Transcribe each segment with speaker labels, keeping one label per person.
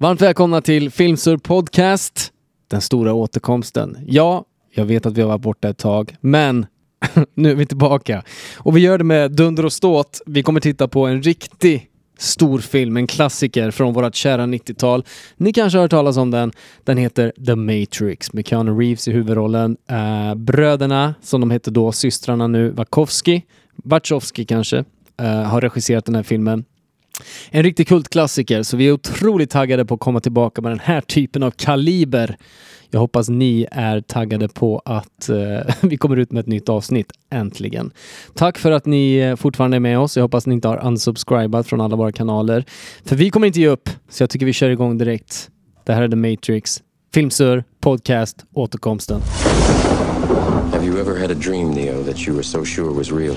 Speaker 1: Varmt välkomna till Filmsur Podcast, den stora återkomsten. Ja, jag vet att vi har varit borta ett tag, men nu är vi tillbaka. Och vi gör det med dunder och ståt. Vi kommer titta på en riktig stor film, en klassiker från vårt kära 90-tal. Ni kanske har hört talas om den. Den heter The Matrix med Keanu Reeves i huvudrollen. Eh, bröderna, som de hette då, systrarna nu, Wachowski, Wachowski kanske, eh, har regisserat den här filmen. En riktig kultklassiker, så vi är otroligt taggade på att komma tillbaka med den här typen av kaliber. Jag hoppas ni är taggade på att eh, vi kommer ut med ett nytt avsnitt, äntligen. Tack för att ni eh, fortfarande är med oss. Jag hoppas ni inte har unsubscribat från alla våra kanaler. För vi kommer inte ge upp, så jag tycker vi kör igång direkt. Det här är The Matrix, Filmsur, Podcast, Återkomsten.
Speaker 2: Have you ever had a dream, Neo, that you were so sure was real?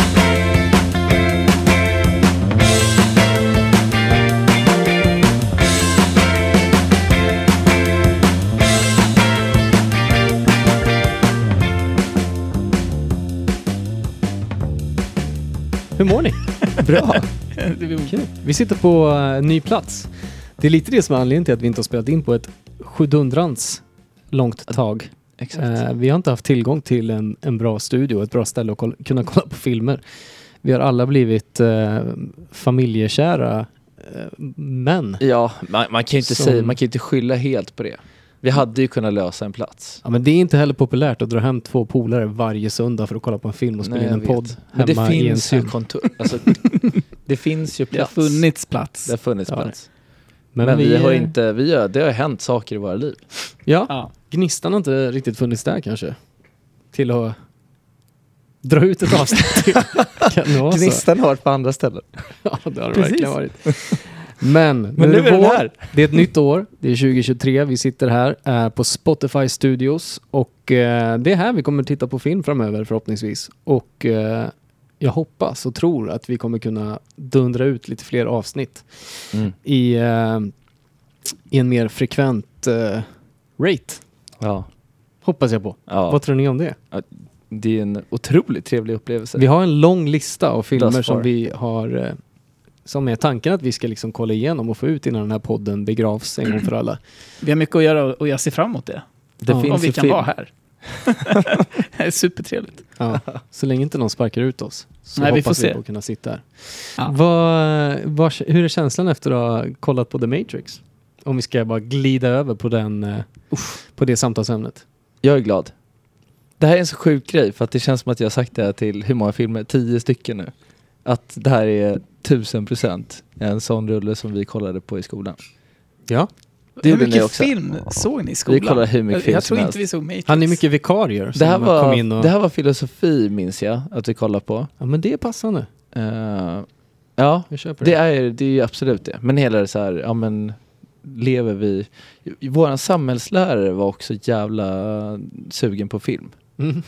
Speaker 1: Hur mår ni? Bra. Kul. Vi sitter på eh, ny plats. Det är lite det som är anledningen till att vi inte har spelat in på ett sjudundrans långt tag. Eh, vi har inte haft tillgång till en, en bra studio, ett bra ställe att kolla, kunna kolla på filmer. Vi har alla blivit eh, familjekära eh, män.
Speaker 3: Ja, man, man, kan ju inte
Speaker 1: Som-
Speaker 3: säga, man kan ju inte skylla helt på det. Vi hade ju kunnat lösa en plats.
Speaker 1: Ja, men det är inte heller populärt att dra hem två polare varje söndag för att kolla på en film och spela
Speaker 3: Nej,
Speaker 1: in
Speaker 3: jag
Speaker 1: en
Speaker 3: vet.
Speaker 1: podd
Speaker 3: Men det
Speaker 1: hemma i ens
Speaker 3: finns ju
Speaker 1: hem.
Speaker 3: kontor. Alltså, det finns ju
Speaker 4: Det har
Speaker 3: plats.
Speaker 4: funnits plats.
Speaker 3: Det har funnits
Speaker 1: Ja.
Speaker 3: plats. Men, vi,
Speaker 1: eh,
Speaker 3: har inte, vi har, det har hänt saker i våra liv.
Speaker 1: Ja,
Speaker 4: Ja.
Speaker 1: gnistan har inte riktigt funnits där kanske. Till att dra ut ett avsnitt till. Kan det vara så?
Speaker 3: har varit på andra ställen.
Speaker 1: Ja, det har det
Speaker 4: Precis.
Speaker 1: verkligen varit. Men,
Speaker 4: Men nu är den
Speaker 1: vår.
Speaker 4: här.
Speaker 1: Det är ett nytt år. Det är 2023. Vi sitter här eh, på Spotify Studios och eh, det är här vi kommer titta på film framöver förhoppningsvis. Och eh, jag hoppas och tror att vi kommer kunna dundra ut lite fler avsnitt
Speaker 3: Mm.
Speaker 1: i, eh, i en mer frekvent eh, rate.
Speaker 3: Ja.
Speaker 1: Hoppas jag på.
Speaker 3: ja.
Speaker 1: Vad tror ni om det?
Speaker 3: Det är en otroligt trevlig upplevelse.
Speaker 1: Vi har en lång lista av filmer
Speaker 3: Thus
Speaker 1: som
Speaker 3: far.
Speaker 1: vi har eh, som är tanken att vi ska liksom kolla igenom och få ut innan den här podden begravs en gång för alla.
Speaker 4: Vi har mycket att göra och jag ser fram emot det.
Speaker 3: det
Speaker 1: ja,
Speaker 4: Om
Speaker 3: finns
Speaker 4: vi
Speaker 3: ju
Speaker 4: kan
Speaker 3: film.
Speaker 4: vara här. det är supertrevligt.
Speaker 1: Ja, så länge inte någon sparkar ut oss så
Speaker 4: Nej, vi
Speaker 1: hoppas
Speaker 4: får se.
Speaker 1: på att kunna sitta här.
Speaker 4: Ja.
Speaker 1: Vad, vad, hur är känslan efter att ha kollat på The Matrix? Om vi ska bara glida över på, den, eh, på det samtalsämnet.
Speaker 3: Jag är glad. Det här är en så sjuk grej för att det känns som att jag har sagt det här till hur många filmer? Tio stycken nu. Att det här är tusen procent en sån rulle som vi kollade på i skolan.
Speaker 1: Ja.
Speaker 3: Det
Speaker 4: hur
Speaker 3: gjorde ni
Speaker 4: mycket
Speaker 3: också.
Speaker 4: film såg ni i skolan?
Speaker 3: Vi kollade hur mycket
Speaker 4: jag,
Speaker 3: film
Speaker 4: jag
Speaker 3: som
Speaker 4: tror
Speaker 3: helst.
Speaker 4: inte vi såg Matrix.
Speaker 1: Han är mycket vikarier
Speaker 3: Det här,
Speaker 1: som kom in
Speaker 3: var,
Speaker 1: och...
Speaker 3: det här var filosofi minns jag att vi kollade på.
Speaker 1: Ja men det är passande.
Speaker 3: Eh, ja,
Speaker 1: Jag köper det.
Speaker 3: det är det är ju absolut det. Men hela det så här, ja men lever vi... Vår samhällslärare var också jävla sugen på film.
Speaker 1: Mm.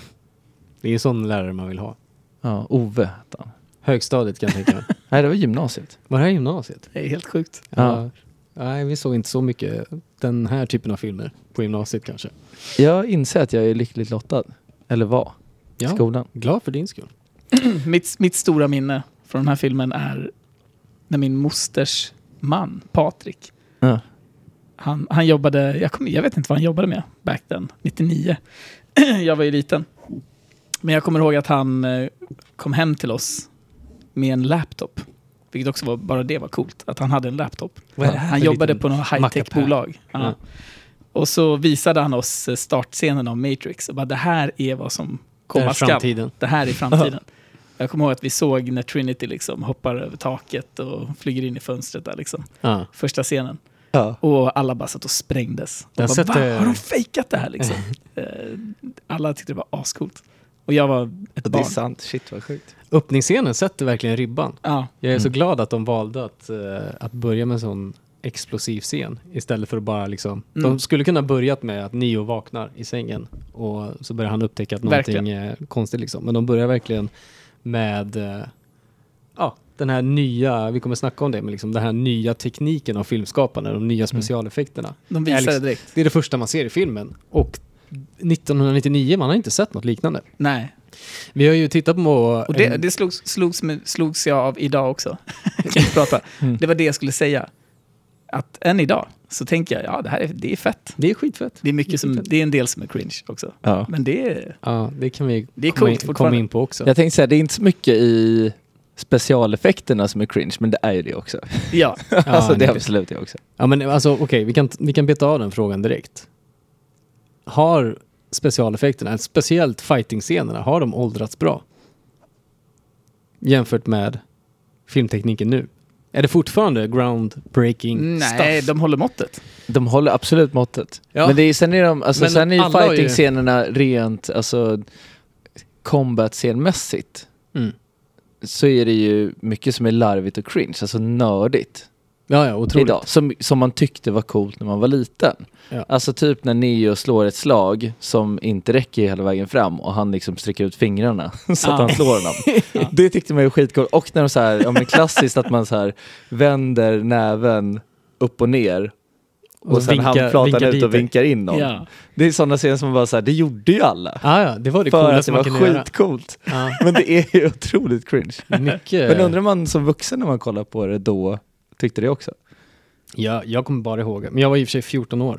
Speaker 1: Det är ju sån lärare man vill ha.
Speaker 3: Ja, Ove hette han.
Speaker 1: Högstadiet kan jag tänka mig.
Speaker 3: Nej, det var gymnasiet.
Speaker 1: Var det här gymnasiet?
Speaker 4: Det är helt sjukt.
Speaker 1: Ja.
Speaker 3: Ja.
Speaker 1: Nej, vi såg inte så mycket den här typen av filmer på gymnasiet kanske.
Speaker 3: Jag inser att jag är lyckligt lottad. Eller var. I
Speaker 1: Ja,
Speaker 3: skolan.
Speaker 1: glad för din skull.
Speaker 4: Mm. Mitt, mitt stora minne från den här filmen är när min mosters man, Patrik,
Speaker 3: Ja.
Speaker 4: han, han jobbade, jag, kommer- jag vet inte vad han jobbade med back then, 99. jag var ju liten. Men jag kommer ihåg att han eh, kom hem till oss med en laptop. Vilket också var, bara det var coolt, att han hade en laptop.
Speaker 1: Vad är det här
Speaker 4: han
Speaker 1: för
Speaker 4: jobbade
Speaker 1: liten
Speaker 4: på något high-tech-bolag.
Speaker 1: Ja.
Speaker 4: Ja. Och så visade han oss eh, startscenen av Matrix och bara det här är vad som
Speaker 1: Det
Speaker 4: komma
Speaker 1: är
Speaker 4: skall.
Speaker 1: framtiden.
Speaker 4: Det här är framtiden. Jag kommer ihåg att vi såg när Trinity liksom hoppar över taket och flyger in i fönstret där liksom.
Speaker 1: Ja.
Speaker 4: Första scenen.
Speaker 3: Ja.
Speaker 4: Och alla bara satt och sprängdes.
Speaker 1: Jag
Speaker 4: Och
Speaker 1: har
Speaker 4: bara,
Speaker 1: sett det."
Speaker 4: Va? Har de fejkat det här liksom? Eh, alla tyckte det var ascoolt. Och jag var ett
Speaker 3: Det är
Speaker 4: barn.
Speaker 3: sant. Shit vad sjukt.
Speaker 1: Öppningsscenen sätter verkligen ribban.
Speaker 4: Ja.
Speaker 1: Jag är så
Speaker 3: Mm.
Speaker 1: glad att de valde att, eh, att börja med en sån explosiv scen istället för att bara liksom...
Speaker 4: Mm.
Speaker 1: De skulle kunna börjat med att Neo vaknar i sängen och så börjar han upptäcka att någonting
Speaker 4: Verkligen.
Speaker 1: är konstigt liksom. Men de börjar verkligen med eh, ja, den här nya, vi kommer snacka om det, men liksom den här nya tekniken av filmskaparna, de
Speaker 4: Mm.
Speaker 1: nya specialeffekterna.
Speaker 4: De visar
Speaker 1: Alex-
Speaker 4: det direkt.
Speaker 1: Det är det första man ser i filmen och 1999, man har inte sett något liknande.
Speaker 4: Nej.
Speaker 1: Vi har ju tittat på...
Speaker 4: Och det,
Speaker 1: en-
Speaker 4: det slogs, slogs, med, slogs jag av idag också. Jag kan inte prata.
Speaker 3: Mm.
Speaker 4: Det var det jag skulle säga. Att än idag så tänker jag, ja det här är, det är fett.
Speaker 1: det är skitfett.
Speaker 4: Det är, mycket som, det är en del som är cringe också.
Speaker 3: Ja.
Speaker 4: Men det är...
Speaker 1: Ja, det kan vi
Speaker 4: Det är
Speaker 1: komma,
Speaker 4: coolt
Speaker 1: in, komma
Speaker 4: fortfarande.
Speaker 1: in på också.
Speaker 3: Jag tänkte säga, det är inte så mycket i specialeffekterna som är cringe, men det är ju det också.
Speaker 4: Ja,
Speaker 3: alltså det
Speaker 1: nej,
Speaker 3: är
Speaker 1: visst.
Speaker 3: absolut det också.
Speaker 1: Ja, men alltså okej, vi, kan, vi kan beta av den frågan direkt. Har specialeffekterna, speciellt fighting-scenerna, har de åldrats bra? Jämfört med filmtekniken nu? Är det fortfarande groundbreaking
Speaker 4: nej,
Speaker 1: stuff?
Speaker 4: de håller måttet.
Speaker 3: De håller absolut måttet.
Speaker 1: Ja.
Speaker 3: Men det är, sen är, de, alltså,
Speaker 1: Men
Speaker 3: sen är ju
Speaker 1: alla har ju-
Speaker 3: fighting-scenerna rent alltså, combat-scenmässigt.
Speaker 1: Mm.
Speaker 3: Så är det ju mycket som är larvigt och cringe, alltså nördigt.
Speaker 1: Ja, ja, otroligt.
Speaker 3: Idag, som, som man tyckte var coolt när man var liten.
Speaker 1: Ja.
Speaker 3: Alltså typ när Neo slår ett slag som inte räcker hela vägen fram och han liksom sträcker ut fingrarna så att
Speaker 4: Ja.
Speaker 3: han slår honom. Det tyckte man ju var skitcoolt. Och när de så här, ja men klassiskt att man så här vänder näven upp och ner och, sen handflatan ut
Speaker 1: dit
Speaker 3: och
Speaker 1: dig.
Speaker 3: vinkar in någon.
Speaker 4: Ja.
Speaker 3: Det är sådana scener som man bara så här, det gjorde ju alla.
Speaker 1: Ja, Ah, ja, det var det
Speaker 3: för att det
Speaker 1: coolaste
Speaker 3: var
Speaker 1: man kunde göra.
Speaker 3: skitcoolt.
Speaker 1: Ja,
Speaker 3: Men det är ju otroligt cringe.
Speaker 1: mycket.
Speaker 3: Men undrar man som vuxen när man kollar på det då, tyckte det också?
Speaker 1: Ja, jag kommer bara ihåg, men jag var i och för sig 14 år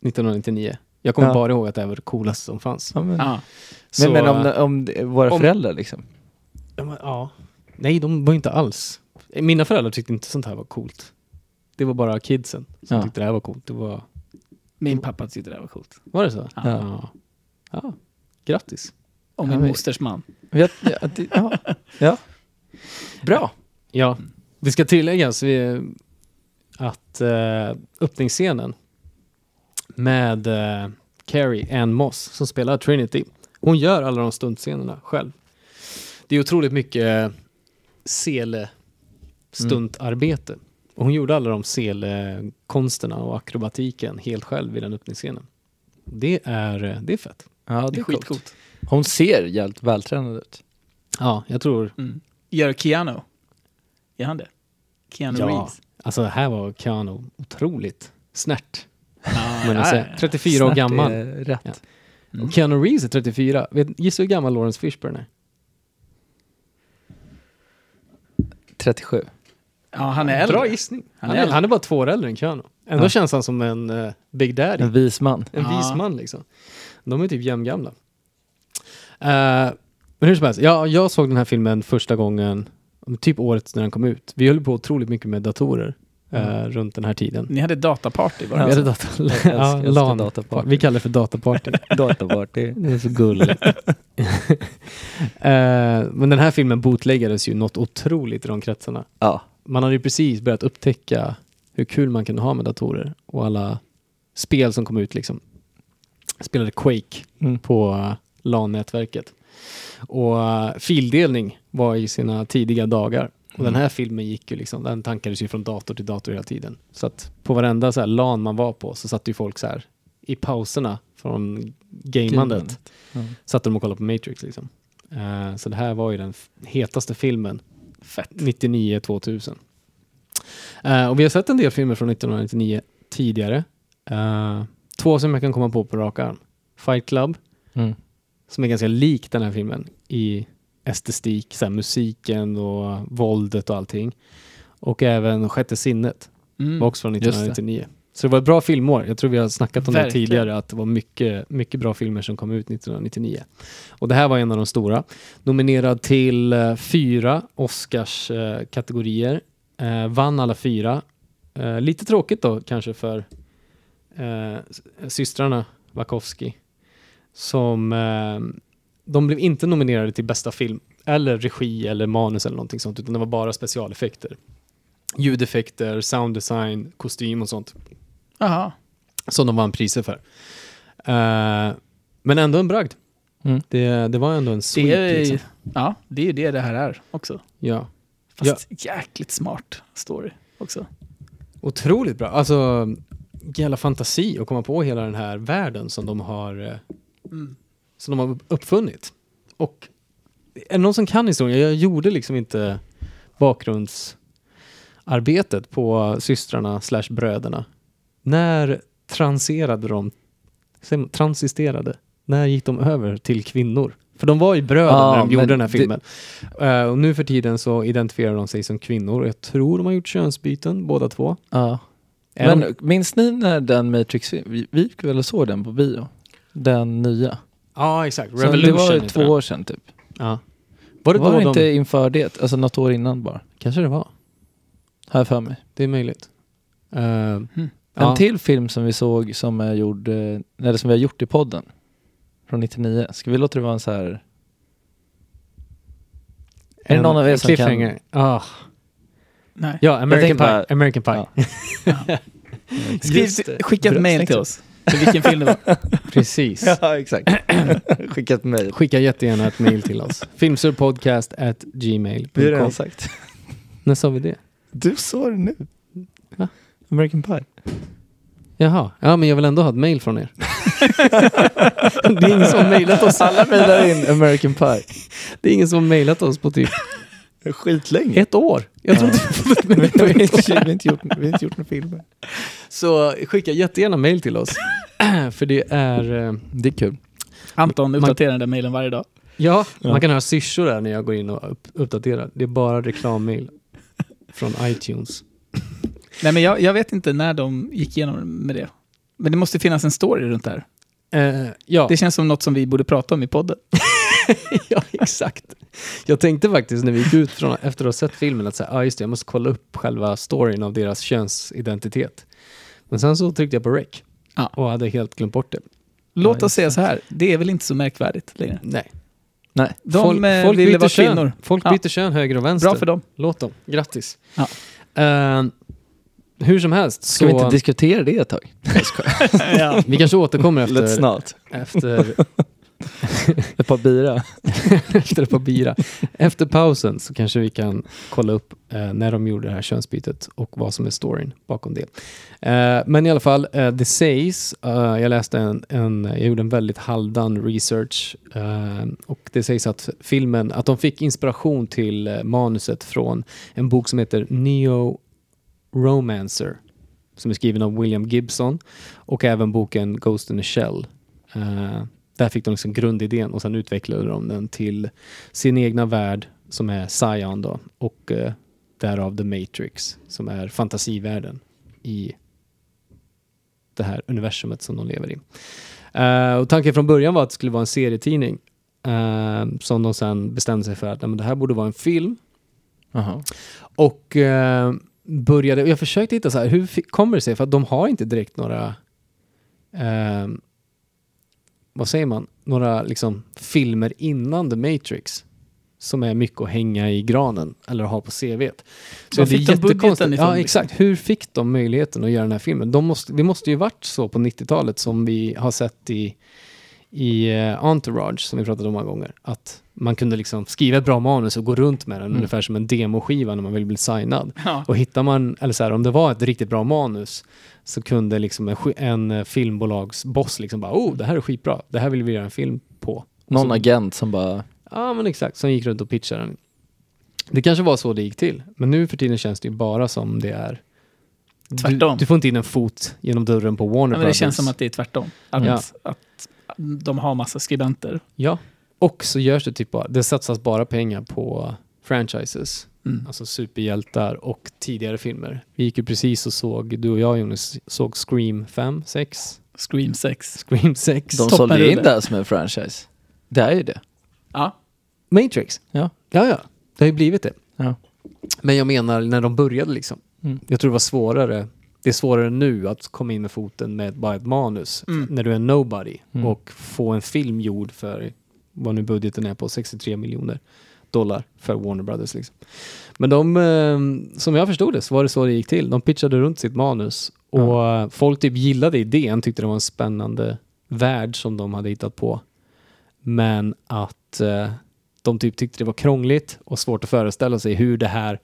Speaker 1: 1999. Jag kommer
Speaker 3: Ja.
Speaker 1: bara ihåg att det här var det coolaste som fanns.
Speaker 3: Ja, men.
Speaker 4: Ja.
Speaker 1: Så,
Speaker 3: men, men om, om det- våra
Speaker 1: om-
Speaker 3: föräldrar liksom?
Speaker 1: ja, men, ja. Nej, de var ju inte alls... Mina föräldrar tyckte inte sånt här var coolt. Det var bara kidsen som
Speaker 3: Ja.
Speaker 1: tyckte det här var coolt. Det var,
Speaker 4: Min pappa tyckte det där var coolt.
Speaker 1: var det så?
Speaker 4: Ja.
Speaker 1: ja. Ja. Grattis.
Speaker 4: Och
Speaker 3: Ja,
Speaker 4: min
Speaker 3: men-
Speaker 4: mosters man.
Speaker 3: Ja, ja, det- ja. ja. Bra.
Speaker 1: Ja, Mm. det ska tilläggas eh, att eh, öppningsscenen med eh, Carrie Ann Moss som spelar Trinity, hon gör alla de stuntscenerna själv. Det är otroligt mycket eh, sele stuntarbete. Och hon gjorde alla de selekonsterna och akrobatiken helt själv i den öppningsscenen. Det är, eh, det är fett.
Speaker 3: Ja,
Speaker 4: Det är skitcoolt.
Speaker 3: Hon ser jävligt vältränad ut.
Speaker 1: Ja, jag tror...
Speaker 4: Mm. Gör Keanu? Gör han det? Keanu
Speaker 1: Ja.
Speaker 4: Reeves?
Speaker 1: Alltså det här var Keanu otroligt snärt.
Speaker 4: Ja,
Speaker 1: om man
Speaker 4: ja,
Speaker 1: säger.
Speaker 4: ja, ja.
Speaker 1: 34 år
Speaker 3: Snart
Speaker 1: gammal.
Speaker 3: är Rätt.
Speaker 1: Ja.
Speaker 4: Mm.
Speaker 1: Och Keanu Reeves är 34. Vet, gissa hur gammal Lawrence Fishburne är?
Speaker 3: 37.
Speaker 4: Ja, han är äldre.
Speaker 1: Bra gissning. Han,
Speaker 4: Han är
Speaker 1: är,
Speaker 4: äldre.
Speaker 1: han är bara två år äldre än Keanu. Ändå
Speaker 3: Ja.
Speaker 1: känns han som en eh, Big Daddy.
Speaker 3: En vis man.
Speaker 1: En
Speaker 4: Ja.
Speaker 1: vis man liksom. De är typ jämngamla. Eh, men hur som helst, jag, jag såg den här filmen första gången, typ året när den kom ut. Vi höll på otroligt mycket med datorer eh, runt den här tiden.
Speaker 4: Ni hade dataparty var det?
Speaker 1: Vi hade dator...
Speaker 3: älskar-
Speaker 1: ja,
Speaker 3: älskar
Speaker 1: LAN.
Speaker 3: dataparty.
Speaker 1: Vi kallar det för dataparty.
Speaker 3: Dataparty.
Speaker 1: Det är så gulligt. Eh, men den här filmen bootläggades ju något otroligt i de kretsarna.
Speaker 3: Ja.
Speaker 1: Man hade ju precis börjat upptäcka hur kul man kunde ha med datorer och alla spel som kom ut liksom. Jag spelade Quake
Speaker 3: Mm.
Speaker 1: på eh, LAN-nätverket. Och eh, fildelning var i sina tidiga dagar. Och den här filmen gick ju liksom, den tankades ju från dator till dator hela tiden. Så att på varenda så här LAN man var på så satt ju folk så här i pauserna från gamandet
Speaker 3: Gamandet, ja.
Speaker 1: satt de och kollade på Matrix liksom. Eh, så det här var ju den f- hetaste filmen. 99-2000. Eh, och vi har sett en del filmer från 1999 tidigare. Eh, två som jag kan komma på på rak arm. Fight Club,
Speaker 3: Mm.
Speaker 1: som är ganska lik den här filmen i estetik, så här, musiken och våldet och allting. Och även Sjätte sinnet
Speaker 4: Mm.
Speaker 1: var också från
Speaker 3: det.
Speaker 1: 1999. Så det var ett bra filmår. Jag tror vi har snackat om det
Speaker 4: Verkligen.
Speaker 1: tidigare, att det var mycket, mycket bra filmer som kom ut 1999. Och det här var en av de stora. Nominerad till eh, fyra Oscarskategorier. Eh, kategorier. eh, vann alla fyra. Eh, lite tråkigt då kanske för eh, s- systrarna Wachowski. Som, eh, de blev inte nominerade till bästa film eller regi eller manus eller någonting sånt, utan det var bara specialeffekter ljudeffekter, sound design, kostym och sånt
Speaker 4: Jaha.
Speaker 1: som de vann priser för. Eh, men ändå en bragd.
Speaker 3: Mm.
Speaker 1: Det, det var ändå en
Speaker 4: Det
Speaker 1: sweep.
Speaker 4: är, ju-
Speaker 1: liksom.
Speaker 4: ja, det är ju det det här är också.
Speaker 1: ja.
Speaker 4: Fast jäkligt smart story också.
Speaker 1: Otroligt bra. Alltså, jävla fantasi att komma på hela den här världen som de har, eh,
Speaker 3: Mm.
Speaker 1: som de har uppfunnit. Och är det någon som kan historien? Jag gjorde liksom inte bakgrundsarbetet på systrarna slash bröderna. När transerade de? säger man Transisterade? När gick de över till kvinnor? För de var ju bröder
Speaker 3: Ja,
Speaker 1: när de gjorde
Speaker 3: men
Speaker 1: den här
Speaker 3: det-
Speaker 1: filmen. Eh, och nu för tiden så identifierar de sig som kvinnor och jag tror de har gjort könsbyten båda två.
Speaker 3: Ja.
Speaker 1: Är
Speaker 3: Men
Speaker 1: de-
Speaker 3: minns ni när den Matrix, vi, vi gick väl och såg den på bio? Den nya.
Speaker 1: Ja, exakt.
Speaker 3: Så
Speaker 1: Revolution
Speaker 3: det var ju
Speaker 1: heter
Speaker 3: två
Speaker 1: den.
Speaker 3: år sedan typ.
Speaker 1: Ja. Var det
Speaker 3: var
Speaker 1: då
Speaker 3: det
Speaker 1: de...
Speaker 3: inte inför det? Alltså något år innan bara.
Speaker 1: Kanske det var.
Speaker 3: Har jag för mig.
Speaker 1: Det är möjligt. Eh,
Speaker 3: En
Speaker 1: ja.
Speaker 3: till film som vi såg som är gjord, eh, eller som vi har gjort i podden. Från 99. Ska vi låta det vara en så här... Är det
Speaker 1: En-
Speaker 3: någon av er
Speaker 1: en
Speaker 3: som kan-
Speaker 1: cliffhanger. Ah.
Speaker 4: Nej.
Speaker 1: Ja, American
Speaker 3: tänkte
Speaker 1: Pie.
Speaker 3: bara-
Speaker 1: American Pie.
Speaker 4: Skriv, skicka ett mail till oss. För vilken film det var.
Speaker 1: Precis.
Speaker 3: Ja, exakt. Skicka ett mail.
Speaker 1: Skicka jättegärna ett mail till oss. Filmsurpodcast at
Speaker 3: Det är redan
Speaker 1: gmail.com.
Speaker 3: sagt.
Speaker 1: När sa vi det?
Speaker 3: Du såg det nu.
Speaker 1: Va?
Speaker 3: American Pie.
Speaker 1: Jaha, ja men jag vill ändå ha ett mail från er. det är ingen som har mailat oss.
Speaker 3: Alla mejlar in American Pie.
Speaker 1: Det är ingen som har mailat oss på typ
Speaker 3: Skitlänge.
Speaker 1: ett år. Jag tror inte vi har fått ett mail
Speaker 3: vi,
Speaker 1: på
Speaker 3: har
Speaker 1: ett år.
Speaker 3: inte, vi, har inte gjort, vi har inte gjort några filmer.
Speaker 1: Så skicka jättegärna mail till oss. För det är... eh,
Speaker 3: Det är kul.
Speaker 4: Anton uppdaterar den där mailen varje dag.
Speaker 1: Ja,
Speaker 3: Ja.
Speaker 1: man kan höra syrsor där när jag går in och upp, uppdaterar. Det är bara reklammail från iTunes.
Speaker 4: Nej, men jag, jag vet inte när de gick igenom med det. Men det måste finnas en story runt det här.
Speaker 1: Eh, ja,
Speaker 4: Det känns som något som vi borde prata om i podden.
Speaker 1: ja, exakt. Jag tänkte faktiskt när vi gick ut från, efter att ha sett filmen att säga, ah, just det, jag måste kolla upp själva storyn av deras könsidentitet. Men sen så tryckte jag på rec
Speaker 4: Ja.
Speaker 1: och hade helt glömt bort det.
Speaker 4: Låt
Speaker 3: Ja,
Speaker 4: oss säga så här, det är väl inte så märkvärdigt längre.
Speaker 1: Nej.
Speaker 3: Nej.
Speaker 4: De
Speaker 1: folk
Speaker 4: eh,
Speaker 1: folk
Speaker 4: ville
Speaker 1: byter
Speaker 4: vara
Speaker 1: kön.
Speaker 4: kvinnor.
Speaker 1: Folk
Speaker 4: Ja.
Speaker 1: byter kön höger och vänster.
Speaker 4: Bra för dem.
Speaker 1: Låt dem. Grattis.
Speaker 4: Ja.
Speaker 1: Eh, hur som helst
Speaker 3: Ska
Speaker 1: så...
Speaker 3: vi inte diskutera det ett tag?
Speaker 4: ja.
Speaker 1: vi kanske återkommer
Speaker 3: Let's
Speaker 1: efter,
Speaker 3: not.
Speaker 1: efter
Speaker 3: Ett par bira.
Speaker 1: efter ett par bira. Efter pausen så kanske vi kan kolla upp eh, när de gjorde det här könsbytet och vad som är storyn bakom det. Eh, men i alla fall, eh, det sägs, eh, jag läste en, en, jag gjorde en väldigt halvdan research eh, och det sägs att filmen, att de fick inspiration till eh, manuset från en bok som heter Neo Romancer som är skriven av William Gibson och även boken Ghost in a Shell. Eh, där fick de liksom grundidén och sen utvecklade de den till sin egna värld som är Scion då och eh, därav The Matrix som är fantasivärlden i det här universumet som de lever i. Eh, och tanken från början var att det skulle vara en serietidning eh, som de sen bestämde sig för att nej, men det här borde vara en film
Speaker 3: Jaha.
Speaker 1: och eh, började, och jag försökte hitta så här, hur fi- kommer det sig? För att de har inte direkt några, eh, vad säger man, några liksom filmer innan The Matrix. Som är mycket att hänga i granen eller ha på CVt. Så
Speaker 4: Var
Speaker 1: det är
Speaker 4: fick de budgeten
Speaker 1: jättekonstigt.
Speaker 4: ifrån,
Speaker 1: Ja,
Speaker 4: liksom?
Speaker 1: exakt. Hur fick de möjligheten att göra den här filmen? De måste, det måste ju varit så på 90-talet som vi har sett i i eh, Entourage som vi pratade om många gånger. Att man kunde liksom skriva ett bra manus och gå runt med den
Speaker 3: Mm.
Speaker 1: ungefär som en demoskiva när man vill bli signad.
Speaker 4: Ja.
Speaker 1: Och hittar man, eller så här, om det var ett riktigt bra manus så kunde liksom en, sk- en eh, filmbolagsboss liksom bara oh det här är skitbra, det här vill vi göra en film på.
Speaker 3: Någon
Speaker 1: Så-
Speaker 3: agent som bara...
Speaker 1: Ja men exakt, som gick runt och pitchade den. Det kanske var så det gick till, men nu för tiden känns det ju bara som det är. Du,
Speaker 4: Tvärtom.
Speaker 1: du får inte in en fot genom dörren på Warner
Speaker 4: Ja, men det
Speaker 1: Brothers.
Speaker 4: känns som att det är tvärtom. Att,
Speaker 1: Ja.
Speaker 4: att de har massa skribenter.
Speaker 1: Ja. Och så görs det typ bara, det satsas bara pengar på franchises.
Speaker 4: Mm.
Speaker 1: Alltså superhjältar och tidigare filmer. Vi gick ju precis och såg, du och jag Jonas, såg Scream 5, 6,
Speaker 4: Scream 6.
Speaker 1: Scream 6,
Speaker 3: De
Speaker 4: Stoppa
Speaker 3: sålde in
Speaker 4: rullen.
Speaker 3: det här som en franchise. Det är ju det.
Speaker 4: Ja.
Speaker 1: Matrix.
Speaker 3: Ja.
Speaker 1: Ja, ja. Det har ju blivit det.
Speaker 3: Ja.
Speaker 1: Men jag menar när de började liksom.
Speaker 3: Mm.
Speaker 1: Jag tror det var svårare. Det är svårare nu att komma in med foten med bara ett manus
Speaker 4: Mm.
Speaker 1: när du är nobody
Speaker 3: Mm.
Speaker 1: och få en film gjord för vad nu budgeten är på 63 miljoner dollar för Warner Brothers. Liksom. Men de, eh, som jag förstod det så var det så det gick till. De pitchade runt sitt manus och eh, folk typ gillade idén, tyckte det var en spännande värld som de hade hittat på. Men att eh, de typ tyckte det var krångligt och svårt att föreställa sig hur det här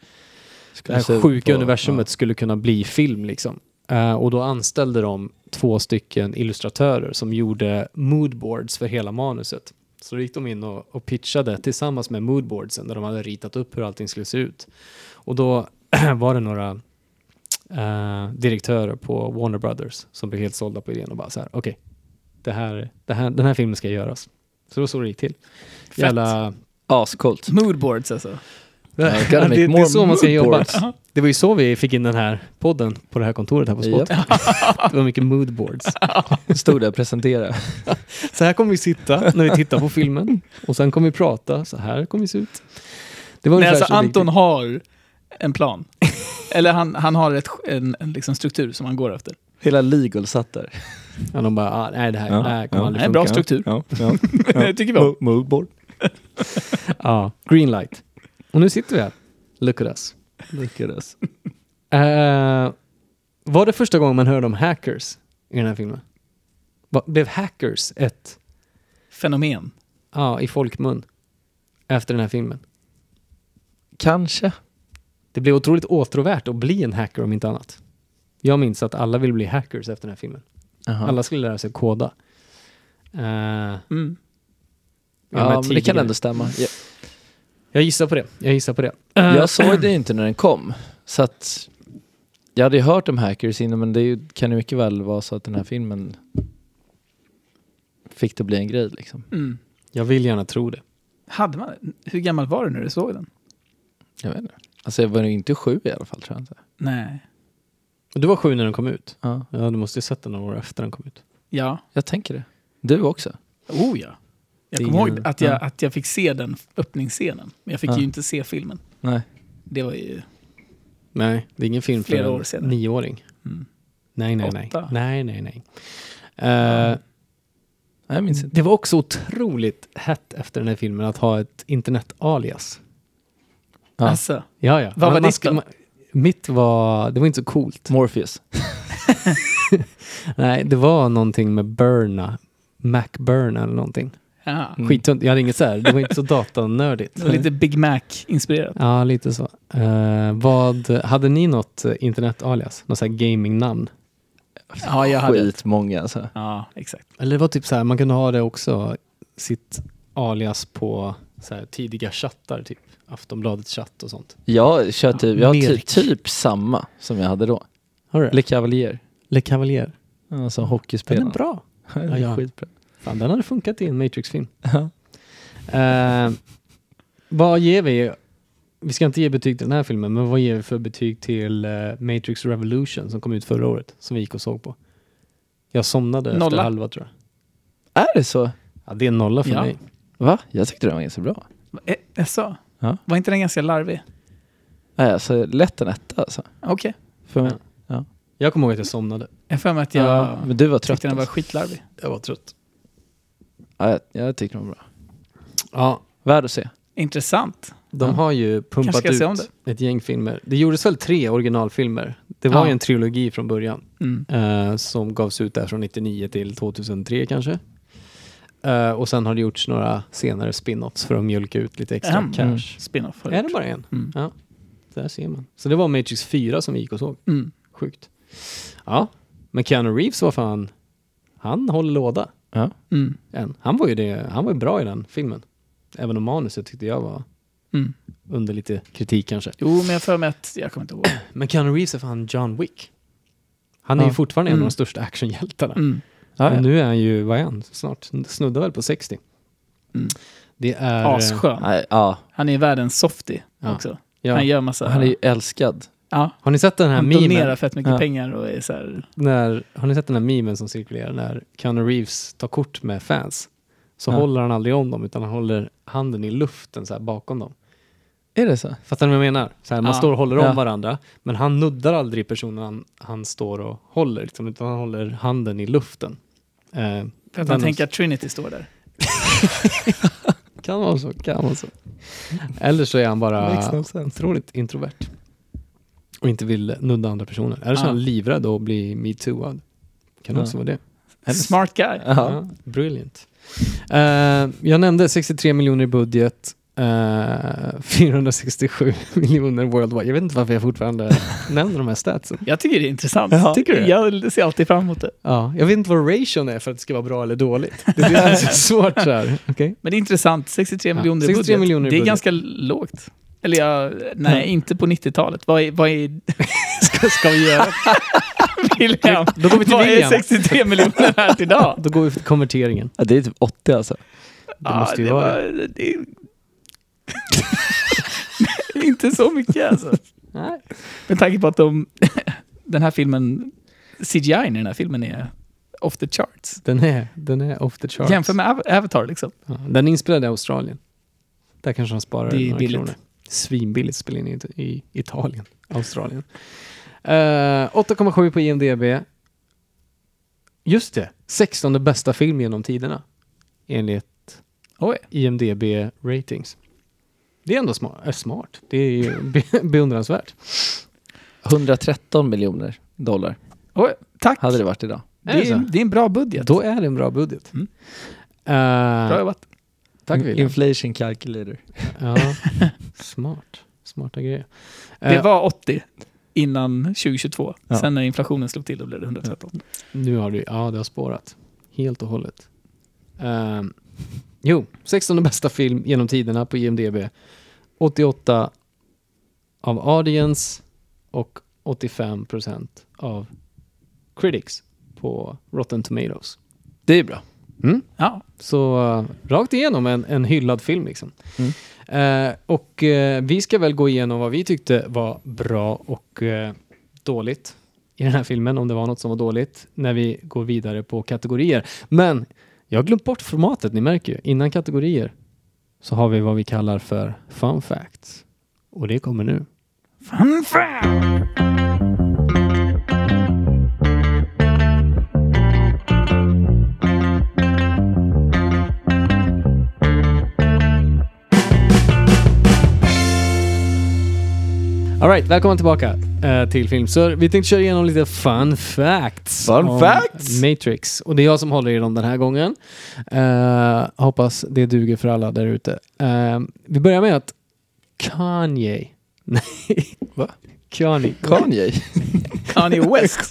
Speaker 1: det här
Speaker 3: Skruv
Speaker 1: sjuka
Speaker 3: på-
Speaker 1: universumet skulle kunna bli film liksom. Eh, och då anställde de två stycken illustratörer som gjorde moodboards för hela manuset. Så då gick de in och, och pitchade tillsammans med moodboardsen där de hade ritat upp hur allting skulle se ut. Och då var det några eh, direktörer på Warner Brothers som blev helt sålda på idén och bara så här, okej, det här, det här, den här filmen ska göras. Så det var så det gick till.
Speaker 4: Fett.
Speaker 1: Jävla...
Speaker 3: Ja. Ascoolt.
Speaker 4: Moodboards alltså.
Speaker 3: gotta
Speaker 1: Ja, det,
Speaker 3: make
Speaker 1: det är
Speaker 3: more
Speaker 1: så man ska
Speaker 3: mood
Speaker 1: jobba.
Speaker 3: boards.
Speaker 1: Det var ju så vi fick in den här podden på det här kontoret här på Spot. Det var mycket moodboards.
Speaker 3: Stod där och presenterade.
Speaker 1: Så här kommer vi sitta när vi tittar på filmen och sen kommer vi prata. Så här kommer vi se ut. Det var
Speaker 4: Nej,
Speaker 1: ungefär
Speaker 4: alltså
Speaker 1: så det gick
Speaker 4: Anton
Speaker 1: till.
Speaker 4: har en plan. Eller han, han har ett, en, en liksom struktur som han går efter.
Speaker 3: Hela Legal satt där.
Speaker 1: Ja, de bara, ah, nej det här,
Speaker 3: Ja,
Speaker 1: det här
Speaker 3: ja.
Speaker 1: kommer
Speaker 4: Nej,
Speaker 1: aldrig
Speaker 4: bra
Speaker 1: funka.
Speaker 4: struktur.
Speaker 3: Ja, ja.
Speaker 4: Det tycker vi om.
Speaker 3: Moodboard.
Speaker 1: Ja, greenlight. Och nu sitter vi här. Look at us.
Speaker 3: Lyckades.
Speaker 1: Eh, var det första gången man hörde om hackers i den här filmen? Va, blev hackers ett,
Speaker 4: Fenomen.
Speaker 1: ja, i folkmun efter den här filmen?
Speaker 3: Kanske.
Speaker 1: Det blev otroligt åtråvärt att bli en hacker om inte annat. Jag minns att alla ville bli hackers efter den här filmen.
Speaker 3: Alla
Speaker 1: Alla skulle lära sig koda. Eh, i
Speaker 4: Mm.
Speaker 1: de
Speaker 3: ja,
Speaker 1: här
Speaker 3: men det kan
Speaker 1: tidiga-
Speaker 3: ändå stämma. Jag,
Speaker 1: Jag gissar på det. Jag gissar på det.
Speaker 4: Eh.
Speaker 3: jag såg det ju inte när den kom. Så att jag hade ju hört om hackers innan men det är ju, kan ju mycket väl vara så att den här filmen fick det bli en grej liksom.
Speaker 4: Mm.
Speaker 1: Jag vill gärna tro det.
Speaker 4: Hade man, hur gammal var du när du såg den?
Speaker 3: Jag vet inte. Alltså jag var ju inte sju i alla fall tror jag inte.
Speaker 4: Nej.
Speaker 1: Du var sju när den kom ut.
Speaker 3: Ja,
Speaker 1: Ja, du måste ju sett den några år efter den kom ut.
Speaker 4: Ja.
Speaker 3: jag tänker det. Du också?
Speaker 4: Oh ja. Jag
Speaker 1: Det är
Speaker 4: kommer ihåg
Speaker 1: ingen-
Speaker 4: att jag,
Speaker 1: ja.
Speaker 4: att jag fick se den öppningsscenen. Men jag fick
Speaker 3: Ja.
Speaker 4: ju inte se filmen.
Speaker 3: Nej.
Speaker 4: Det var ju
Speaker 1: Nej, det är ingen film för
Speaker 4: Flera år
Speaker 1: en
Speaker 4: senare.
Speaker 1: nioåring.
Speaker 4: Mm.
Speaker 1: Nej, nej, nej.
Speaker 4: Åtta.
Speaker 1: Nej, nej, nej. Eh,
Speaker 3: Nej, jag minns inte.
Speaker 1: Det var också otroligt hett efter den här filmen att ha ett internet-alias.
Speaker 3: Ja.
Speaker 4: Alltså,
Speaker 1: Ja, ja.
Speaker 4: Vad var
Speaker 1: man
Speaker 4: ditt
Speaker 1: skulle-
Speaker 4: då?
Speaker 1: man- Mitt var, det var inte så coolt.
Speaker 3: Morpheus.
Speaker 1: Nej, det var någonting med Burna. MacBurna eller någonting.
Speaker 4: ja.
Speaker 3: Mm.
Speaker 1: Skittunt. Jag hade inget så här. Det var inte så datanördigt.
Speaker 4: Det var lite Big Mac-inspirerat.
Speaker 1: Ja, lite så. Eh, vad, hade ni något eh, internet-alias? Något så här gaming-namn?
Speaker 4: Ja, jag hade ett.
Speaker 3: Skitmånga alltså.
Speaker 4: Ja, exakt.
Speaker 1: Eller det var typ så här, man kunde ha det också, sitt alias på så här, tidiga chattar, typ Aftonbladets chatt och sånt.
Speaker 3: Jag kör typ, jag har
Speaker 1: Merk.
Speaker 3: typ, typ samma som jag hade då.
Speaker 1: Har du det?
Speaker 3: Le Cavalier.
Speaker 1: Le Cavalier.
Speaker 3: Alltså
Speaker 1: Den
Speaker 3: hockeyspelaren.
Speaker 1: är bra.
Speaker 3: Den
Speaker 1: Ja, ja.
Speaker 3: Skitbra.
Speaker 1: Fan, den hade funkat i en Matrix-film.
Speaker 3: Ja.
Speaker 1: Eh, vad ger vi? Vi ska inte ge betyg till den här filmen, men vad ger vi för betyg till eh, Matrix Revolution som kom ut förra året, som vi gick och såg på? Jag somnade efter
Speaker 4: Nolla.
Speaker 1: halva tror jag.
Speaker 3: Är det så?
Speaker 1: Ja, det är en nolla för
Speaker 4: Ja.
Speaker 1: mig.
Speaker 3: Va? Jag tyckte den var ganska bra.
Speaker 4: Eh, Jaså?
Speaker 3: Ja.
Speaker 4: Var inte den ganska larvig?
Speaker 3: Nej, alltså lätt en etta alltså.
Speaker 4: Okej.
Speaker 3: För mig.
Speaker 1: Ja. Jag kommer ihåg att jag somnade.
Speaker 4: Jag har för mig att jag
Speaker 3: Ja, men du var trött.
Speaker 4: tyckte den var
Speaker 3: alltså.
Speaker 4: skitlarvig.
Speaker 1: Jag var trött.
Speaker 3: ja, jag, jag tyckte den var bra.
Speaker 1: Ja,
Speaker 3: Värd att se.
Speaker 4: Intressant.
Speaker 1: de
Speaker 3: Ja.
Speaker 1: har ju
Speaker 4: Kanske
Speaker 1: pumpat
Speaker 4: ska jag se om
Speaker 1: ut ett gäng filmer. Det gjordes väl tre originalfilmer? Det var
Speaker 4: Ja.
Speaker 1: ju en trilogi från början.
Speaker 4: Mm.
Speaker 1: eh, som gavs ut där från 99 till 2003 kanske. Eh, och sen har det gjorts några senare spin-offs för att mjölka ut lite extra
Speaker 4: Mm.
Speaker 1: cash.
Speaker 4: Spin-off. har
Speaker 1: Är
Speaker 4: jag
Speaker 1: det
Speaker 4: gjort.
Speaker 1: bara en?
Speaker 4: Mm.
Speaker 1: Ja, där ser man. Så det var Matrix 4 som vi gick och såg.
Speaker 4: Mm.
Speaker 1: Sjukt. Ja, men Keanu Reeves var fan, han håller låda
Speaker 3: Ja.
Speaker 4: Mm.
Speaker 1: än. Han var ju det, han var ju bra i den filmen. Även om manuset tyckte jag var
Speaker 4: Mm.
Speaker 1: under lite kritik kanske.
Speaker 4: Jo, men jag har för mig att... Jag kommer inte ihåg.
Speaker 1: Men Keanu Reeves är fan John Wick. Han är
Speaker 3: Ja.
Speaker 1: ju fortfarande en av
Speaker 4: Mm.
Speaker 1: de största actionhjältarna.
Speaker 4: Mm.
Speaker 3: Ja,
Speaker 1: Och
Speaker 3: ja.
Speaker 1: nu är han ju, vad är han, snart, snuddar väl på 60.
Speaker 4: Mm.
Speaker 1: Det är... eh,
Speaker 4: Asskön.
Speaker 3: Nej, ja.
Speaker 4: Han är världens softie
Speaker 1: Ja.
Speaker 4: också. Han
Speaker 1: Ja.
Speaker 4: gör massa...
Speaker 3: Han är ju älskad.
Speaker 4: ja,
Speaker 1: Har ni sett den här
Speaker 4: han donerar
Speaker 1: memen?
Speaker 4: fett mycket
Speaker 3: Ja.
Speaker 4: pengar och är så här...
Speaker 1: När, har ni sett den här memen som cirkulerar när Keanu Reeves tar kort med fans? Så
Speaker 3: Ja.
Speaker 1: håller han aldrig om dem utan han håller handen i luften så här bakom dem.
Speaker 3: Är det så?
Speaker 1: Fattar ni vad jag menar? Så här, man
Speaker 4: Ja.
Speaker 1: står och håller om
Speaker 3: Ja.
Speaker 1: varandra men han nuddar aldrig personen han, han står och håller liksom, utan han håller handen i luften. Eh,
Speaker 4: För att
Speaker 1: Men
Speaker 4: han
Speaker 1: de-
Speaker 4: tänker att Trinity står där.
Speaker 1: kan vara så, kan vara så. Eller så är han bara
Speaker 3: Makes no sense.
Speaker 1: otroligt introvert. Och inte vill nudda andra personer. Eller så är
Speaker 4: Ja.
Speaker 1: han livrädd att bli metooad. Kan
Speaker 3: Ja.
Speaker 1: också vara det.
Speaker 3: Eller-
Speaker 4: Smart guy.
Speaker 3: Ja.
Speaker 1: brilliant. Eh, jag nämnde 63 miljoner i budget. eh, 467 miljoner worldwide. Jag vet inte varför jag fortfarande nämner de här statsen.
Speaker 4: Jag tycker det är intressant.
Speaker 3: Ja.
Speaker 1: Tycker du det?
Speaker 4: Jag ser alltid fram emot det.
Speaker 1: Ja, jag vet inte vad ration är för att det ska vara bra eller dåligt. Det är det som är så svårt så här. Okej.
Speaker 4: Men det är intressant. 63
Speaker 1: Ja,
Speaker 4: miljoner
Speaker 1: 63
Speaker 4: i budget.
Speaker 1: miljoner i
Speaker 4: det är
Speaker 1: budget.
Speaker 4: ganska lågt. Eller jag, nej, inte på 90-talet. Vad är, vad är
Speaker 1: Ska, ska vi göra?
Speaker 4: William?
Speaker 1: Då går vi till
Speaker 4: vad är
Speaker 1: William.
Speaker 4: 63 miljoner värt idag?
Speaker 1: Då går vi till konverteringen.
Speaker 3: Ja, det är typ 80 alltså.
Speaker 1: Det måste ju vara det.
Speaker 4: var- Ah, det. är- inte så mycket alltså.
Speaker 1: Nej.
Speaker 4: Med tanke på att de, den här filmen, CGI i den här filmen är off the charts.
Speaker 1: Den är, den är off the charts.
Speaker 4: Jämför med Av- Avatar liksom.
Speaker 1: Ja, den är inspelad i Australien. Där kanske de sparar
Speaker 4: Det är
Speaker 1: några
Speaker 4: billigt.
Speaker 1: kronor. Svinbilligt spelar in i, i Italien, Australien. Eh, 8,7 på IMDB. Just det, 16 bästa film genom tiderna. Enligt
Speaker 4: Oj.
Speaker 1: IMDB ratings. Det är ändå sma- eh, smart. Det är ju be- beundransvärt.
Speaker 3: 113 miljoner dollar
Speaker 4: Oj, tack.
Speaker 3: hade det varit idag.
Speaker 4: Det
Speaker 1: Är det så?
Speaker 4: är, det är en bra budget.
Speaker 1: Då är det en bra budget.
Speaker 4: Mm.
Speaker 1: Eh,
Speaker 4: bra jobbat.
Speaker 1: tack
Speaker 3: In-
Speaker 1: William.
Speaker 3: Inflation calculator.
Speaker 1: Ja, smart. Smarta grejer.
Speaker 4: Det
Speaker 1: Eh,
Speaker 4: var 80 innan 2022.
Speaker 3: Ja.
Speaker 4: Sen när inflationen slog till då blev det 113.
Speaker 1: Nu har du, ja det har spårat. Helt och hållet. Ehm, jo, 16 bästa film genom tiderna på IMDB. 88 av audience och 85% av critics på Rotten Tomatoes.
Speaker 3: Det är bra.
Speaker 4: Ja,
Speaker 1: Så eh, rakt igenom en, en hyllad film liksom. Eh, och eh, vi ska väl gå igenom vad vi tyckte var bra och eh, dåligt i den här filmen, om det var något som var dåligt, när vi går vidare på kategorier. Men jag har glömt bort formatet, ni märker ju. Innan kategorier så har vi vad vi kallar för fun facts. Och det kommer nu.
Speaker 4: Fun fact!
Speaker 1: All right, välkomna tillbaka eh, till Filmsur. Vi tänkte köra igenom lite fun facts.
Speaker 3: Fun
Speaker 1: om
Speaker 3: facts!
Speaker 1: Matrix. Och det är jag som håller i dem den här gången. Eh, hoppas det duger för alla där ute. Eh, vi börjar med att Kanye... Nej.
Speaker 3: Va?
Speaker 1: Kanye.
Speaker 3: Kanye.
Speaker 4: Kanye West.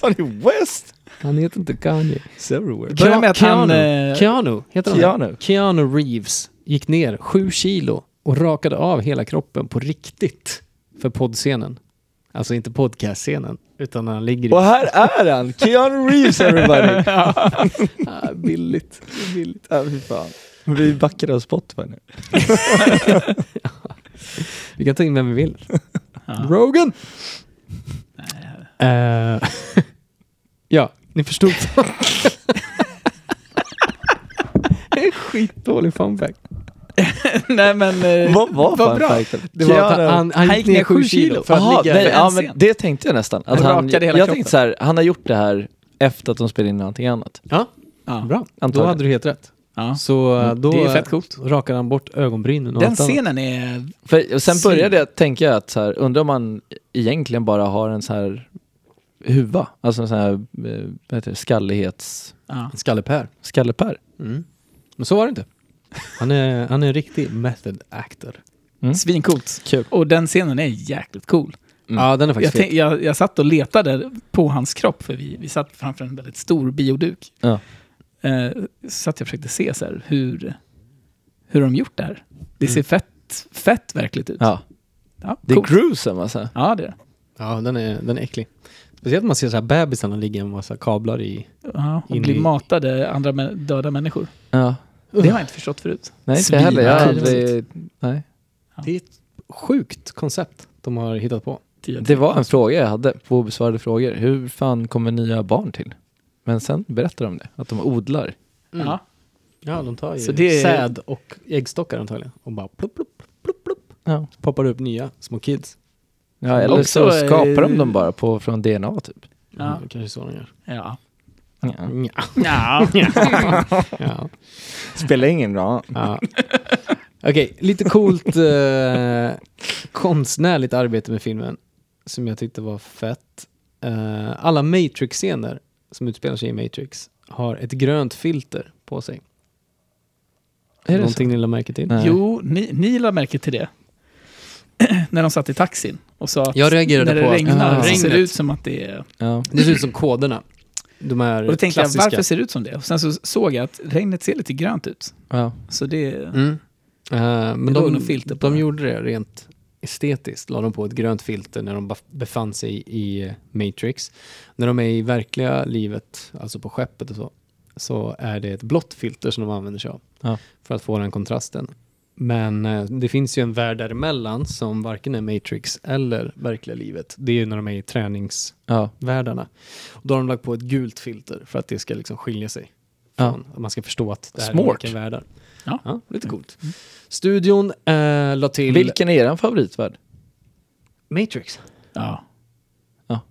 Speaker 3: Kanye West!
Speaker 1: Han heter inte Kanye.
Speaker 3: Severware.
Speaker 4: Börja med att han,
Speaker 1: Keanu.
Speaker 4: eh,
Speaker 1: Keanu heter han.
Speaker 3: Keanu.
Speaker 1: Keanu Reeves gick ner sju kilo och rakade av hela kroppen på riktigt för poddscenen. Alltså inte podcastscenen, utan när han ligger i
Speaker 3: Och här är han! Keanu Reeves everybody!
Speaker 1: Ah, billigt. billigt.
Speaker 3: Ja, fy fan. Vi backar av Spotify nu.
Speaker 1: Vi kan ta in vem vi vill. Rogan! Eh, ja, ni förstod. Det är en Skitdålig fun fact.
Speaker 4: nej men... eh,
Speaker 3: Vad var
Speaker 4: vad
Speaker 3: fan
Speaker 4: bra.
Speaker 3: fakten?
Speaker 1: Det var att
Speaker 3: Keanu-
Speaker 1: han, han, han gick ner sju kilo för att
Speaker 3: Aha,
Speaker 1: ligga...
Speaker 3: nej,
Speaker 4: över
Speaker 3: ja,
Speaker 4: en
Speaker 3: men
Speaker 4: scen.
Speaker 3: det tänkte jag nästan. Att
Speaker 4: Han
Speaker 3: han,
Speaker 4: rakade hela
Speaker 3: jag
Speaker 4: kroppen.
Speaker 3: tänkte så här, han har gjort det här efter att de spelade in någonting annat.
Speaker 1: Ja,
Speaker 4: Ja.
Speaker 1: bra. Då
Speaker 3: Antagligen.
Speaker 1: hade du helt rätt.
Speaker 4: Ja.
Speaker 1: Så eh, då
Speaker 4: Det är fett coolt.
Speaker 1: eh, rakade han bort ögonbrynen och
Speaker 4: Den
Speaker 1: allt annat.
Speaker 4: scenen är...
Speaker 3: För, och sen
Speaker 4: Synd.
Speaker 3: började jag tänka att så här, undrar om man egentligen bara har en så här huva, alltså en sån här eh, vad heter det, skallighets...
Speaker 4: Ja.
Speaker 1: Skallepär. Mm.
Speaker 3: Skallepär.
Speaker 1: Men så var det inte. Han är, han är en riktig method actor.
Speaker 4: Svincoolt.
Speaker 3: Kul.
Speaker 4: Och den scenen är jäkligt cool.
Speaker 1: Ja, den är
Speaker 4: Jag,
Speaker 1: faktiskt
Speaker 4: tänk, jag, jag satt och letade på hans kropp, för vi, vi satt framför en väldigt stor bioduk.
Speaker 3: Ja.
Speaker 4: Eh, så att jag försökte se så här, hur, hur de gjort det här. Det ser fett, fett verkligt ut.
Speaker 3: Ja.
Speaker 4: Ja,
Speaker 3: Det är
Speaker 4: coolt.
Speaker 3: gruesome alltså.
Speaker 4: Ja, det är det.
Speaker 1: Ja, den är, den är äcklig. Speciellt när man ser så här bebisarna ligga en massa kablar i.
Speaker 4: Ja, och
Speaker 1: In
Speaker 4: bli
Speaker 1: i-
Speaker 4: matade andra mä- döda människor.
Speaker 3: Ja.
Speaker 4: Det har jag inte förstått förut.
Speaker 3: Nej, inte
Speaker 4: Svin-
Speaker 3: heller. Jag har
Speaker 4: Nej.
Speaker 3: aldrig... Nej.
Speaker 1: Det är ett sjukt koncept de har hittat på.
Speaker 3: Det var en fråga jag hade på obesvarade frågor. Hur fan kommer nya barn till? Men sen berättar de det, att de odlar.
Speaker 4: Ja.
Speaker 1: Ja, de tar ju
Speaker 4: Så det är-
Speaker 1: säd och äggstockar antagligen. Och bara plupp, plupp, plupp, plupp.
Speaker 3: Ja.
Speaker 1: Poppar upp nya små kids.
Speaker 3: Ja, eller
Speaker 4: Också,
Speaker 3: så
Speaker 4: eh,
Speaker 3: skapar de dem bara på, från DNA typ.
Speaker 4: Ja.
Speaker 1: Mm, kanske så de gör.
Speaker 4: Ja.
Speaker 3: Ja.
Speaker 1: Nja.
Speaker 4: Ja.
Speaker 1: Ja.
Speaker 3: Spelar ingen roll.
Speaker 1: Ja. Okej, lite coolt eh, konstnärligt arbete med filmen som jag tyckte var fett. Eh, alla Matrix-scener som utspelar sig i Matrix har ett grönt filter på sig.
Speaker 3: Är det
Speaker 1: Någonting ni lade märke till?
Speaker 3: Nej.
Speaker 4: Jo, ni, ni lade märke till det. när de satt i taxin och sa att
Speaker 1: Jag
Speaker 4: när
Speaker 1: reagerade
Speaker 4: det
Speaker 1: på
Speaker 4: regnar
Speaker 3: Ah.
Speaker 4: så ser
Speaker 1: regnet.
Speaker 4: det ut som att det är...
Speaker 3: Ja.
Speaker 1: Det ser ut som koderna. De här
Speaker 4: Och då tänkte
Speaker 1: klassiska.
Speaker 4: jag, varför ser det ut som det? Och sen så såg jag att regnet ser lite grönt ut.
Speaker 3: Ja.
Speaker 4: Så det...
Speaker 1: Mm. Eh, men
Speaker 4: Det låg
Speaker 1: de,
Speaker 4: nog filter på
Speaker 1: de
Speaker 4: det.
Speaker 1: gjorde det rent estetiskt, la de på ett grönt filter när de bef- befann sig i eh, Matrix. När de är i verkliga livet, alltså på skeppet och så, så är det ett blått filter som de använder sig av
Speaker 3: Ja.
Speaker 1: för att få den kontrasten. Men eh, det finns ju en värld däremellan som varken är Matrix eller verkliga livet. Det är ju när de är i träningsvärldarna.
Speaker 3: Ja.
Speaker 1: Och då har de lagt på ett gult filter för att det ska liksom skilja sig
Speaker 3: Ja.
Speaker 1: Att Man ska förstå att det här
Speaker 3: Smart.
Speaker 1: är olika världar.
Speaker 4: Ja.
Speaker 1: lite coolt. Studion eh, la till...
Speaker 3: Vilken är er favoritvärld?
Speaker 1: Matrix.
Speaker 4: Ja.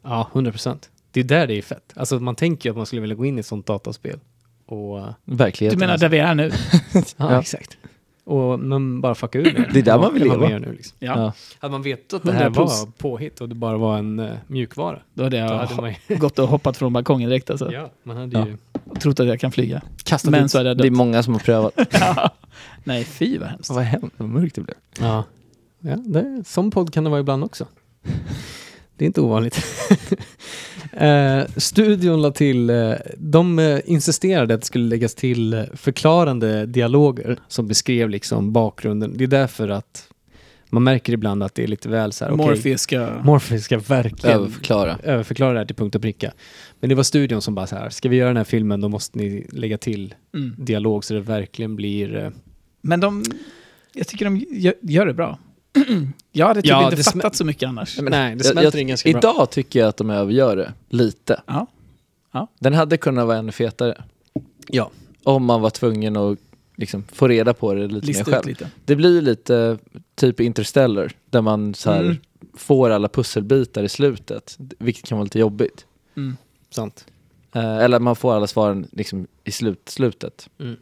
Speaker 1: Ja, 100 procent. Det är där det är fett. Alltså man tänker ju att man skulle vilja gå in i ett sånt dataspel. Och... eh,
Speaker 3: Verkligheten.
Speaker 4: Du menar
Speaker 3: alltså.
Speaker 4: där vi är nu?
Speaker 1: Ja,
Speaker 3: Ja.
Speaker 1: exakt. Och man bara fucka ur det.
Speaker 3: Det är där
Speaker 1: Vad
Speaker 3: man vill
Speaker 1: kan
Speaker 3: leva.
Speaker 1: göra nu, liksom.
Speaker 4: Ja.
Speaker 3: Ja.
Speaker 1: Hade man vetat att det
Speaker 4: 100
Speaker 1: här
Speaker 4: plus.
Speaker 1: var påhitt och det bara var en eh, mjukvara.
Speaker 4: Då hade jag
Speaker 1: Då hade man ju...
Speaker 4: gått och hoppat från balkongen direkt alltså.
Speaker 1: Ja, man hade ju...
Speaker 4: Och trott att jag kan flyga.
Speaker 1: Kastat
Speaker 4: Men
Speaker 1: ut-
Speaker 4: så hade jag
Speaker 3: Det är
Speaker 4: dött.
Speaker 3: många som har prövat.
Speaker 4: Nej, fy vad hemskt.
Speaker 3: vad hemskt, vad mörkt det blev.
Speaker 1: Ja, ja det, som podd kan det vara ibland också. Det är inte ovanligt. eh, studion la till, eh, de eh, insisterade att det skulle läggas till eh, förklarande dialoger som beskrev liksom bakgrunden. Det är därför att man märker ibland att det är lite väl så här, okej,
Speaker 4: Morpheus ska...
Speaker 1: Morpheus ska verkligen
Speaker 3: Överförklara.
Speaker 1: överförklara det här till punkt och pricka. Men det var studion som bara så här, ska vi göra den här filmen då måste ni lägga till
Speaker 4: Mm.
Speaker 1: dialog så det verkligen blir eh,
Speaker 4: Men de, jag tycker de gö- gör det bra. jag hade typ
Speaker 1: Ja,
Speaker 4: inte
Speaker 1: det smä-
Speaker 4: fattat så mycket annars.
Speaker 1: Nej, det
Speaker 3: Jag-
Speaker 1: smälter
Speaker 3: jag-
Speaker 1: in ganska bra.
Speaker 3: Idag tycker jag att de övergör det lite.
Speaker 4: Ja. Ja.
Speaker 3: Den hade kunnat vara ännu fetare.
Speaker 1: Ja.
Speaker 3: Om man var tvungen att liksom få reda på det lite
Speaker 4: Lista
Speaker 3: mer själv.
Speaker 4: ut lite.
Speaker 3: Det blir lite typ Interstellar, där man så här
Speaker 4: Mm.
Speaker 3: får alla pusselbitar i slutet, vilket kan vara lite jobbigt.
Speaker 4: Mm.
Speaker 1: sant.
Speaker 3: Eh, eller man får alla svaren liksom i slut, slutet.
Speaker 1: Mm.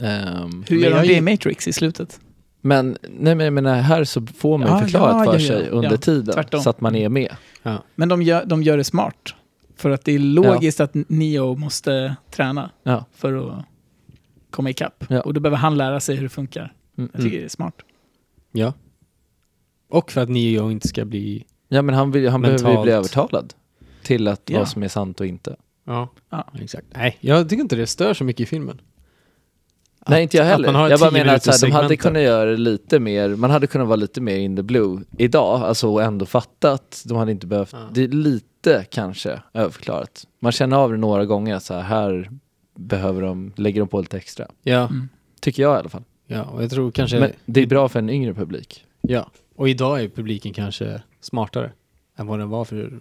Speaker 3: Ehm,
Speaker 4: Hur
Speaker 1: Men
Speaker 4: gör
Speaker 1: jag
Speaker 4: de det i
Speaker 1: gill-
Speaker 4: Matrix i slutet?
Speaker 3: men, nej, men jag menar, här så får man ju
Speaker 4: Ja,
Speaker 3: förklarat
Speaker 4: ja,
Speaker 3: för
Speaker 4: ja,
Speaker 3: sig
Speaker 4: ja.
Speaker 3: under
Speaker 4: Ja,
Speaker 3: tiden,
Speaker 4: tvärtom.
Speaker 3: så att man är med.
Speaker 4: Men de gör, de gör det smart. För att det är logiskt att Neo måste träna
Speaker 3: Ja.
Speaker 4: för att komma ikapp.
Speaker 3: Ja.
Speaker 4: Och då behöver han lära sig hur det funkar.
Speaker 3: Mm.
Speaker 4: Jag tycker det är smart.
Speaker 1: Ja. Och för att Neo inte ska bli...
Speaker 3: Ja men han, vill, han behöver ju
Speaker 1: Mentalt.
Speaker 3: bli övertalad till att
Speaker 4: Ja.
Speaker 3: vad som är sant och inte.
Speaker 1: Ja.
Speaker 4: Ja.
Speaker 1: Exakt. Nej, jag tycker inte det stör så mycket i filmen.
Speaker 3: Nej inte jag
Speaker 1: att
Speaker 3: heller.
Speaker 1: man har
Speaker 3: Jag bara
Speaker 1: tio
Speaker 3: menar att så här, de
Speaker 1: minuters
Speaker 3: hade
Speaker 1: segment
Speaker 3: kunnat göra det lite mer, man hade kunnat vara lite mer in the blue idag, alltså och ändå fattat. De hade inte behövt,
Speaker 1: Ja.
Speaker 3: det är lite kanske överförklarat. Man känner av det några gånger, att så här, här behöver de, lägger de på lite extra.
Speaker 1: Ja,
Speaker 4: Mm.
Speaker 3: Tycker jag i alla fall.
Speaker 1: ja och jag tror kanske...
Speaker 3: Men det är bra för en yngre publik.
Speaker 1: Ja. Och idag är publiken kanske smartare än vad den var för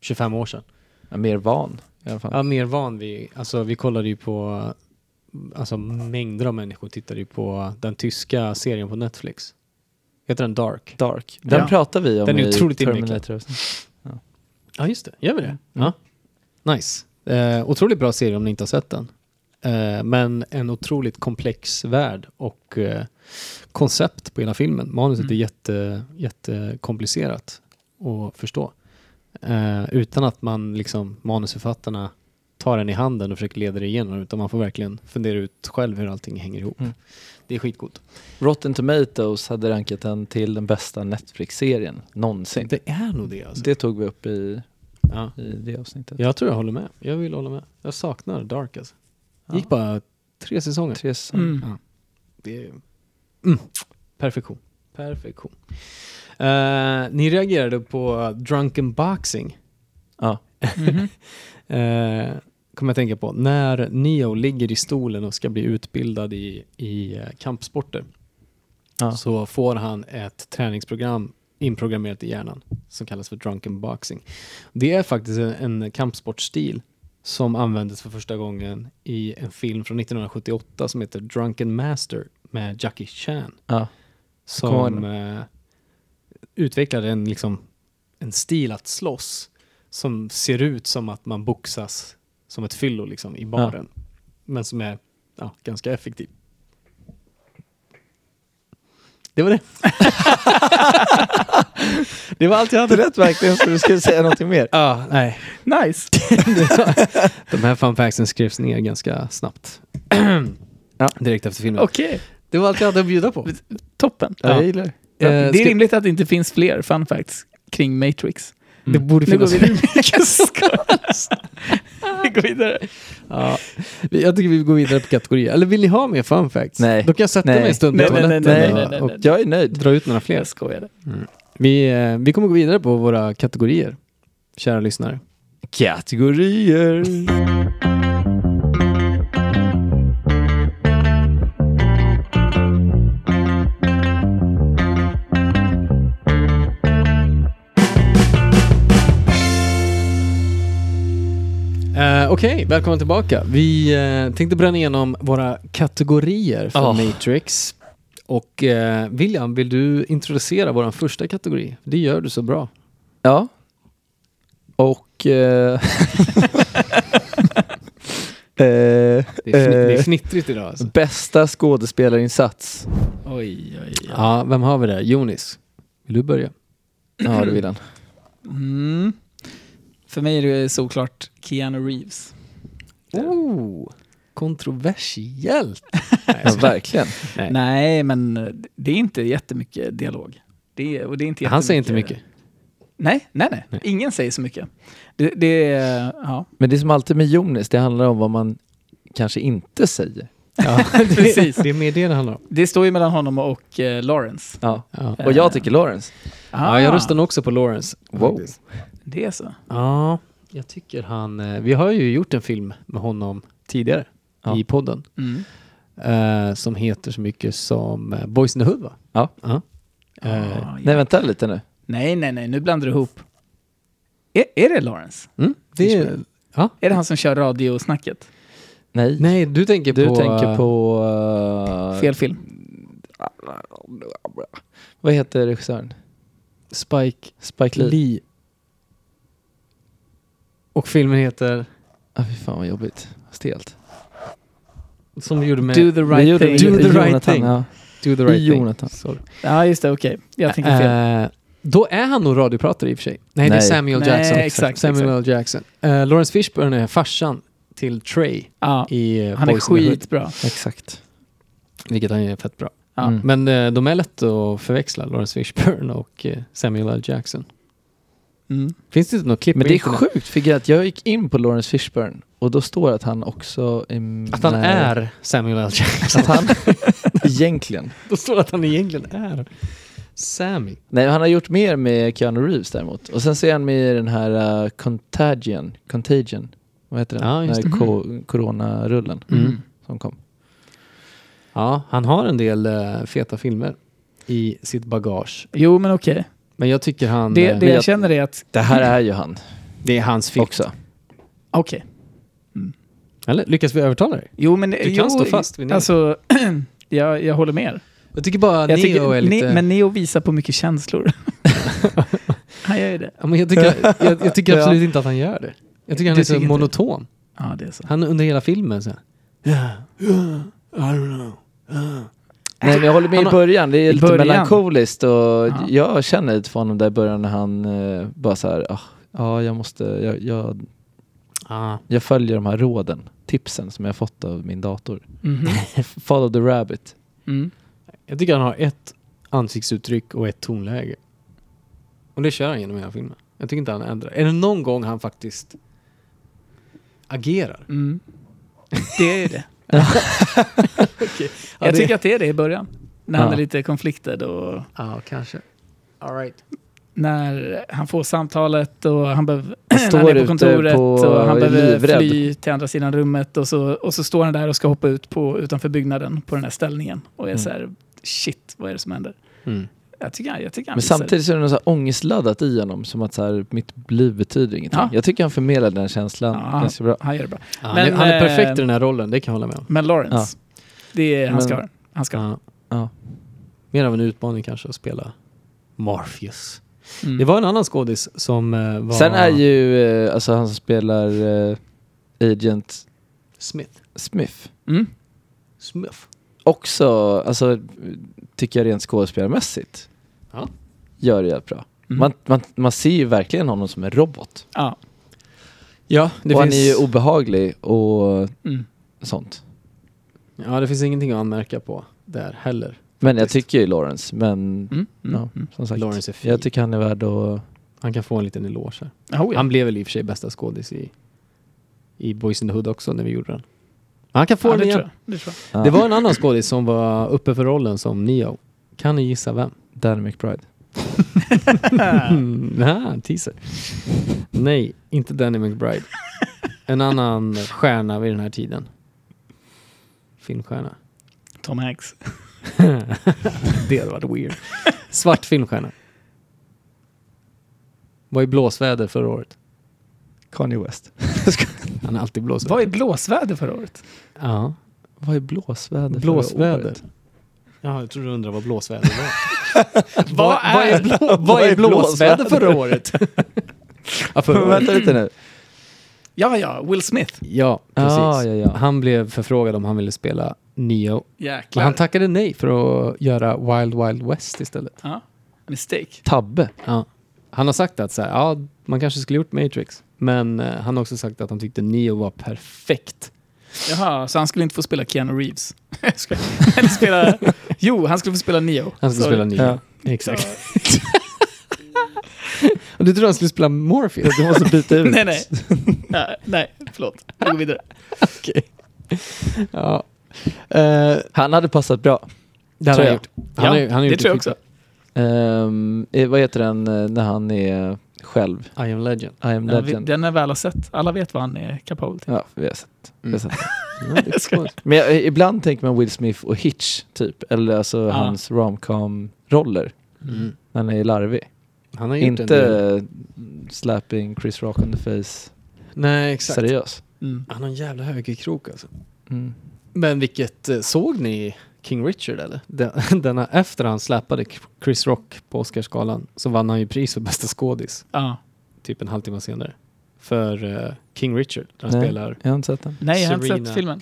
Speaker 1: 25 år sedan.
Speaker 3: Ja, Mer van i alla fall.
Speaker 1: Ja, mer van vi... Alltså vi kollade ju på... Alltså mängder av människor tittade ju på den tyska serien på Netflix. Heter den Dark?
Speaker 3: Dark. Den
Speaker 4: Ja.
Speaker 3: pratar vi om
Speaker 1: Den är
Speaker 3: i
Speaker 1: otroligt invecklad.
Speaker 3: Terminator.
Speaker 1: Ja, just det. Gör vi det? Ja. Nice. Eh, otroligt bra serie om ni inte har sett den. Eh, men en otroligt komplex värld och eh, koncept på hela filmen. Manuset
Speaker 4: Mm.
Speaker 1: är jätte, jättekomplicerat att förstå. Eh, utan att man liksom, manusförfattarna tar den i handen och försöker leda det igenom. Utan man får verkligen fundera ut själv hur allting hänger ihop.
Speaker 3: Mm.
Speaker 1: Det är skitcoolt.
Speaker 3: Rotten Tomatoes hade rankat den till den bästa Netflix-serien någonsin.
Speaker 1: Det är nog det alltså.
Speaker 3: Det tog vi upp i,
Speaker 1: Ja.
Speaker 3: i det avsnittet.
Speaker 1: Jag tror jag håller med. Jag vill hålla med. Jag saknar Dark alltså. Det
Speaker 3: Ja.
Speaker 1: gick bara tre säsonger.
Speaker 3: Tre säsonger.
Speaker 4: Mm.
Speaker 1: Det är... mm. Perfektion. Perfektion. Eh, ni reagerade på drunken boxing.
Speaker 3: Ja.
Speaker 4: Mhm.
Speaker 1: Uh, kommer jag tänka på. När Neo ligger i stolen och ska bli utbildad i, i eh, kampsporter
Speaker 3: Ja.
Speaker 1: så får han ett träningsprogram inprogrammerat i hjärnan som kallas för drunken boxing. Det är faktiskt en, en kampsportstil som användes för första gången i en film från 1978 som heter Drunken Master med Jackie Chan
Speaker 3: Ja.
Speaker 1: som eh, utvecklade en, liksom, en stil att slåss som ser ut som att man boxas som ett fyllo liksom, i baren. Men som är ja, ganska effektiv. Det var det. det var allt jag hade.
Speaker 3: rätt verkligen så du skulle säga någonting mer.
Speaker 1: Ja, nej.
Speaker 4: Nice!
Speaker 1: De här fun factsen skrevs ner ganska snabbt. Direkt efter filmen.
Speaker 4: Okej,
Speaker 1: Det var allt jag hade att bjuda på.
Speaker 4: toppen.
Speaker 1: Ja, Jag gillar det.
Speaker 4: Ja, det är
Speaker 1: ska-
Speaker 4: rimligt att det inte finns fler fun facts kring Matrix.
Speaker 1: mm.
Speaker 3: Det borde
Speaker 4: Nu går
Speaker 3: finnas.
Speaker 4: vi vidare. vi går vidare.
Speaker 1: Ja. Vi- Jag tycker vi går vidare på kategorier. Eller vill ni ha mer fun facts?
Speaker 3: Nej.
Speaker 1: Då kan jag sätta
Speaker 3: Nej.
Speaker 1: mig en stund
Speaker 4: Nej,
Speaker 1: på
Speaker 4: nej, nej,
Speaker 1: toaletten
Speaker 3: nej,
Speaker 1: och-
Speaker 4: nej, nej,
Speaker 1: och
Speaker 4: nej.
Speaker 3: Jag är nöjd.
Speaker 1: dra ut några fler.
Speaker 4: Jag skojade.
Speaker 1: Vi, eh, vi kommer gå vidare på våra kategorier, kära lyssnare.
Speaker 3: Kategorier.
Speaker 1: Eh, Okej, välkomna tillbaka. Vi eh, tänkte bränna igenom våra kategorier för
Speaker 3: Ah.
Speaker 1: Matrix. Och eh, William, vill du introducera vår första kategori? Det gör du så bra.
Speaker 3: Ja. Och... Eh, eh,
Speaker 1: Det är, fn- det är
Speaker 3: eh,
Speaker 1: fnittrigt idag alltså.
Speaker 3: bästa skådespelarinsats.
Speaker 4: Oj, oj, oj.
Speaker 1: Ja, vem har vi där? Jonis, vill du börja?
Speaker 3: Ja, det vill han.
Speaker 4: Mm. För mig är det såklart Keanu Reeves.
Speaker 1: Oh, kontroversiellt!
Speaker 3: Ja, verkligen.
Speaker 1: Nej.
Speaker 4: Nej, men det är inte jättemycket dialog. Det är, och det är inte
Speaker 1: Han säger inte
Speaker 4: jättemycket-
Speaker 1: mycket.
Speaker 4: Nej, nej, nej,
Speaker 1: Nej.
Speaker 4: Ingen säger så mycket. Det, det är... Ja,
Speaker 3: Men det är som alltid med Jonas, det handlar om vad man kanske inte säger.
Speaker 1: Ja,
Speaker 4: Precis.
Speaker 1: Det är mer det det handlar om.
Speaker 4: det står ju mellan honom och eh, Lawrence.
Speaker 3: Ja.
Speaker 1: Ja.
Speaker 3: Och jag tycker Lawrence.
Speaker 4: Ah.
Speaker 1: ja, jag röstar nog också på Lawrence.
Speaker 3: Wow.
Speaker 4: Det är så.
Speaker 1: Ja, jag tycker han... eh, Vi har ju gjort en film med honom tidigare
Speaker 3: Ja.
Speaker 1: i podden.
Speaker 4: Mm.
Speaker 1: eh, som heter så mycket som eh, Boys in the Hood va?
Speaker 3: Ja.
Speaker 1: Eh,
Speaker 4: Ah, ja.
Speaker 3: Nej, vänta lite nu.
Speaker 4: Nej, nej, nej, nu blandar du ihop. Är, är det Lawrence?
Speaker 1: mm, det är,
Speaker 4: Är det han som kör radiosnacket?
Speaker 3: Nej.
Speaker 1: nej, du tänker
Speaker 3: Du
Speaker 1: på... eh,
Speaker 3: tänker på... eh,
Speaker 4: Fel film.
Speaker 3: Vad heter regissören?
Speaker 1: Spike
Speaker 3: Spike Lee.
Speaker 1: Lee. Och filmen heter...
Speaker 3: Ah, fy fan vad jobbigt. Stelt.
Speaker 1: Som vi gjorde med...
Speaker 4: Do the
Speaker 3: Vi
Speaker 4: right
Speaker 3: gjorde
Speaker 4: thing.
Speaker 3: det i
Speaker 1: Do the right
Speaker 3: Jonathan,
Speaker 1: thing.
Speaker 3: Ja.
Speaker 1: Do the
Speaker 3: i
Speaker 1: right
Speaker 3: Jonathan.
Speaker 1: thing. Sorry.
Speaker 4: Ja, just det, okej. Jag tänkte fel.
Speaker 1: Eh, då är han nog radiopratare i och för sig. Nej, det är
Speaker 3: Nej.
Speaker 1: Samuel
Speaker 4: Nej,
Speaker 1: Jackson.
Speaker 4: exakt,
Speaker 1: Samuel
Speaker 4: exakt.
Speaker 1: L. Jackson. Eh, Lawrence Fishburne är farsan till Trey
Speaker 4: ja,
Speaker 1: i eh,
Speaker 4: han är
Speaker 1: Boys in the Hood,
Speaker 4: skitbra.
Speaker 3: Exakt.
Speaker 1: vilket han är fett bra.
Speaker 4: Ja.
Speaker 3: Mm.
Speaker 1: Men eh, de är lätt att förväxla, Lawrence Fishburne och eh, Samuel L. Jackson.
Speaker 4: Mm.
Speaker 1: Finns det inte något klipp
Speaker 3: Men
Speaker 1: på
Speaker 3: det är
Speaker 1: internet?
Speaker 3: sjukt, för att jag gick in på Lawrence Fishburne och då står det att han också... är-
Speaker 1: Att han
Speaker 3: nej,
Speaker 1: är Samuel L. Jackson.
Speaker 3: Att han egentligen...
Speaker 1: Då står det att han egentligen är Sammy.
Speaker 3: Nej, han har gjort mer med Keanu Reeves däremot. Och sen så är han med i den här eh, Contagion. Contagion. Vad heter den?
Speaker 1: Ja, just
Speaker 3: den här ko- coronarullen
Speaker 1: Mm.
Speaker 3: som kom.
Speaker 1: Ja, han har en del eh, feta filmer i sitt bagage.
Speaker 4: Jo, men okej.
Speaker 1: Men jag tycker han... eh,
Speaker 4: Det, det
Speaker 3: men
Speaker 4: jag
Speaker 3: jag-
Speaker 4: känner är att...
Speaker 3: Det här är ju han
Speaker 1: det är hans film.
Speaker 3: också.
Speaker 4: Okej.
Speaker 1: Eller? Lyckas vi övertala dig?
Speaker 4: Jo, men... Du
Speaker 1: kan
Speaker 4: jo,
Speaker 1: stå fast vid Neo.
Speaker 4: Alltså, jag, jag håller med er.
Speaker 1: Jag tycker bara
Speaker 4: Jag
Speaker 1: Neo är
Speaker 4: Ne-
Speaker 1: lite...
Speaker 4: men Neo visar på mycket känslor. han gör ju det.
Speaker 1: Ja, men jag tycker, jag, jag tycker
Speaker 3: Ja.
Speaker 1: absolut inte att han gör det. Jag tycker han
Speaker 4: Du
Speaker 1: är så
Speaker 4: tycker inte
Speaker 1: monoton.
Speaker 4: Ja, det är så.
Speaker 1: Han är under hela filmen så här.
Speaker 3: Nej, men jag håller med
Speaker 1: Han
Speaker 3: i
Speaker 1: har-
Speaker 3: början. Det är
Speaker 4: i
Speaker 3: lite
Speaker 4: början.
Speaker 3: melankoliskt och jag känner lite för honom där i början när han eh, bara så här, ah, ja, jag måste, jag, jag,
Speaker 1: Ja.
Speaker 3: jag följer de här råden, tipsen som jag fått av min dator.
Speaker 4: Mhm.
Speaker 3: Follow the rabbit.
Speaker 4: Mm.
Speaker 1: Jag tycker han har ett ansiktsuttryck och ett tonläge. Och det kör han genom hela filmen. Jag tycker inte han ändrar. Är det någon gång han faktiskt agerar?
Speaker 4: Mm. Det är ju det.
Speaker 1: Ja,
Speaker 4: jag
Speaker 1: det-
Speaker 4: tycker att det är det i början. När han
Speaker 3: Ja.
Speaker 4: är lite konfliktad och
Speaker 1: Ja, kanske. All right.
Speaker 4: när han får samtalet och han behöver...
Speaker 3: står
Speaker 4: han är på
Speaker 3: ute
Speaker 4: kontoret
Speaker 3: på-
Speaker 4: och han
Speaker 3: är
Speaker 4: behöver
Speaker 3: livrädd.
Speaker 4: fly till andra sidan rummet och så, och så står han där och ska hoppa ut på, utanför byggnaden på den här ställningen och är
Speaker 3: Mm.
Speaker 4: så här, shit, vad är det som händer?
Speaker 1: Mm.
Speaker 4: Jag tycker, jag tycker han
Speaker 3: Men
Speaker 4: visar-
Speaker 3: samtidigt så är det något så här ångestladdat i honom som att så här, mitt liv betyder ingenting.
Speaker 4: Ja.
Speaker 3: Jag tycker han förmedlar den känslan
Speaker 4: Ja.
Speaker 3: ganska bra.
Speaker 4: Han gör det bra.
Speaker 1: Ja, han, är,
Speaker 4: Men,
Speaker 1: han är
Speaker 4: eh,
Speaker 1: perfekt i den här rollen, det kan jag hålla med om.
Speaker 4: Men Lawrence, det är, han
Speaker 3: Men-
Speaker 4: ska ha den. Han ska ha
Speaker 1: Ja.
Speaker 3: Ja.
Speaker 1: Mer av en utmaning kanske att spela Morpheus.
Speaker 4: den. mm.
Speaker 1: Det var en annan skådis som eh, var...
Speaker 3: Sen är ju eh, alltså han som spelar eh, Agent
Speaker 1: Smith.
Speaker 3: Smith
Speaker 4: Mm.
Speaker 1: Smith.
Speaker 3: också, alltså tycker jag rent skådespelarmässigt,
Speaker 1: Ja.
Speaker 3: gör det jävligt bra.
Speaker 4: Mm.
Speaker 3: Man, man, man ser ju verkligen honom som en robot.
Speaker 4: Ja.
Speaker 1: Ja, det
Speaker 3: och
Speaker 1: finns...
Speaker 3: han är ju obehaglig och
Speaker 4: Mm.
Speaker 3: sånt.
Speaker 1: Ja, det finns ingenting att anmärka på där heller.
Speaker 3: Men jag
Speaker 1: Faktiskt.
Speaker 3: tycker ju Lawrence, men
Speaker 4: Mm, mm,
Speaker 3: ja,
Speaker 4: mm.
Speaker 3: som sagt.
Speaker 1: Lawrence är fin.
Speaker 3: Jag tycker han är värd att...
Speaker 1: Han kan få en liten eloge här.
Speaker 4: Oh, ja.
Speaker 1: Han blev väl i och för sig bästa skådis i, i Boys in the Hood också när vi gjorde den. Han kan få
Speaker 4: ja,
Speaker 1: den
Speaker 4: det,
Speaker 1: igen.
Speaker 4: tror jag. det tror jag.
Speaker 3: Ja.
Speaker 1: Det var en annan skådis som var uppe för rollen som Neo. Kan ni gissa vem?
Speaker 3: Danny McBride.
Speaker 1: Mm, ah, en teaser. Nej, inte Danny McBride. En annan stjärna vid den här tiden. Filmstjärna.
Speaker 4: Tom Hanks.
Speaker 1: det hade varit weird. Svart filmstjärna. Var i blåsväder förra året.
Speaker 3: Kanye West.
Speaker 1: Han är alltid i blåsväder.
Speaker 4: Vad är blåsväder förra året?
Speaker 1: Ja.
Speaker 3: Vad är blåsväder? för
Speaker 1: Blåsväder.
Speaker 3: året?
Speaker 1: Ja, jag tror du undrar vad blåsväder var.
Speaker 4: Vad
Speaker 1: vad är, blå, vad är blåsväder förra året? ja,
Speaker 3: Men
Speaker 1: förra året.
Speaker 3: Vänta lite nu.
Speaker 4: Ja, ja, Will Smith.
Speaker 1: Ja, precis.
Speaker 3: Ah, ja, ja.
Speaker 1: Han blev förfrågad om han ville spela Neo. Men
Speaker 4: Jäklar.
Speaker 1: han tackade nej för att göra Wild Wild West istället.
Speaker 4: ja. Mistake.
Speaker 3: Tabbe.
Speaker 1: Ja. Han har sagt att så här, ja, man kanske skulle gjort Matrix. Men eh, han har också sagt att han tyckte Neo var perfekt.
Speaker 4: Jaha, så han skulle inte få spela Keanu Reeves? Jag skojar. Eller spela... Jo, han skulle få spela Neo.
Speaker 1: Han skulle
Speaker 4: Sorry.
Speaker 1: spela Neo.
Speaker 3: Ja.
Speaker 1: Exakt. Och du trodde han skulle spela Morpheus?
Speaker 3: Du måste byta ut.
Speaker 4: Nej, nej. Ja, nej, förlåt. Vi går vidare.
Speaker 1: Ja. Eh,
Speaker 3: Han hade passat bra.
Speaker 1: det har
Speaker 3: Tror
Speaker 1: han
Speaker 3: jag.
Speaker 1: gjort. Han har-
Speaker 4: ja,
Speaker 1: han har
Speaker 4: det
Speaker 1: gjort
Speaker 4: tror jag också.
Speaker 3: Ehm, eh, vad heter den eh, när han är själv?
Speaker 1: skitbra. I am legend.
Speaker 3: I am
Speaker 4: Ja, vi-
Speaker 3: legend.
Speaker 4: Den är väl har sett. Alla vet vad han är kapabel till.
Speaker 3: Ja, vi har sett.
Speaker 1: Mm.
Speaker 3: Vi har sett.
Speaker 1: Ja, det är
Speaker 4: Jag skojar.
Speaker 1: coolt.
Speaker 3: Men jag, eh, ibland tänker man Will Smith och Hitch, typ. Eller alltså
Speaker 4: Ja.
Speaker 3: hans romcom-roller.
Speaker 1: Mm.
Speaker 3: När han är larvig.
Speaker 1: Han har gjort en
Speaker 3: Inte
Speaker 1: del.
Speaker 3: eh, slapping Chris Rock on the face.
Speaker 1: Nej, exakt.
Speaker 3: Seriös.
Speaker 4: Mm.
Speaker 1: Han har en jävla högerkrok alltså.
Speaker 3: Mm.
Speaker 1: Men vilket, eh, såg ni King Richard eller? Den, denna, efter han släpade Chris Rock på Oscarsgalan så vann han ju pris för bästa skådis,
Speaker 4: Ja.
Speaker 1: typ en halvtimme senare. För eh, King Richard, där han
Speaker 3: Nej.
Speaker 1: spelar,
Speaker 3: Jag har inte sett den.
Speaker 4: Nej, jag har inte
Speaker 1: Serena.
Speaker 4: sett filmen.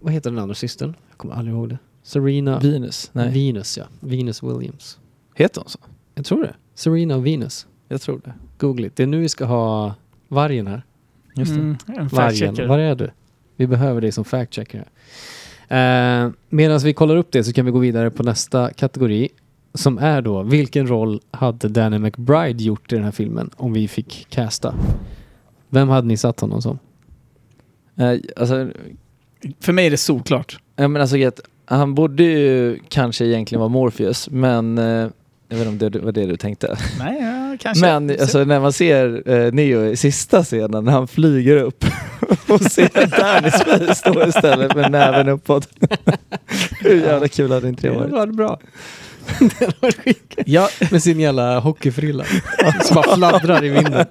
Speaker 1: vad heter den andra systern? Jag kommer aldrig ihåg det. Serena
Speaker 3: Venus? Nej.
Speaker 1: Venus, ja. Venus Williams.
Speaker 3: heter hon så?
Speaker 1: Jag tror det. Serena Venus.
Speaker 3: Jag tror det.
Speaker 1: Googla it. Det är nu vi ska ha vargen här.
Speaker 3: Just det.
Speaker 4: Mm,
Speaker 1: Vargen,
Speaker 4: en fact-checker.
Speaker 1: var är du? Vi behöver dig som fact-checker. här. Eh, Medan vi kollar upp det så kan vi gå vidare på nästa kategori som är då vilken roll hade Danny McBride gjort i den här filmen om vi fick casta? Vem hade ni satt honom som?
Speaker 3: Eh, alltså,
Speaker 4: För mig är det solklart.
Speaker 3: Ja men alltså att han borde ju kanske egentligen vara Morpheus men eh, jag vet inte om det var det du tänkte.
Speaker 4: Nej, ja, kanske.
Speaker 3: Men alltså, när man ser eh, Neo i sista scenen när han flyger upp och ser Dannys face stå istället med näven uppåt. Hur jävla kul hade inte det
Speaker 1: hade
Speaker 3: varit?
Speaker 1: varit bra. det hade varit skitkul.
Speaker 4: Ja,
Speaker 1: Med sin jävla hockeyfrilla som bara fladdrar i vinden.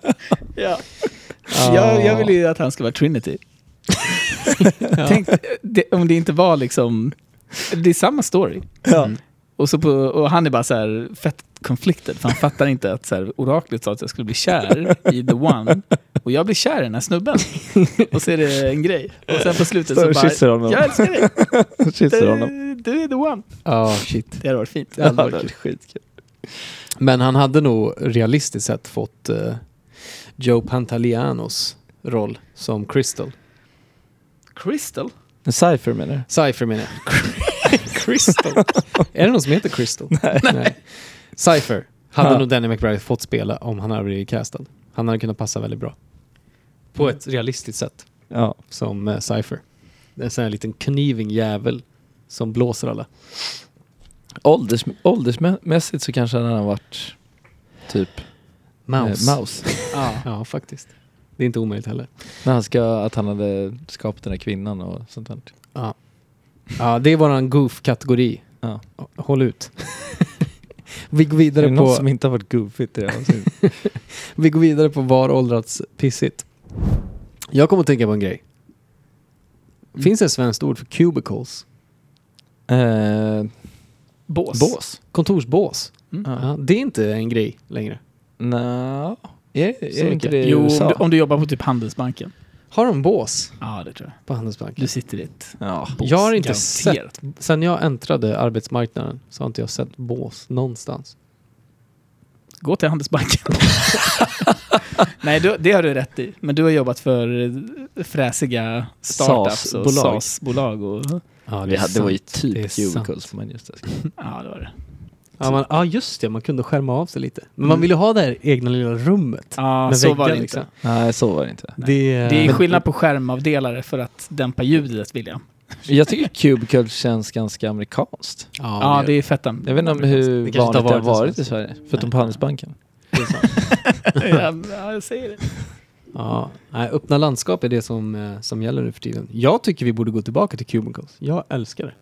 Speaker 4: ja. Jag, jag vill ju att han ska vara Trinity. Tänk eh, det, om det inte var liksom... Det är samma story.
Speaker 3: Ja.
Speaker 1: Mm.
Speaker 4: Och, så på, och han är bara så här fett konflikter för han fattar inte att så här, oraklet sa att jag skulle bli kär i the one. Och jag blir kär i den här snubben. Och så är det en grej. Och sen på slutet
Speaker 3: Så
Speaker 4: så,
Speaker 3: kysser
Speaker 4: bara,
Speaker 3: honom.
Speaker 4: jag älskar dig.
Speaker 3: Kysser honom.
Speaker 4: Du, du är the one.
Speaker 1: Ja, shit.
Speaker 4: Det hade varit fint.
Speaker 3: Det hade varit skitkul.
Speaker 1: Men han hade nog realistiskt sett fått eh, Joe Pantalianos roll som Crystal.
Speaker 4: Crystal?
Speaker 3: En cypher menar du?
Speaker 1: Cypher menar jag. Crystal. är det någon som heter Crystal? Nej. Cypher hade
Speaker 3: Ja.
Speaker 1: nog Danny McBride fått spela om han hade blivit castad. Han hade kunnat passa väldigt bra. På ett realistiskt sätt,
Speaker 3: Ja.
Speaker 1: som eh, Cypher. Det är En sån här liten kniving jävel som blåser alla.
Speaker 3: Ålders, åldersmässigt så kanske han hade varit typ
Speaker 1: Mouse.
Speaker 3: Eh, mouse.
Speaker 4: Ja.
Speaker 1: Ja, faktiskt. Det är inte omöjligt heller.
Speaker 3: När han ska, att han hade skapat den här kvinnan och sånt där.
Speaker 1: Ja, det är våran goof-kategori.
Speaker 3: Ja.
Speaker 1: Håll ut. Vi går
Speaker 3: Är det
Speaker 1: vidare
Speaker 3: någon
Speaker 1: på...
Speaker 3: som inte har varit gubbigt i det här avsnittet?
Speaker 1: Vi går vidare på var åldrats pissigt. Jag kommer att tänka på en grej. Finns det ett svenskt ord för cubicles?
Speaker 3: Eh,
Speaker 4: Bås.
Speaker 3: Bås?
Speaker 1: Kontorsbås?
Speaker 4: Mm.
Speaker 3: Ja.
Speaker 1: Ja, det är inte en grej längre.
Speaker 3: Nå, är,
Speaker 1: Så
Speaker 3: är inte
Speaker 1: mycket.
Speaker 3: det i
Speaker 4: Jo, om
Speaker 3: USA?
Speaker 4: du, om du jobbar på typ Handelsbanken.
Speaker 1: Har de bås
Speaker 4: Ja, det tror jag.
Speaker 1: på Handelsbanken?
Speaker 4: Du sitter i ett
Speaker 3: Ja.
Speaker 4: bås.
Speaker 1: Jag har inte
Speaker 4: garanterat.
Speaker 1: Sen jag äntrade arbetsmarknaden så har inte jag sett bås någonstans.
Speaker 4: gå till Handelsbanken. Nej, du, det har du rätt i. Men du har jobbat för eh, fräsiga startups och
Speaker 3: SAS-bolag.
Speaker 4: SAS-bolag. Och,
Speaker 1: Ja,
Speaker 3: Vi hade, det var ju
Speaker 1: Det är
Speaker 3: typ
Speaker 1: sant.
Speaker 3: Cubicles på Manchester.
Speaker 4: ja, det var det.
Speaker 1: Ja, man, ja, just det. Man kunde skärma av sig lite. Men man ville ha det här egna lilla rummet.
Speaker 4: Ja,
Speaker 1: med
Speaker 4: så
Speaker 1: väggar,
Speaker 4: var det inte.
Speaker 1: liksom.
Speaker 3: Nej, så var det inte.
Speaker 1: Det, eh,
Speaker 4: Det är skillnad på skärmavdelare för att dämpa ljudet, William.
Speaker 3: Jag tycker Cubicles känns ganska amerikanskt.
Speaker 1: Ja,
Speaker 4: Ja,
Speaker 1: det
Speaker 4: det
Speaker 1: är...
Speaker 4: är fettan.
Speaker 3: Jag vet inte om
Speaker 1: Det
Speaker 3: hur
Speaker 1: kanske inte
Speaker 3: vanligt
Speaker 1: har
Speaker 3: det har
Speaker 1: varit i
Speaker 3: varit i Sverige, förutom på Handelsbanken.
Speaker 4: ja, jag säger det.
Speaker 1: ja. Nej, öppna landskap är det som, eh, som gäller nu för tiden. Jag tycker vi borde gå tillbaka till Cubicles. Jag älskar det.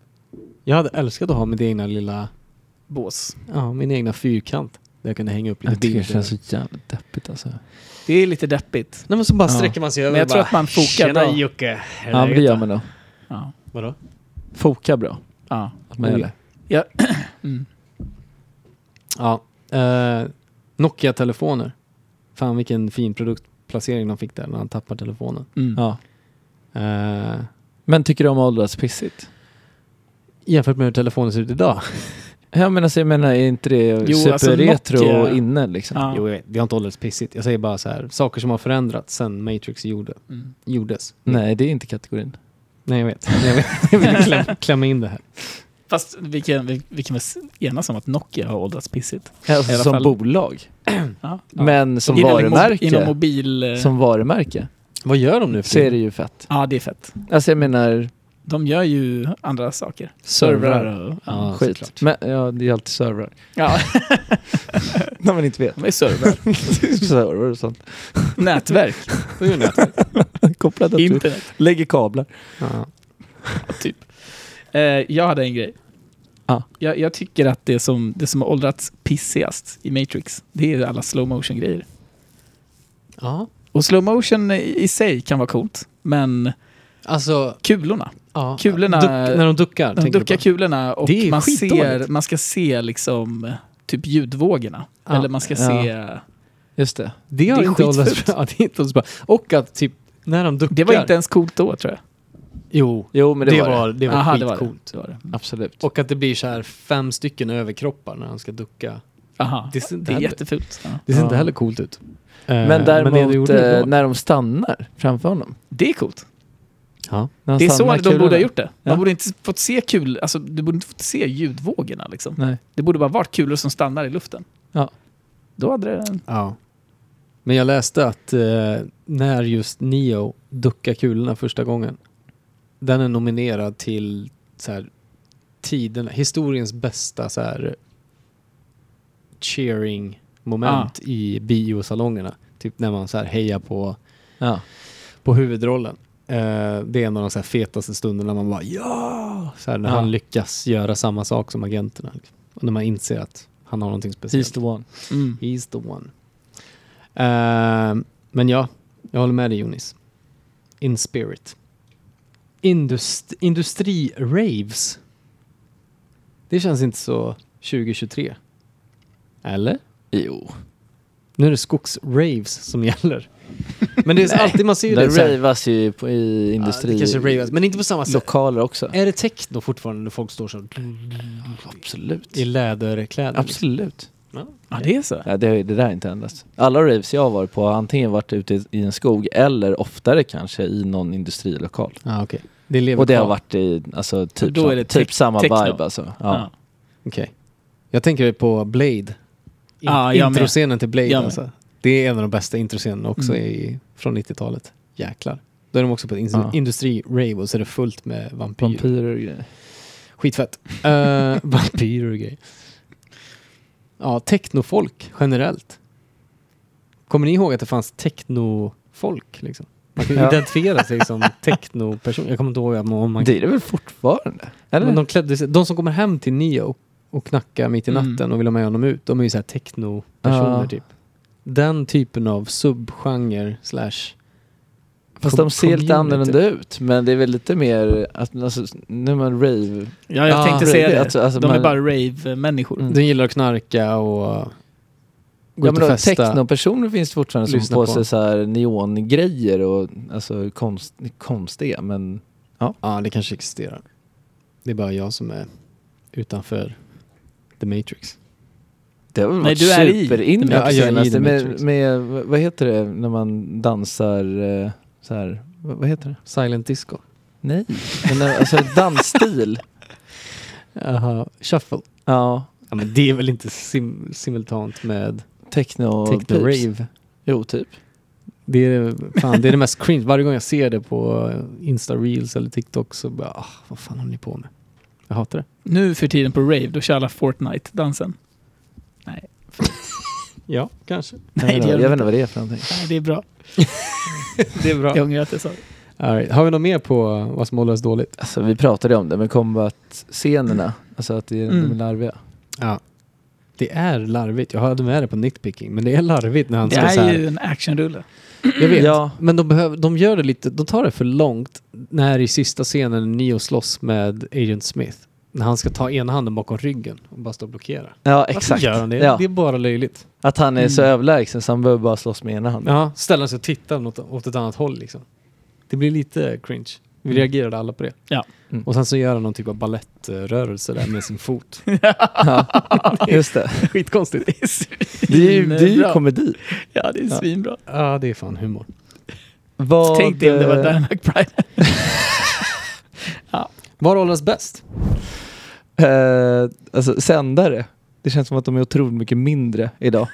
Speaker 1: Jag hade älskat att ha mitt egna lilla,
Speaker 4: Bås.
Speaker 1: ja, min egna fyrkant. Där jag kunde hänga upp lite bilder.
Speaker 3: så jävla deppigt alltså.
Speaker 4: Det är lite deppigt.
Speaker 1: Nej men så bara
Speaker 3: Ja.
Speaker 1: sträcker man sig över
Speaker 4: Men jag
Speaker 1: och
Speaker 4: tror
Speaker 1: bara,
Speaker 4: att man fokar
Speaker 1: Tjena
Speaker 4: bra."
Speaker 1: Jocke! Är
Speaker 3: Ja, men
Speaker 1: läget
Speaker 3: det gör
Speaker 1: då?"
Speaker 3: man då.
Speaker 4: Ja.
Speaker 1: Vadå?
Speaker 3: Foka bra. Mm.
Speaker 4: ja.
Speaker 3: Att man gör
Speaker 1: Oj.
Speaker 3: det.
Speaker 1: Ja. Eh, Nokia-telefoner. Fan vilken fin produktplacering de fick där när han tappar telefonen.
Speaker 4: Mm.
Speaker 3: Ja.
Speaker 1: Eh,
Speaker 3: Men tycker du om att åldras pissigt?
Speaker 1: jämfört med hur telefonen ser ut idag.
Speaker 3: Ja, men alltså, jag menar, är inte det
Speaker 4: Jo, alltså,
Speaker 3: superretro
Speaker 4: Nokia-
Speaker 3: och inne liksom?
Speaker 4: Ja.
Speaker 1: Jo, jag vet. Det har inte åldrats pissigt. Jag säger bara så här, saker som har förändrats sen Matrix gjorde,
Speaker 4: Mm.
Speaker 1: gjordes.
Speaker 3: Nej, det är inte kategorin.
Speaker 1: Nej, jag vet. Jag, vet. jag ville kläm, klämma in det här.
Speaker 4: Fast vi kan, vi, vi kan väl enas om att Nokia har åldrats pissigt.
Speaker 3: Alltså,
Speaker 4: I alla
Speaker 3: som
Speaker 4: fall.
Speaker 3: bolag.
Speaker 4: Ja.
Speaker 3: Men som
Speaker 4: Inom-
Speaker 3: varumärke,
Speaker 4: Inom mobil... eh,
Speaker 3: som varumärke
Speaker 1: Vad gör de nu för
Speaker 3: så är det
Speaker 1: tiden?
Speaker 3: ju fett.
Speaker 4: Ja, det är fett.
Speaker 3: Alltså jag menar,
Speaker 4: De gör ju andra saker.
Speaker 1: Servrar.
Speaker 4: och... Ja,
Speaker 1: Ja,
Speaker 3: skit.
Speaker 1: såklart.
Speaker 3: Men, ja, det är alltid servrar.
Speaker 4: ja
Speaker 3: När man inte vet.
Speaker 4: de är servrar.
Speaker 3: servrar och sånt.
Speaker 4: Nätverk.
Speaker 1: Då gör ni det.
Speaker 3: Koppla datorer.
Speaker 4: Internet.
Speaker 3: Lägger kablar.
Speaker 1: Ja.
Speaker 4: Eh, jag hade en grej.
Speaker 3: Ja.
Speaker 4: Jag, jag tycker att det som, det som har åldrats pissigast i Matrix, det är alla slow motion grejer
Speaker 1: ja.
Speaker 4: Och slow motion i i sig kan vara coolt, men
Speaker 1: Alltså,
Speaker 4: kulorna.
Speaker 1: ja.
Speaker 4: Kulorna-
Speaker 1: Duck, när de duckar,
Speaker 4: De
Speaker 1: tänker
Speaker 4: duckar
Speaker 1: du på?
Speaker 4: kulorna och
Speaker 1: Det är
Speaker 4: man
Speaker 1: skitdåligt.
Speaker 4: ser, man ska se liksom eh, typ ljudvågorna.
Speaker 1: Ja.
Speaker 4: Eller man ska
Speaker 3: Ja.
Speaker 4: se...
Speaker 3: Just det.
Speaker 1: Det har
Speaker 4: Det är
Speaker 1: inte åldrats
Speaker 4: skitfult.
Speaker 1: bra. Ja, det är inte åldrats bra. Och att typ, när de duckar.
Speaker 4: Det var inte ens coolt då tror jag.
Speaker 1: Jo,
Speaker 3: Jo, men det, var, det.
Speaker 1: var, det var
Speaker 4: Aha, det var det.
Speaker 1: skitcoolt.
Speaker 4: Det var det.
Speaker 3: Absolut.
Speaker 1: Och att det blir så här fem stycken överkroppar när han ska ducka.
Speaker 4: Aha.
Speaker 1: Det ser inte,
Speaker 4: Det är
Speaker 1: heller,
Speaker 4: jättefult. Ja.
Speaker 1: det ser inte
Speaker 3: Ja.
Speaker 1: heller coolt ut. Eh,
Speaker 3: men däremot
Speaker 1: det gjorde det
Speaker 3: eh,
Speaker 1: bra.
Speaker 3: när de stannar framför honom.
Speaker 4: Det är coolt.
Speaker 1: ja.
Speaker 3: När han
Speaker 4: Det är så
Speaker 3: stannar
Speaker 4: de borde
Speaker 3: kulorna.
Speaker 4: ha gjort det. Man
Speaker 3: Ja.
Speaker 4: borde inte fått se kul, alltså, du borde inte fått se ljudvågorna. Liksom.
Speaker 3: Nej.
Speaker 4: Det borde bara varit kulor som stannar i luften.
Speaker 3: Ja.
Speaker 4: Då hade det...
Speaker 1: Ja. Men jag läste att eh, när just Neo duckar kulorna första gången, den är nominerad till så här, tiden, historiens bästa så här, cheering moment i biosalongerna. Typ när man så här hejar på,
Speaker 3: Ja.
Speaker 1: på huvudrollen. Eh, det är en av de så här fetaste stunderna man bara ja! Så här, när
Speaker 3: Ja.
Speaker 1: han lyckas göra samma sak som agenterna. Liksom. Och när man inser att han har någonting speciellt.
Speaker 3: He's the one.
Speaker 4: Mm.
Speaker 1: He's the one. Ehm, men ja, jag håller med dig Jonis. In spirit. Indust- Industri-raves. Det känns inte så 2023. Eller?
Speaker 3: Jo.
Speaker 1: Nu är det skogsraves som gäller. Men det är
Speaker 3: Nej,
Speaker 1: alltid, man ser ju
Speaker 3: Det
Speaker 1: det. så här-
Speaker 3: ravas ju på, i
Speaker 1: Ja,
Speaker 3: industri...
Speaker 1: det kanske raves, men inte på samma sätt.
Speaker 3: Lokaler också.
Speaker 1: Är det techno fortfarande när folk står så
Speaker 3: Absolut.
Speaker 1: i läderkläder? liksom?
Speaker 3: Absolut.
Speaker 4: Ja, det är så.
Speaker 3: Ja, det, det där är inte ändrats. Alla raves jag har varit på har antingen varit ute i en skog eller oftare kanske i någon industrilokal.
Speaker 1: Ah, okay. Det lever
Speaker 3: Och det har
Speaker 1: kvar.
Speaker 3: varit i alltså, typ,
Speaker 4: Då
Speaker 3: sam-
Speaker 4: är det
Speaker 3: typ
Speaker 4: tec-
Speaker 3: samma
Speaker 4: techno.
Speaker 3: vibe alltså. Ja.
Speaker 4: Ja.
Speaker 1: Okej. Jag tänker på Blade. In-
Speaker 4: Ja, Ah, jag med.
Speaker 1: introscenen till Blade
Speaker 4: Jag med.
Speaker 1: alltså. Det är en av de bästa introscenerna också
Speaker 4: Mm.
Speaker 1: i, från 90-talet. Jäklar. Då är de också på ett in-
Speaker 4: Ah.
Speaker 3: Ja.
Speaker 1: industri-rave och så är det fullt med vampyrer.
Speaker 3: Vampyrer och grejer.
Speaker 1: Skitfett. Eh, vampyrer och grejer. Ja, technofolk generellt. Kommer ni ihåg att det fanns technofolk? Liksom? Man kan
Speaker 3: Ja.
Speaker 1: identifiera sig som technoperson. Jag kommer inte ihåg om man
Speaker 3: Det är det väl fortfarande? Eller?
Speaker 1: men de, klädde sig, de som kommer hem till Neo och knackar mitt i
Speaker 4: Mm.
Speaker 1: natten och vill ha med honom ut, de är ju såhär techno-personer
Speaker 3: Ja.
Speaker 1: typ. Den typen av subgenre slash...
Speaker 3: Fast
Speaker 1: com-
Speaker 3: de ser
Speaker 1: community.
Speaker 3: lite annorlunda ut. Men det är väl lite mer att alltså, när man rave...
Speaker 4: Ja, jag
Speaker 1: Ah,
Speaker 4: tänkte
Speaker 3: rave,
Speaker 4: säga det.
Speaker 3: alltså- alltså
Speaker 4: De
Speaker 3: man-
Speaker 4: är bara rave-människor.
Speaker 3: Mm.
Speaker 1: De gillar att knarka och gå
Speaker 3: Ja,
Speaker 1: ut
Speaker 3: men
Speaker 1: och
Speaker 3: då,
Speaker 1: festa.
Speaker 3: technopersoner finns det fortfarande som
Speaker 1: Lyssna
Speaker 3: på
Speaker 1: på.
Speaker 3: sig så här neongrejer och alltså konst, konstiga men
Speaker 1: Ja, det kanske existerar. Det är bara jag som är utanför the matrix.
Speaker 3: Det har väl
Speaker 4: Nej,
Speaker 3: varit
Speaker 4: du är i
Speaker 3: superinne
Speaker 1: The
Speaker 3: på
Speaker 1: Matrix. Ja, jag är i
Speaker 3: senaste.
Speaker 1: The
Speaker 3: Med,
Speaker 1: Matrix.
Speaker 3: med, vad heter det när man dansar eh, så här? Vad vad heter det?
Speaker 1: Silent disco.
Speaker 3: Nej, men när, alltså dansstil.
Speaker 1: Jaha, shuffle.
Speaker 3: Ja,
Speaker 1: Ja, men det är väl inte sim- simultant med
Speaker 3: techno.
Speaker 1: techno
Speaker 3: pips.
Speaker 1: rave?
Speaker 3: Jo, typ.
Speaker 1: Det är, fan, det är det mest cringe. Varje gång jag ser det på eh, Insta Reels eller TikTok så bara, ah, vad fan håller ni på med? Jag hatar det.
Speaker 4: Nu för tiden på rave, då kör alla Fortnite-dansen.
Speaker 1: Ja, kanske.
Speaker 3: Nej,
Speaker 4: det gör
Speaker 3: jag
Speaker 4: de
Speaker 3: vet
Speaker 4: inte.
Speaker 3: inte vad det är för någonting.
Speaker 4: Nej, det är bra.
Speaker 1: Det är bra.
Speaker 4: Jag ångrar att jag sa det.
Speaker 1: All right. Har vi något mer på vad som håller oss dåligt?
Speaker 3: Alltså, vi pratade om det, men combat-scenerna, alltså att det är
Speaker 4: Mm.
Speaker 3: de är larviga.
Speaker 1: Det är larvigt. Jag hade med det på nitpicking, men det är larvigt när han
Speaker 4: Det
Speaker 1: ska så här.
Speaker 4: är ju en actionrulle.
Speaker 1: Jag vet,
Speaker 3: Ja.
Speaker 1: men de, behöver, de gör det lite, de tar det för långt när i sista scenen Neo slåss med Agent Smith. När han ska ta ena handen bakom ryggen och bara stå och blockera.
Speaker 3: Ja,
Speaker 1: Varför
Speaker 3: exakt.
Speaker 1: gör han det?
Speaker 3: Ja.
Speaker 1: Det är bara löjligt.
Speaker 3: Att han är så
Speaker 4: Mm.
Speaker 3: överlägsen så han behöver bara slåss med ena handen.
Speaker 1: Ja, ställa sig och titta åt, åt ett annat håll liksom. Det blir lite cringe. Vi
Speaker 3: Mm.
Speaker 1: reagerade alla på det.
Speaker 4: Ja.
Speaker 3: Mm.
Speaker 1: Och sen så gör han någon typ av balettrörelse där med sin fot.
Speaker 3: Just det.
Speaker 1: Skitkonstigt.
Speaker 3: Det är ju,
Speaker 4: Svinbra.
Speaker 3: det är ju komedi.
Speaker 4: Ja, det är
Speaker 3: Ja.
Speaker 4: svinbra.
Speaker 1: Ja, det är fan humor.
Speaker 3: Vad,
Speaker 4: Tänk dig om det var
Speaker 3: eh,
Speaker 4: Dan McBride.
Speaker 1: Var åldras bäst?
Speaker 3: Eh, alltså sändare. Det känns som att de är otroligt mycket mindre idag.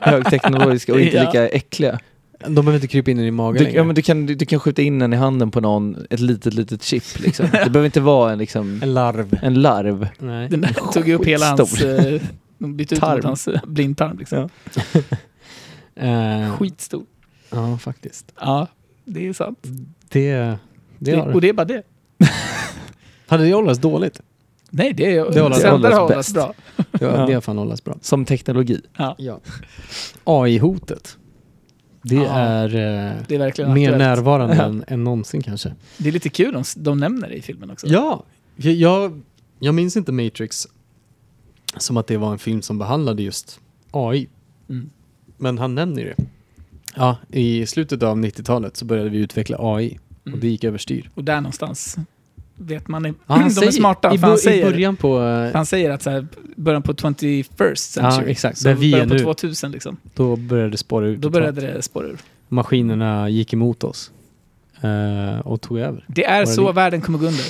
Speaker 3: Högteknologiska och inte
Speaker 4: Ja.
Speaker 3: lika äckliga.
Speaker 1: De behöver inte krypa in i din mage
Speaker 3: Du,
Speaker 1: längre.
Speaker 3: ja, men du, kan, du, du kan skjuta in den i handen på någon, ett litet, litet chip liksom. Det behöver inte vara en, liksom,
Speaker 1: En larv.
Speaker 3: en larv.
Speaker 1: Nej.
Speaker 4: Den där tog ju upp hela hans... eh, De bytte ut den mot
Speaker 3: Tarm.
Speaker 4: hans eh, blindtarm liksom.
Speaker 1: Eh,
Speaker 4: Skitstor.
Speaker 1: Ja, faktiskt.
Speaker 4: Ja, det är sant.
Speaker 1: Det, det har
Speaker 4: och det är bara det.
Speaker 1: Hade det åldrats dåligt?
Speaker 4: Nej, det är
Speaker 1: Det håller-
Speaker 4: sändare
Speaker 3: hållas
Speaker 4: har hållits
Speaker 3: bäst.
Speaker 4: bra.
Speaker 1: Det,
Speaker 3: Ja.
Speaker 1: det har fan åldrats bra.
Speaker 3: Som teknologi.
Speaker 1: Ja. AI-hotet. Det
Speaker 4: Ja.
Speaker 1: är, eh,
Speaker 4: Det är verkligen
Speaker 1: mer
Speaker 4: aktuellt.
Speaker 1: närvarande
Speaker 3: Ja.
Speaker 1: än, än någonsin kanske.
Speaker 4: Det är lite kul om s- de nämner det i filmen också.
Speaker 1: Ja, jag- jag, jag minns inte Matrix som att det var en film som behandlade just AI.
Speaker 4: Mm.
Speaker 1: Men han nämner ju det. Ja, i slutet av 90-talet så började vi utveckla AI och
Speaker 4: Mm.
Speaker 1: det gick överstyr.
Speaker 4: Och där någonstans vet man... Är,
Speaker 1: Ja, Ah, han
Speaker 4: de
Speaker 1: säger-
Speaker 4: är smarta,
Speaker 1: I,
Speaker 4: för han
Speaker 1: bo, I
Speaker 4: säger...
Speaker 1: början på, eh,
Speaker 4: För Han säger att så här, början på 21st century,
Speaker 1: Ja, exakt.
Speaker 4: så
Speaker 1: Där vi
Speaker 4: början
Speaker 1: är
Speaker 4: på
Speaker 1: nu.
Speaker 4: 2000 liksom.
Speaker 1: då började det spåra ut.
Speaker 4: Då
Speaker 1: totalt.
Speaker 4: började det spåra ur.
Speaker 1: Maskinerna gick emot oss eh, och tog över.
Speaker 4: Det är
Speaker 1: det
Speaker 4: så
Speaker 1: vi?
Speaker 4: världen kommer gå under.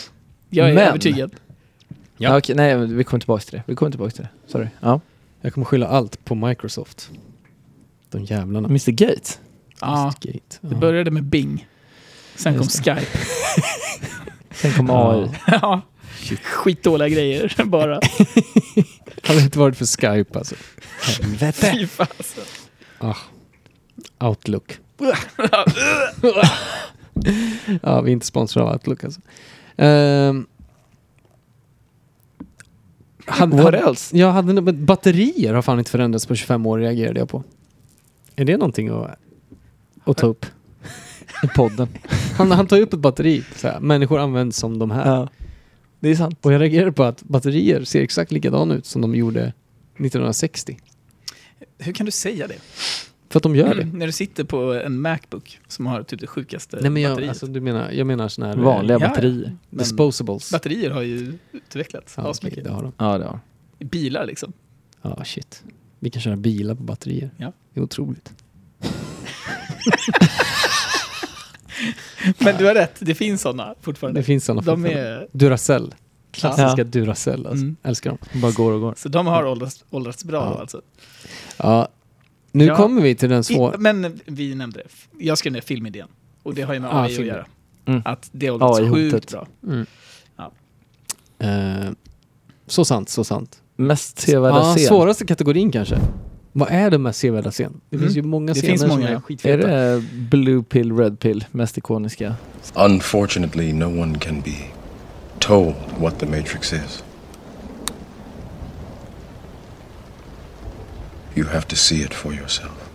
Speaker 4: Jag är
Speaker 3: Men-
Speaker 4: övertygad.
Speaker 1: Ja.
Speaker 3: Ja. okej, nej, men vi kommer tillbaka till det. Vi kommer tillbaka till det. Sorry. Ja.
Speaker 1: Jag kommer skylla allt på Microsoft. De jävlarna.
Speaker 3: Mr Gates.
Speaker 4: Ja,
Speaker 1: Gate.
Speaker 4: det började med Bing. Sen kom
Speaker 1: Just
Speaker 4: Skype.
Speaker 3: Sen kom
Speaker 1: Ja.
Speaker 3: AI.
Speaker 4: Ja. Skitdåliga grejer bara.
Speaker 1: Hade det inte varit för Skype alltså. Helvete.
Speaker 4: Fy fan, alltså.
Speaker 1: Outlook. ja, vi är inte sponsrade av Outlook alltså. Um, hade,
Speaker 3: What
Speaker 1: hade,
Speaker 3: else?
Speaker 1: jag hade, nog- men batterier har fan inte förändrats på 25 år reagerade jag på. Är det någonting att, att ta upp?
Speaker 3: I podden.
Speaker 1: Han, han tar ju upp ett batteri. Så här, människor används som de här.
Speaker 3: Ja. Det är sant.
Speaker 1: Och jag reagerar på att batterier ser exakt likadana ut som de gjorde 1960.
Speaker 4: Hur kan du säga det?
Speaker 1: För att de gör det.
Speaker 4: Mm. När du sitter på en Macbook som har typ det sjukaste
Speaker 1: Nej men jag,
Speaker 4: batteriet.
Speaker 1: alltså, du menar, jag menar såna här eh,
Speaker 3: Vanliga
Speaker 4: Ja, ja.
Speaker 3: batterier.
Speaker 4: Men
Speaker 1: disposables.
Speaker 4: batterier har ju utvecklats
Speaker 1: Ja, okej,
Speaker 4: asmycket.
Speaker 1: det har de.
Speaker 3: Ja, det var.
Speaker 4: I Bilar liksom.
Speaker 1: Ja, shit. Vi kan köra bilar på batterier.
Speaker 4: Ja.
Speaker 1: Det är otroligt.
Speaker 4: Men du har rätt, det finns sådana
Speaker 1: Det
Speaker 4: fortfarande.
Speaker 1: finns sådana
Speaker 4: De
Speaker 1: fortfarande.
Speaker 4: är...
Speaker 1: Duracell. Klassiska
Speaker 3: Ja.
Speaker 1: Duracell. Alltså.
Speaker 4: Mm.
Speaker 1: Älskar dem.
Speaker 3: Bara går och går.
Speaker 4: Så de har åldrats, åldrats bra
Speaker 1: Ja.
Speaker 4: då alltså.
Speaker 1: Ja. Nu
Speaker 4: Ja.
Speaker 1: kommer vi till den svåra...
Speaker 4: I, men vi nämnde det. Jag skrev ner filmidén. Och det har ju med
Speaker 1: Ah,
Speaker 4: AI att
Speaker 1: film.
Speaker 4: göra.
Speaker 3: Mm.
Speaker 4: Att det har åldrats
Speaker 3: AI-hotet.
Speaker 4: sjukt bra.
Speaker 1: Mm.
Speaker 4: Ja.
Speaker 1: Eh, så sant, så sant.
Speaker 3: Mest sevärda
Speaker 1: Ja,
Speaker 3: scen.
Speaker 1: svåraste kategorin kanske. Vad är den mest sevärda scen? Det finns ju många
Speaker 4: Mm. Det
Speaker 1: scener
Speaker 4: finns många,
Speaker 1: som är
Speaker 4: ja.
Speaker 1: skitfeta.
Speaker 3: Är det blue pill, red pill, mest ikoniska?
Speaker 5: Unfortunately, no one can be told what the Matrix is. You have to see it for yourself.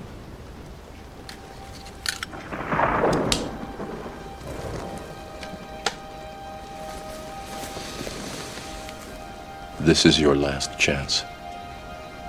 Speaker 5: This is your last chance.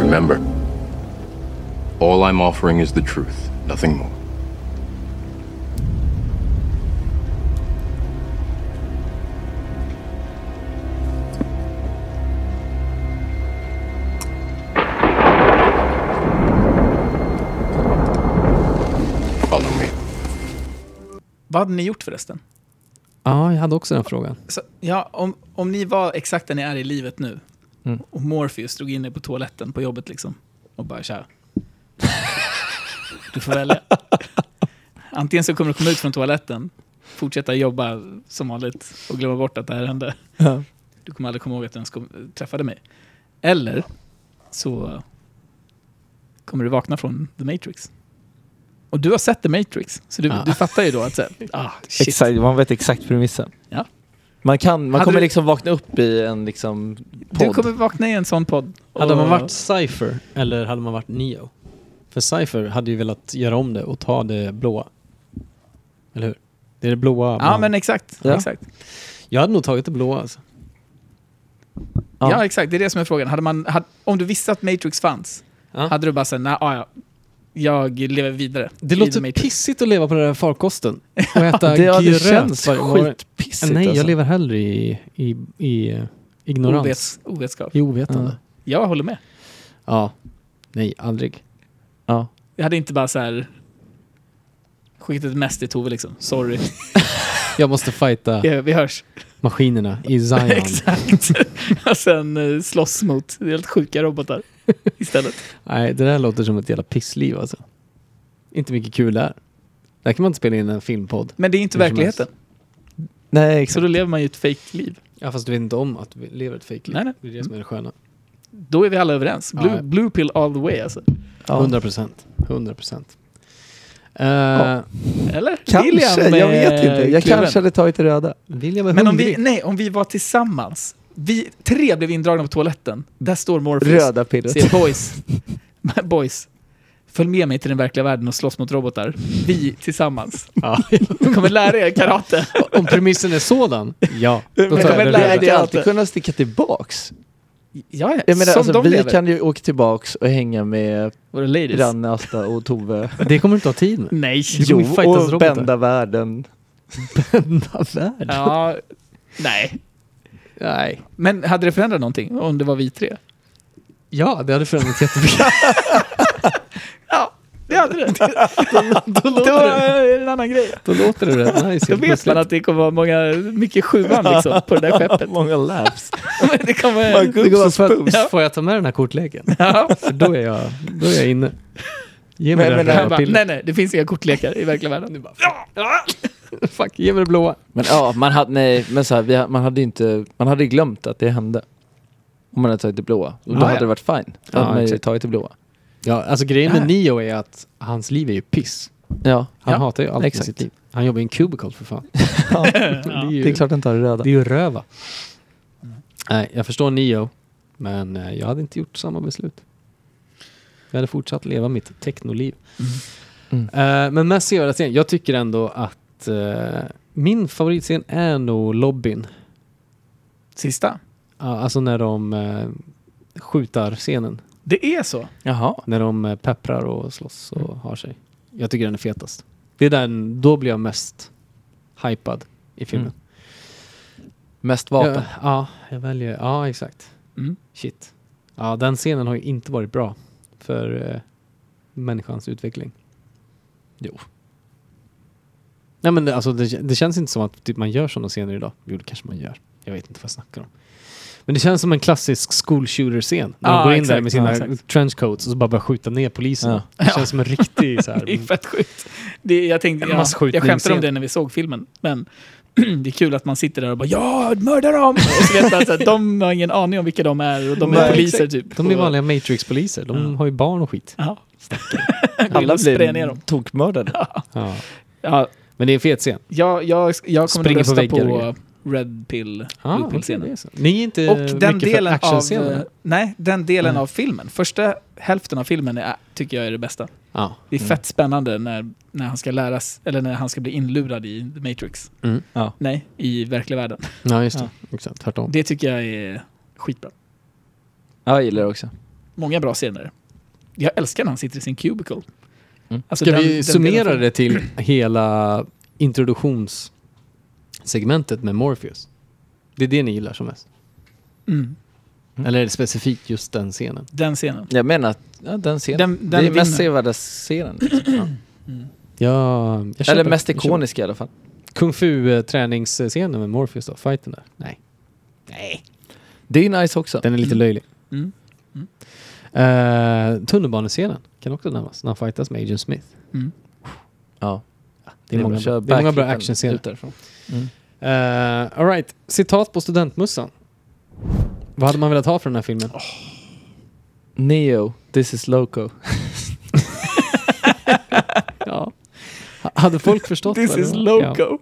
Speaker 5: Remember, all I'm offering is the truth, nothing more. Follow me.
Speaker 4: Vad hade ni gjort förresten?
Speaker 1: Ja, jag hade också den frågan.
Speaker 4: Så, ja, om, om ni var exakt där ni är i livet nu
Speaker 1: Mm.
Speaker 4: och Morpheus drog in er på toaletten på jobbet liksom och bara tja. Du får välja. Antingen så kommer du komma ut från toaletten, fortsätta jobba som vanligt och glömma bort att det här hände. Du kommer aldrig komma ihåg att du ens kom, träffade mig. Eller så kommer du vakna från The Matrix. Och du har sett The Matrix, så du,
Speaker 1: Ja.
Speaker 4: du fattar ju då att så här, ah, shit.
Speaker 3: Exakt, man vet exakt premissen.
Speaker 4: Ja.
Speaker 3: Man, kan, man
Speaker 4: Hade
Speaker 3: kommer
Speaker 4: du-
Speaker 3: liksom vakna upp i en liksom podd.
Speaker 4: Du kommer vakna i en sån podd.
Speaker 1: Hade
Speaker 4: och-
Speaker 1: man varit Cypher eller hade man varit Neo? För Cypher hade ju velat göra om det och ta det blåa. Eller hur? Det är det blåa.
Speaker 4: Ja,
Speaker 1: man-
Speaker 4: men exakt.
Speaker 3: Ja.
Speaker 4: exakt.
Speaker 1: Jag hade nog tagit det blåa alltså.
Speaker 3: Ja.
Speaker 4: Ja. exakt. Det är det som är frågan. Hade man, hade, om du visste att Matrix fanns,
Speaker 1: Ja.
Speaker 4: hade du bara sagt nej, ah, ja, jag lever vidare.
Speaker 1: Det
Speaker 4: i The
Speaker 1: låter
Speaker 4: Matrix."
Speaker 1: pissigt att leva på den där farkosten. Och äta
Speaker 3: det, ja, det
Speaker 1: gröt
Speaker 3: känns
Speaker 1: varje morgon.
Speaker 3: skitpissigt
Speaker 1: Nej,
Speaker 3: alltså.
Speaker 1: jag lever hellre i, i, i eh, ignorans.
Speaker 4: Ovets, ovetskap.
Speaker 1: I ovetande.
Speaker 3: Ja.
Speaker 4: Jag håller med.
Speaker 1: Ja. Nej, aldrig.
Speaker 3: Ja.
Speaker 4: Jag hade inte bara så här skickat ett mess till Tove liksom. Sorry,
Speaker 1: Jag måste fighta
Speaker 4: Ja, vi hörs.
Speaker 1: maskinerna i Zion.
Speaker 4: exakt. Och sen eh, slåss mot helt sjuka robotar istället.
Speaker 1: Nej, det där låter som ett jävla pissliv alltså. Inte mycket kul där. Där kan man inte spela in en filmpodd.
Speaker 4: Men det är inte
Speaker 1: Hur som
Speaker 4: verkligheten.
Speaker 3: Nej,
Speaker 4: Så
Speaker 3: exakt.
Speaker 4: då lever man ju ett fake-liv.
Speaker 1: Ja, fast du vet inte om att vi lever ett fejkliv.
Speaker 4: Nej, nej.
Speaker 1: Det är det som är det sköna.
Speaker 4: Då är vi alla överens. Blue,
Speaker 1: Ja, ja.
Speaker 4: blue pill all the way alltså.
Speaker 3: Ja.
Speaker 1: 100 procent. 100 procent. Eh,
Speaker 4: Eller?
Speaker 3: Kanske,
Speaker 4: William,
Speaker 3: jag
Speaker 4: eh,
Speaker 3: vet inte. Jag
Speaker 4: kluven.
Speaker 3: kanske hade tagit det röda.
Speaker 1: Vill jag vara
Speaker 4: Men om
Speaker 1: hungrig?
Speaker 4: vi, nej, om vi var tillsammans. Vi tre blev indragna på toaletten. Där står Morpheus.
Speaker 3: Röda pillret.
Speaker 4: Säger boys. boys. Följ med mig till den verkliga världen och slåss mot robotar. Vi tillsammans.
Speaker 1: Ja.
Speaker 4: Vi kommer lära er karate.
Speaker 1: Om premissen är sådan, ja. Då tar
Speaker 3: Men,
Speaker 1: jag
Speaker 4: men
Speaker 1: det
Speaker 3: men,
Speaker 4: där-
Speaker 3: jag
Speaker 1: röda.
Speaker 3: hade
Speaker 4: röda.
Speaker 3: alltid kunnat sticka tillbaks.
Speaker 4: Ja, ja.
Speaker 3: Jag menar,
Speaker 4: Som
Speaker 3: alltså,
Speaker 4: de
Speaker 3: vi
Speaker 4: lever.
Speaker 3: kan ju åka tillbaks och hänga med
Speaker 4: Våra ladies.
Speaker 3: Ranne, Asta och Tove.
Speaker 1: Det kommer du inte ha tid med.
Speaker 4: Nej.
Speaker 1: Du kommer ju fightas
Speaker 3: och
Speaker 1: robotar.
Speaker 3: bända världen.
Speaker 4: Ja, nej.
Speaker 1: Nej.
Speaker 4: Men hade det förändrat någonting om det var vi tre?
Speaker 1: Ja, det hade förändrat jättemycket.
Speaker 4: Ja, det hade det.
Speaker 1: Då
Speaker 4: Det
Speaker 1: låter det,
Speaker 4: var en annan grej.
Speaker 1: då låter det rätt nice.
Speaker 4: Då
Speaker 1: helt
Speaker 4: vet
Speaker 1: plötsligt.
Speaker 4: man att det kommer vara många, mycket sjuan liksom, på det där skeppet.
Speaker 3: Många laps.
Speaker 4: Men det kommer...
Speaker 1: Det går så för
Speaker 4: Ja.
Speaker 1: att, får jag ta med den här kortleken?
Speaker 4: Ja.
Speaker 1: För då är jag, då är jag inne. Ge mig
Speaker 3: Men-
Speaker 1: det
Speaker 3: men-
Speaker 1: här
Speaker 4: Han
Speaker 1: röda
Speaker 4: bara,
Speaker 1: pillret.
Speaker 4: nej nej, det finns inga kortlekar i verkliga världen.
Speaker 1: Fuck, ge mig det blåa.
Speaker 3: Men ja, man hade, nej, men så här, vi, ha- man hade ju inte, man hade ju glömt att det hände. Om man hade tagit det blåa. Och då
Speaker 4: Ja,
Speaker 3: hade
Speaker 4: ja.
Speaker 3: det varit fine. Då
Speaker 1: Ja,
Speaker 3: hade man ju
Speaker 1: exakt.
Speaker 3: tagit det blåa.
Speaker 1: Ja, alltså grejen med Neo är att hans liv är ju piss.
Speaker 3: Ja,
Speaker 1: Han
Speaker 4: Ja,
Speaker 1: hatar ju allt
Speaker 3: exakt.
Speaker 1: i sitt liv. Han jobbar i en cubicle för fan. det, är ju,
Speaker 3: det är klart den tar det röda.
Speaker 1: det är ju röva. Nej, jag förstår Neo, men eh, jag hade inte gjort samma beslut. Jag hade fortsatt leva mitt technoliv.
Speaker 3: Mm.
Speaker 1: Eh, men mest sevärda scen, jag tycker ändå att eh, min favoritscen är nog lobbyn.
Speaker 4: Sista.
Speaker 1: Ja, alltså när de uh, skjutar scenen.
Speaker 4: Det är så.
Speaker 3: Jaha.
Speaker 1: När de eh, pepprar och slåss och har sig. Jag tycker den är fetast. Det är den, då blir jag mest hypad i filmen.
Speaker 3: Mest vapen.
Speaker 1: Jag, ja, jag väljer, ja exakt.
Speaker 4: Mm.
Speaker 1: Shit. Ja, den scenen har ju inte varit bra för eh, människans utveckling. Jo. Nej men det, alltså, det, det känns inte som att typ, man gör sådana scener idag. Jo, det kanske man gör. Jag vet inte vad jag snackar om. Men det känns som en klassisk school shooter-scen. När
Speaker 4: Ja,
Speaker 1: de går in där
Speaker 4: exakt.
Speaker 1: med sina
Speaker 4: Ja, exakt.
Speaker 1: trenchcoats och så bara börjar skjuta ner poliserna. Det känns som en riktig så
Speaker 4: Det är
Speaker 1: här,
Speaker 4: fett sjukt. Det, jag, tänkte,
Speaker 1: En
Speaker 4: ja,
Speaker 1: massskjutning
Speaker 4: jag skämtade om
Speaker 1: scen.
Speaker 4: det när vi såg filmen, men det är kul att man sitter där och bara ja, mörda dem! Och så vet man att de har ingen aning om vilka de är och de är
Speaker 1: Nej,
Speaker 4: poliser typ.
Speaker 1: De är
Speaker 4: Och-
Speaker 1: vanliga Matrix-poliser. De
Speaker 4: Ja.
Speaker 1: har ju barn och skit.
Speaker 4: Ja. Gå in och spraya ner dem.
Speaker 3: tokmördade.
Speaker 1: Ja.
Speaker 4: Ja,
Speaker 1: Men det är en fet scen.
Speaker 4: jag, jag, jag kommer
Speaker 1: Springer
Speaker 4: att
Speaker 1: på
Speaker 4: rösta
Speaker 1: väggar
Speaker 4: på,
Speaker 1: och grejer.
Speaker 4: Red Pill,
Speaker 1: Ah,
Speaker 4: Blue Pill-scenen.
Speaker 1: okej, det är så. Ni är inte
Speaker 4: Och den
Speaker 1: Eh, mycket för
Speaker 4: delen, av, eh,
Speaker 1: actionscener? Mm.
Speaker 4: nej, den delen
Speaker 1: Nej.
Speaker 4: av filmen, första hälften av filmen är, tycker jag är det bästa.
Speaker 1: Ja.
Speaker 4: Det är fett spännande när, när han ska läras, eller när han ska bli inlurad i The Matrix.
Speaker 1: Mm.
Speaker 3: Ja.
Speaker 4: Nej, i verkliga världen.
Speaker 1: ja, just det. Exakt, tvärtom.
Speaker 4: Det tycker jag är skitbra.
Speaker 3: Ja, jag gillar det också.
Speaker 4: Många bra scener. Jag älskar när han sitter i sin cubicle.
Speaker 3: Mm.
Speaker 4: Alltså,
Speaker 1: Ska
Speaker 4: den-
Speaker 1: vi
Speaker 4: den
Speaker 1: summera
Speaker 4: delen-
Speaker 1: det till hela introduktionssegmentet med Morpheus? Det är det ni gillar som mest?
Speaker 4: Mm,
Speaker 1: Eller är det specifikt just den scenen?
Speaker 4: den scenen.
Speaker 3: Jag menar att ja, den scenen.
Speaker 4: Den- den
Speaker 3: det är mest
Speaker 4: vinner.
Speaker 3: sevärda scenen.
Speaker 1: Ja, jag köper
Speaker 3: Eller
Speaker 1: det.
Speaker 3: mest
Speaker 1: Jag köper
Speaker 3: ikoniska i alla fall.
Speaker 1: det. Kung fu-träningsscenen med Morpheus då, fighten där. Nej.
Speaker 3: Det är nice också.
Speaker 1: Den är lite löjlig.
Speaker 4: Mm.
Speaker 1: Eh, tunnelbanescenen kan också nämnas, när han fightas med Agent Smith.
Speaker 4: Mm.
Speaker 3: Ja.
Speaker 1: Det är, många,
Speaker 3: kör
Speaker 1: bra, det är många bra
Speaker 3: backflippen
Speaker 1: actionscener.
Speaker 3: ut därifrån.
Speaker 4: Mm.
Speaker 1: Uh, Alright, citat på studentmössan. Vad hade man velat ha för den här filmen?
Speaker 4: Oh.
Speaker 3: Neo, this is loco.
Speaker 1: Ja. H- Hade folk förstått?
Speaker 4: This
Speaker 1: vad det
Speaker 4: is
Speaker 1: var?
Speaker 4: loco.
Speaker 1: Ja.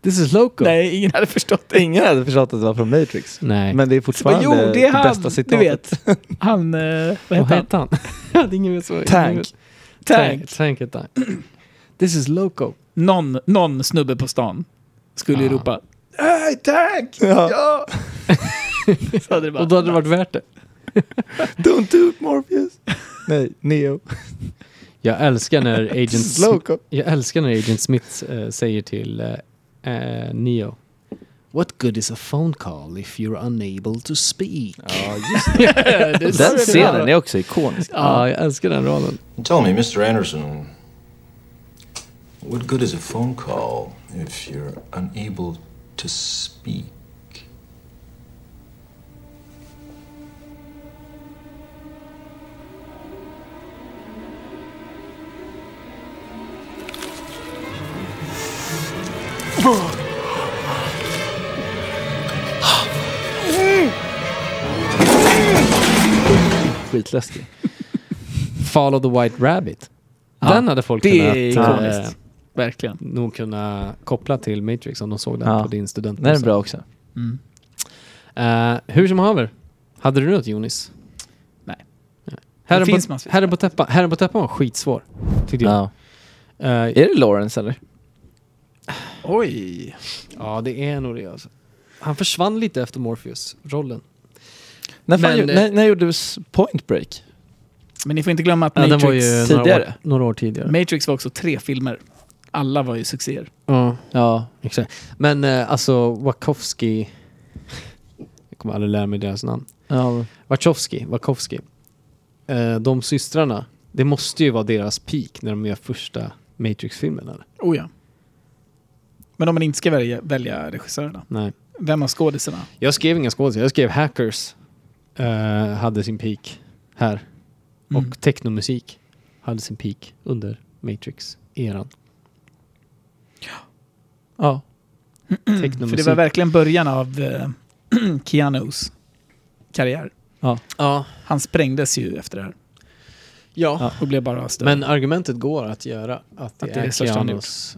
Speaker 1: This is loco?
Speaker 4: Nej, ingen hade förstått det.
Speaker 3: Ingen hade förstått att det var från Matrix.
Speaker 1: Nej.
Speaker 3: Men det är
Speaker 4: Men
Speaker 3: fortfarande
Speaker 1: eh,
Speaker 4: jo, det är han,
Speaker 3: bästa citatet.
Speaker 4: du vet. Han, eh, vad
Speaker 1: Vad
Speaker 4: heter han?
Speaker 1: hette han? Jag hade ingen vet vad-
Speaker 3: Tank.
Speaker 1: ingen vet.
Speaker 4: Tank.
Speaker 1: Tank hette han. This is loco.
Speaker 4: Någon, någon snubbe på stan skulle ju
Speaker 1: Ja.
Speaker 4: ropa Hej, tack! Ja! Så hade det bara,
Speaker 1: Och då hade det varit värt det.
Speaker 3: Don't do it Morpheus. Nej, Neo.
Speaker 1: Jag älskar när Agent,
Speaker 3: This is
Speaker 1: Smith,
Speaker 3: loco.
Speaker 1: jag älskar när Agent Smith eh, säger till eh, eh, Neo What good is a phone call if you're unable to speak?
Speaker 3: Ja, just
Speaker 4: "Äh, det är så
Speaker 3: Den
Speaker 4: det
Speaker 3: scenen
Speaker 4: var."
Speaker 3: är också ikonisk.
Speaker 1: Ja, jag älskar den raden.
Speaker 6: Tell me, Mr. Anderson, what good is a phone call if you're unable to speak?
Speaker 3: Skitläskig.
Speaker 1: Follow the White Rabbit. den hade folk
Speaker 4: det
Speaker 1: kunnat,
Speaker 4: är
Speaker 1: eh,
Speaker 4: ikoniskt. Verkligen.
Speaker 1: nog kunna koppla till Matrix om de såg den
Speaker 3: Ja.
Speaker 1: på din
Speaker 3: Den är
Speaker 1: studentmössa.
Speaker 3: bra också.
Speaker 4: Mm.
Speaker 1: Eh, hur som haver, hade du något Jonis?
Speaker 4: Nej.
Speaker 1: Herren,
Speaker 4: Det finns
Speaker 1: på,
Speaker 4: massvis.
Speaker 1: herren, på täppan, herren på täppan var skitsvår, tyckte jag.
Speaker 3: Ja.
Speaker 1: Ja,
Speaker 3: Är det Lawrence eller?
Speaker 4: Oj.
Speaker 1: ja det är nog det alltså. Han försvann lite efter Morpheus-rollen.
Speaker 3: När, fan,
Speaker 1: Men,
Speaker 3: gjorde-
Speaker 1: eh,
Speaker 3: när, när gjordes Point Break?
Speaker 4: Men ni får inte glömma att
Speaker 1: Ja, den
Speaker 4: Matrix,
Speaker 1: var ju några år,
Speaker 3: tidigare.
Speaker 1: några år tidigare.
Speaker 4: Matrix var också tre filmer. Alla var ju succéer.
Speaker 1: ja,
Speaker 3: Ja.
Speaker 1: exakt. Men eh, alltså Wachowski... Jag kommer aldrig lära mig deras namn.
Speaker 3: ja.
Speaker 1: Wachowski, Wachowski. Eh, de systrarna, det måste ju vara deras peak när de gör första Matrix-filmen eller?
Speaker 4: Oh ja. Men om man inte ska välja, välja regissörerna,
Speaker 1: Nej.
Speaker 4: vem av skådisarna?
Speaker 1: Jag skrev inga skådespelare, jag skrev Hackers. eh, hade sin peak här.
Speaker 4: Mm.
Speaker 1: Och technomusik hade sin peak under Matrix-eran.
Speaker 3: ja.
Speaker 4: För
Speaker 1: Technomusik.
Speaker 4: Mm, det var verkligen början av eh, Keanus karriär.
Speaker 1: ja.
Speaker 4: Han sprängdes ju efter det här
Speaker 1: ja.
Speaker 4: och blev bara större.
Speaker 1: Men argumentet går att göra att det,
Speaker 4: Att det är
Speaker 1: är,
Speaker 4: det största han
Speaker 1: Keanu's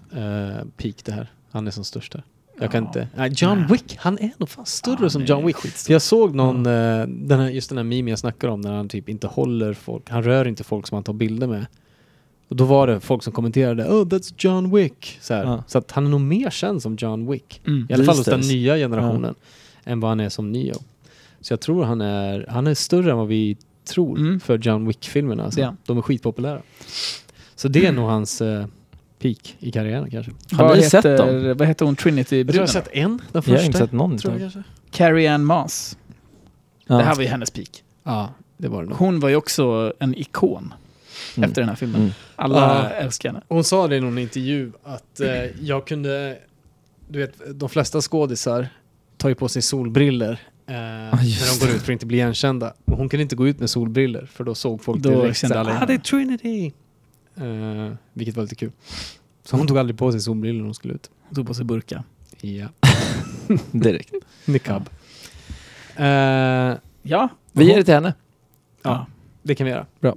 Speaker 1: eh, peak det här. Han är som störst där. Jag kan
Speaker 4: Ja.
Speaker 1: inte... Nej, John
Speaker 4: Nej.
Speaker 1: Wick, han är nog fan större
Speaker 4: Ja,
Speaker 1: som
Speaker 4: han
Speaker 1: John
Speaker 4: är
Speaker 1: Wick.
Speaker 4: skitstor.
Speaker 1: För jag såg någon, eh, den här, just den här memen jag snackar om när han typ inte håller folk, han rör inte folk som han tar bilder med. Och då var det folk som kommenterade oh that's John Wick. Så, här.
Speaker 3: Ja.
Speaker 1: så att han är nog mer känd som John Wick.
Speaker 4: Mm.
Speaker 1: I alla fall hos
Speaker 3: These
Speaker 1: den
Speaker 3: days.
Speaker 1: nya generationen. Än vad han är som Neo. Så jag tror han är, han är större än vad vi tror
Speaker 4: Mm.
Speaker 1: för John Wick-filmerna. Alltså.
Speaker 4: Det är han.
Speaker 1: De är skitpopulära. Så det är nog hans eh, peak i karriären kanske.
Speaker 3: Har
Speaker 4: vad
Speaker 3: ni sett
Speaker 4: heter-
Speaker 3: dem?
Speaker 4: Vad heter hon, Trinity
Speaker 1: Jag tror jag
Speaker 4: bruden?
Speaker 1: har sett en, den
Speaker 3: Jag har
Speaker 1: första.
Speaker 3: inte sett någon.
Speaker 1: tror jag kanske.
Speaker 4: Carrie Ann Moss.
Speaker 3: Ja.
Speaker 4: Det här var ju hennes peak.
Speaker 1: Ja, det var det nog.
Speaker 4: Hon var ju också en ikon
Speaker 3: Mm.
Speaker 4: efter den här filmen.
Speaker 3: Mm.
Speaker 4: Alla
Speaker 1: Ja.
Speaker 4: älskar henne.
Speaker 1: Hon sa det i någon intervju att eh, jag kunde, du vet de flesta skådisar tar ju på sig solbriller
Speaker 4: Ah,
Speaker 1: eh, när
Speaker 3: just
Speaker 1: de går ut för att inte bli igenkända. Och hon kunde inte gå ut med solbriller för då såg folk
Speaker 4: Då
Speaker 1: direkt
Speaker 4: kände
Speaker 1: såhär,
Speaker 4: alla
Speaker 1: ah
Speaker 4: henne."
Speaker 1: det är Trinity! Eh, vilket var lite kul. Så hon tog aldrig på sig solbriller när hon skulle ut.
Speaker 4: Hon tog på sig burka.
Speaker 1: Ja,
Speaker 3: Direkt.
Speaker 1: niqab. Eh,
Speaker 4: Ja.
Speaker 3: Vi ger det till henne.
Speaker 4: ja.
Speaker 1: det kan vi göra.
Speaker 3: Bra.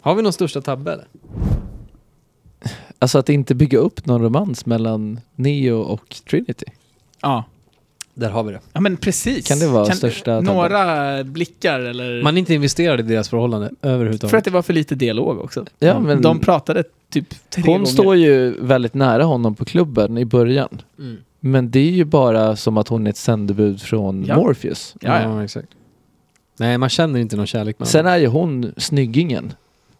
Speaker 1: Har vi någon största tabbe eller?
Speaker 3: Alltså att inte bygga upp någon romans mellan Neo och Trinity.
Speaker 4: ja.
Speaker 3: Där har vi det.
Speaker 4: Ja men precis.
Speaker 3: Kan det vara största tabben?
Speaker 4: Några blickar eller...
Speaker 1: Man är inte investerad i deras förhållande
Speaker 4: för att
Speaker 1: överhuvudtaget.
Speaker 4: det var för lite dialog också.
Speaker 3: Ja, men
Speaker 4: De pratade typ tre gånger.
Speaker 3: hon står ju väldigt nära honom på klubben i början.
Speaker 1: Mm.
Speaker 3: Men det är ju bara som att hon är ett sändebud från
Speaker 4: Ja.
Speaker 3: Morpheus.
Speaker 4: Ja, ja.
Speaker 1: exakt. Nej, man känner inte någon kärlek med
Speaker 3: Sen
Speaker 1: honom.
Speaker 3: är ju hon snyggingen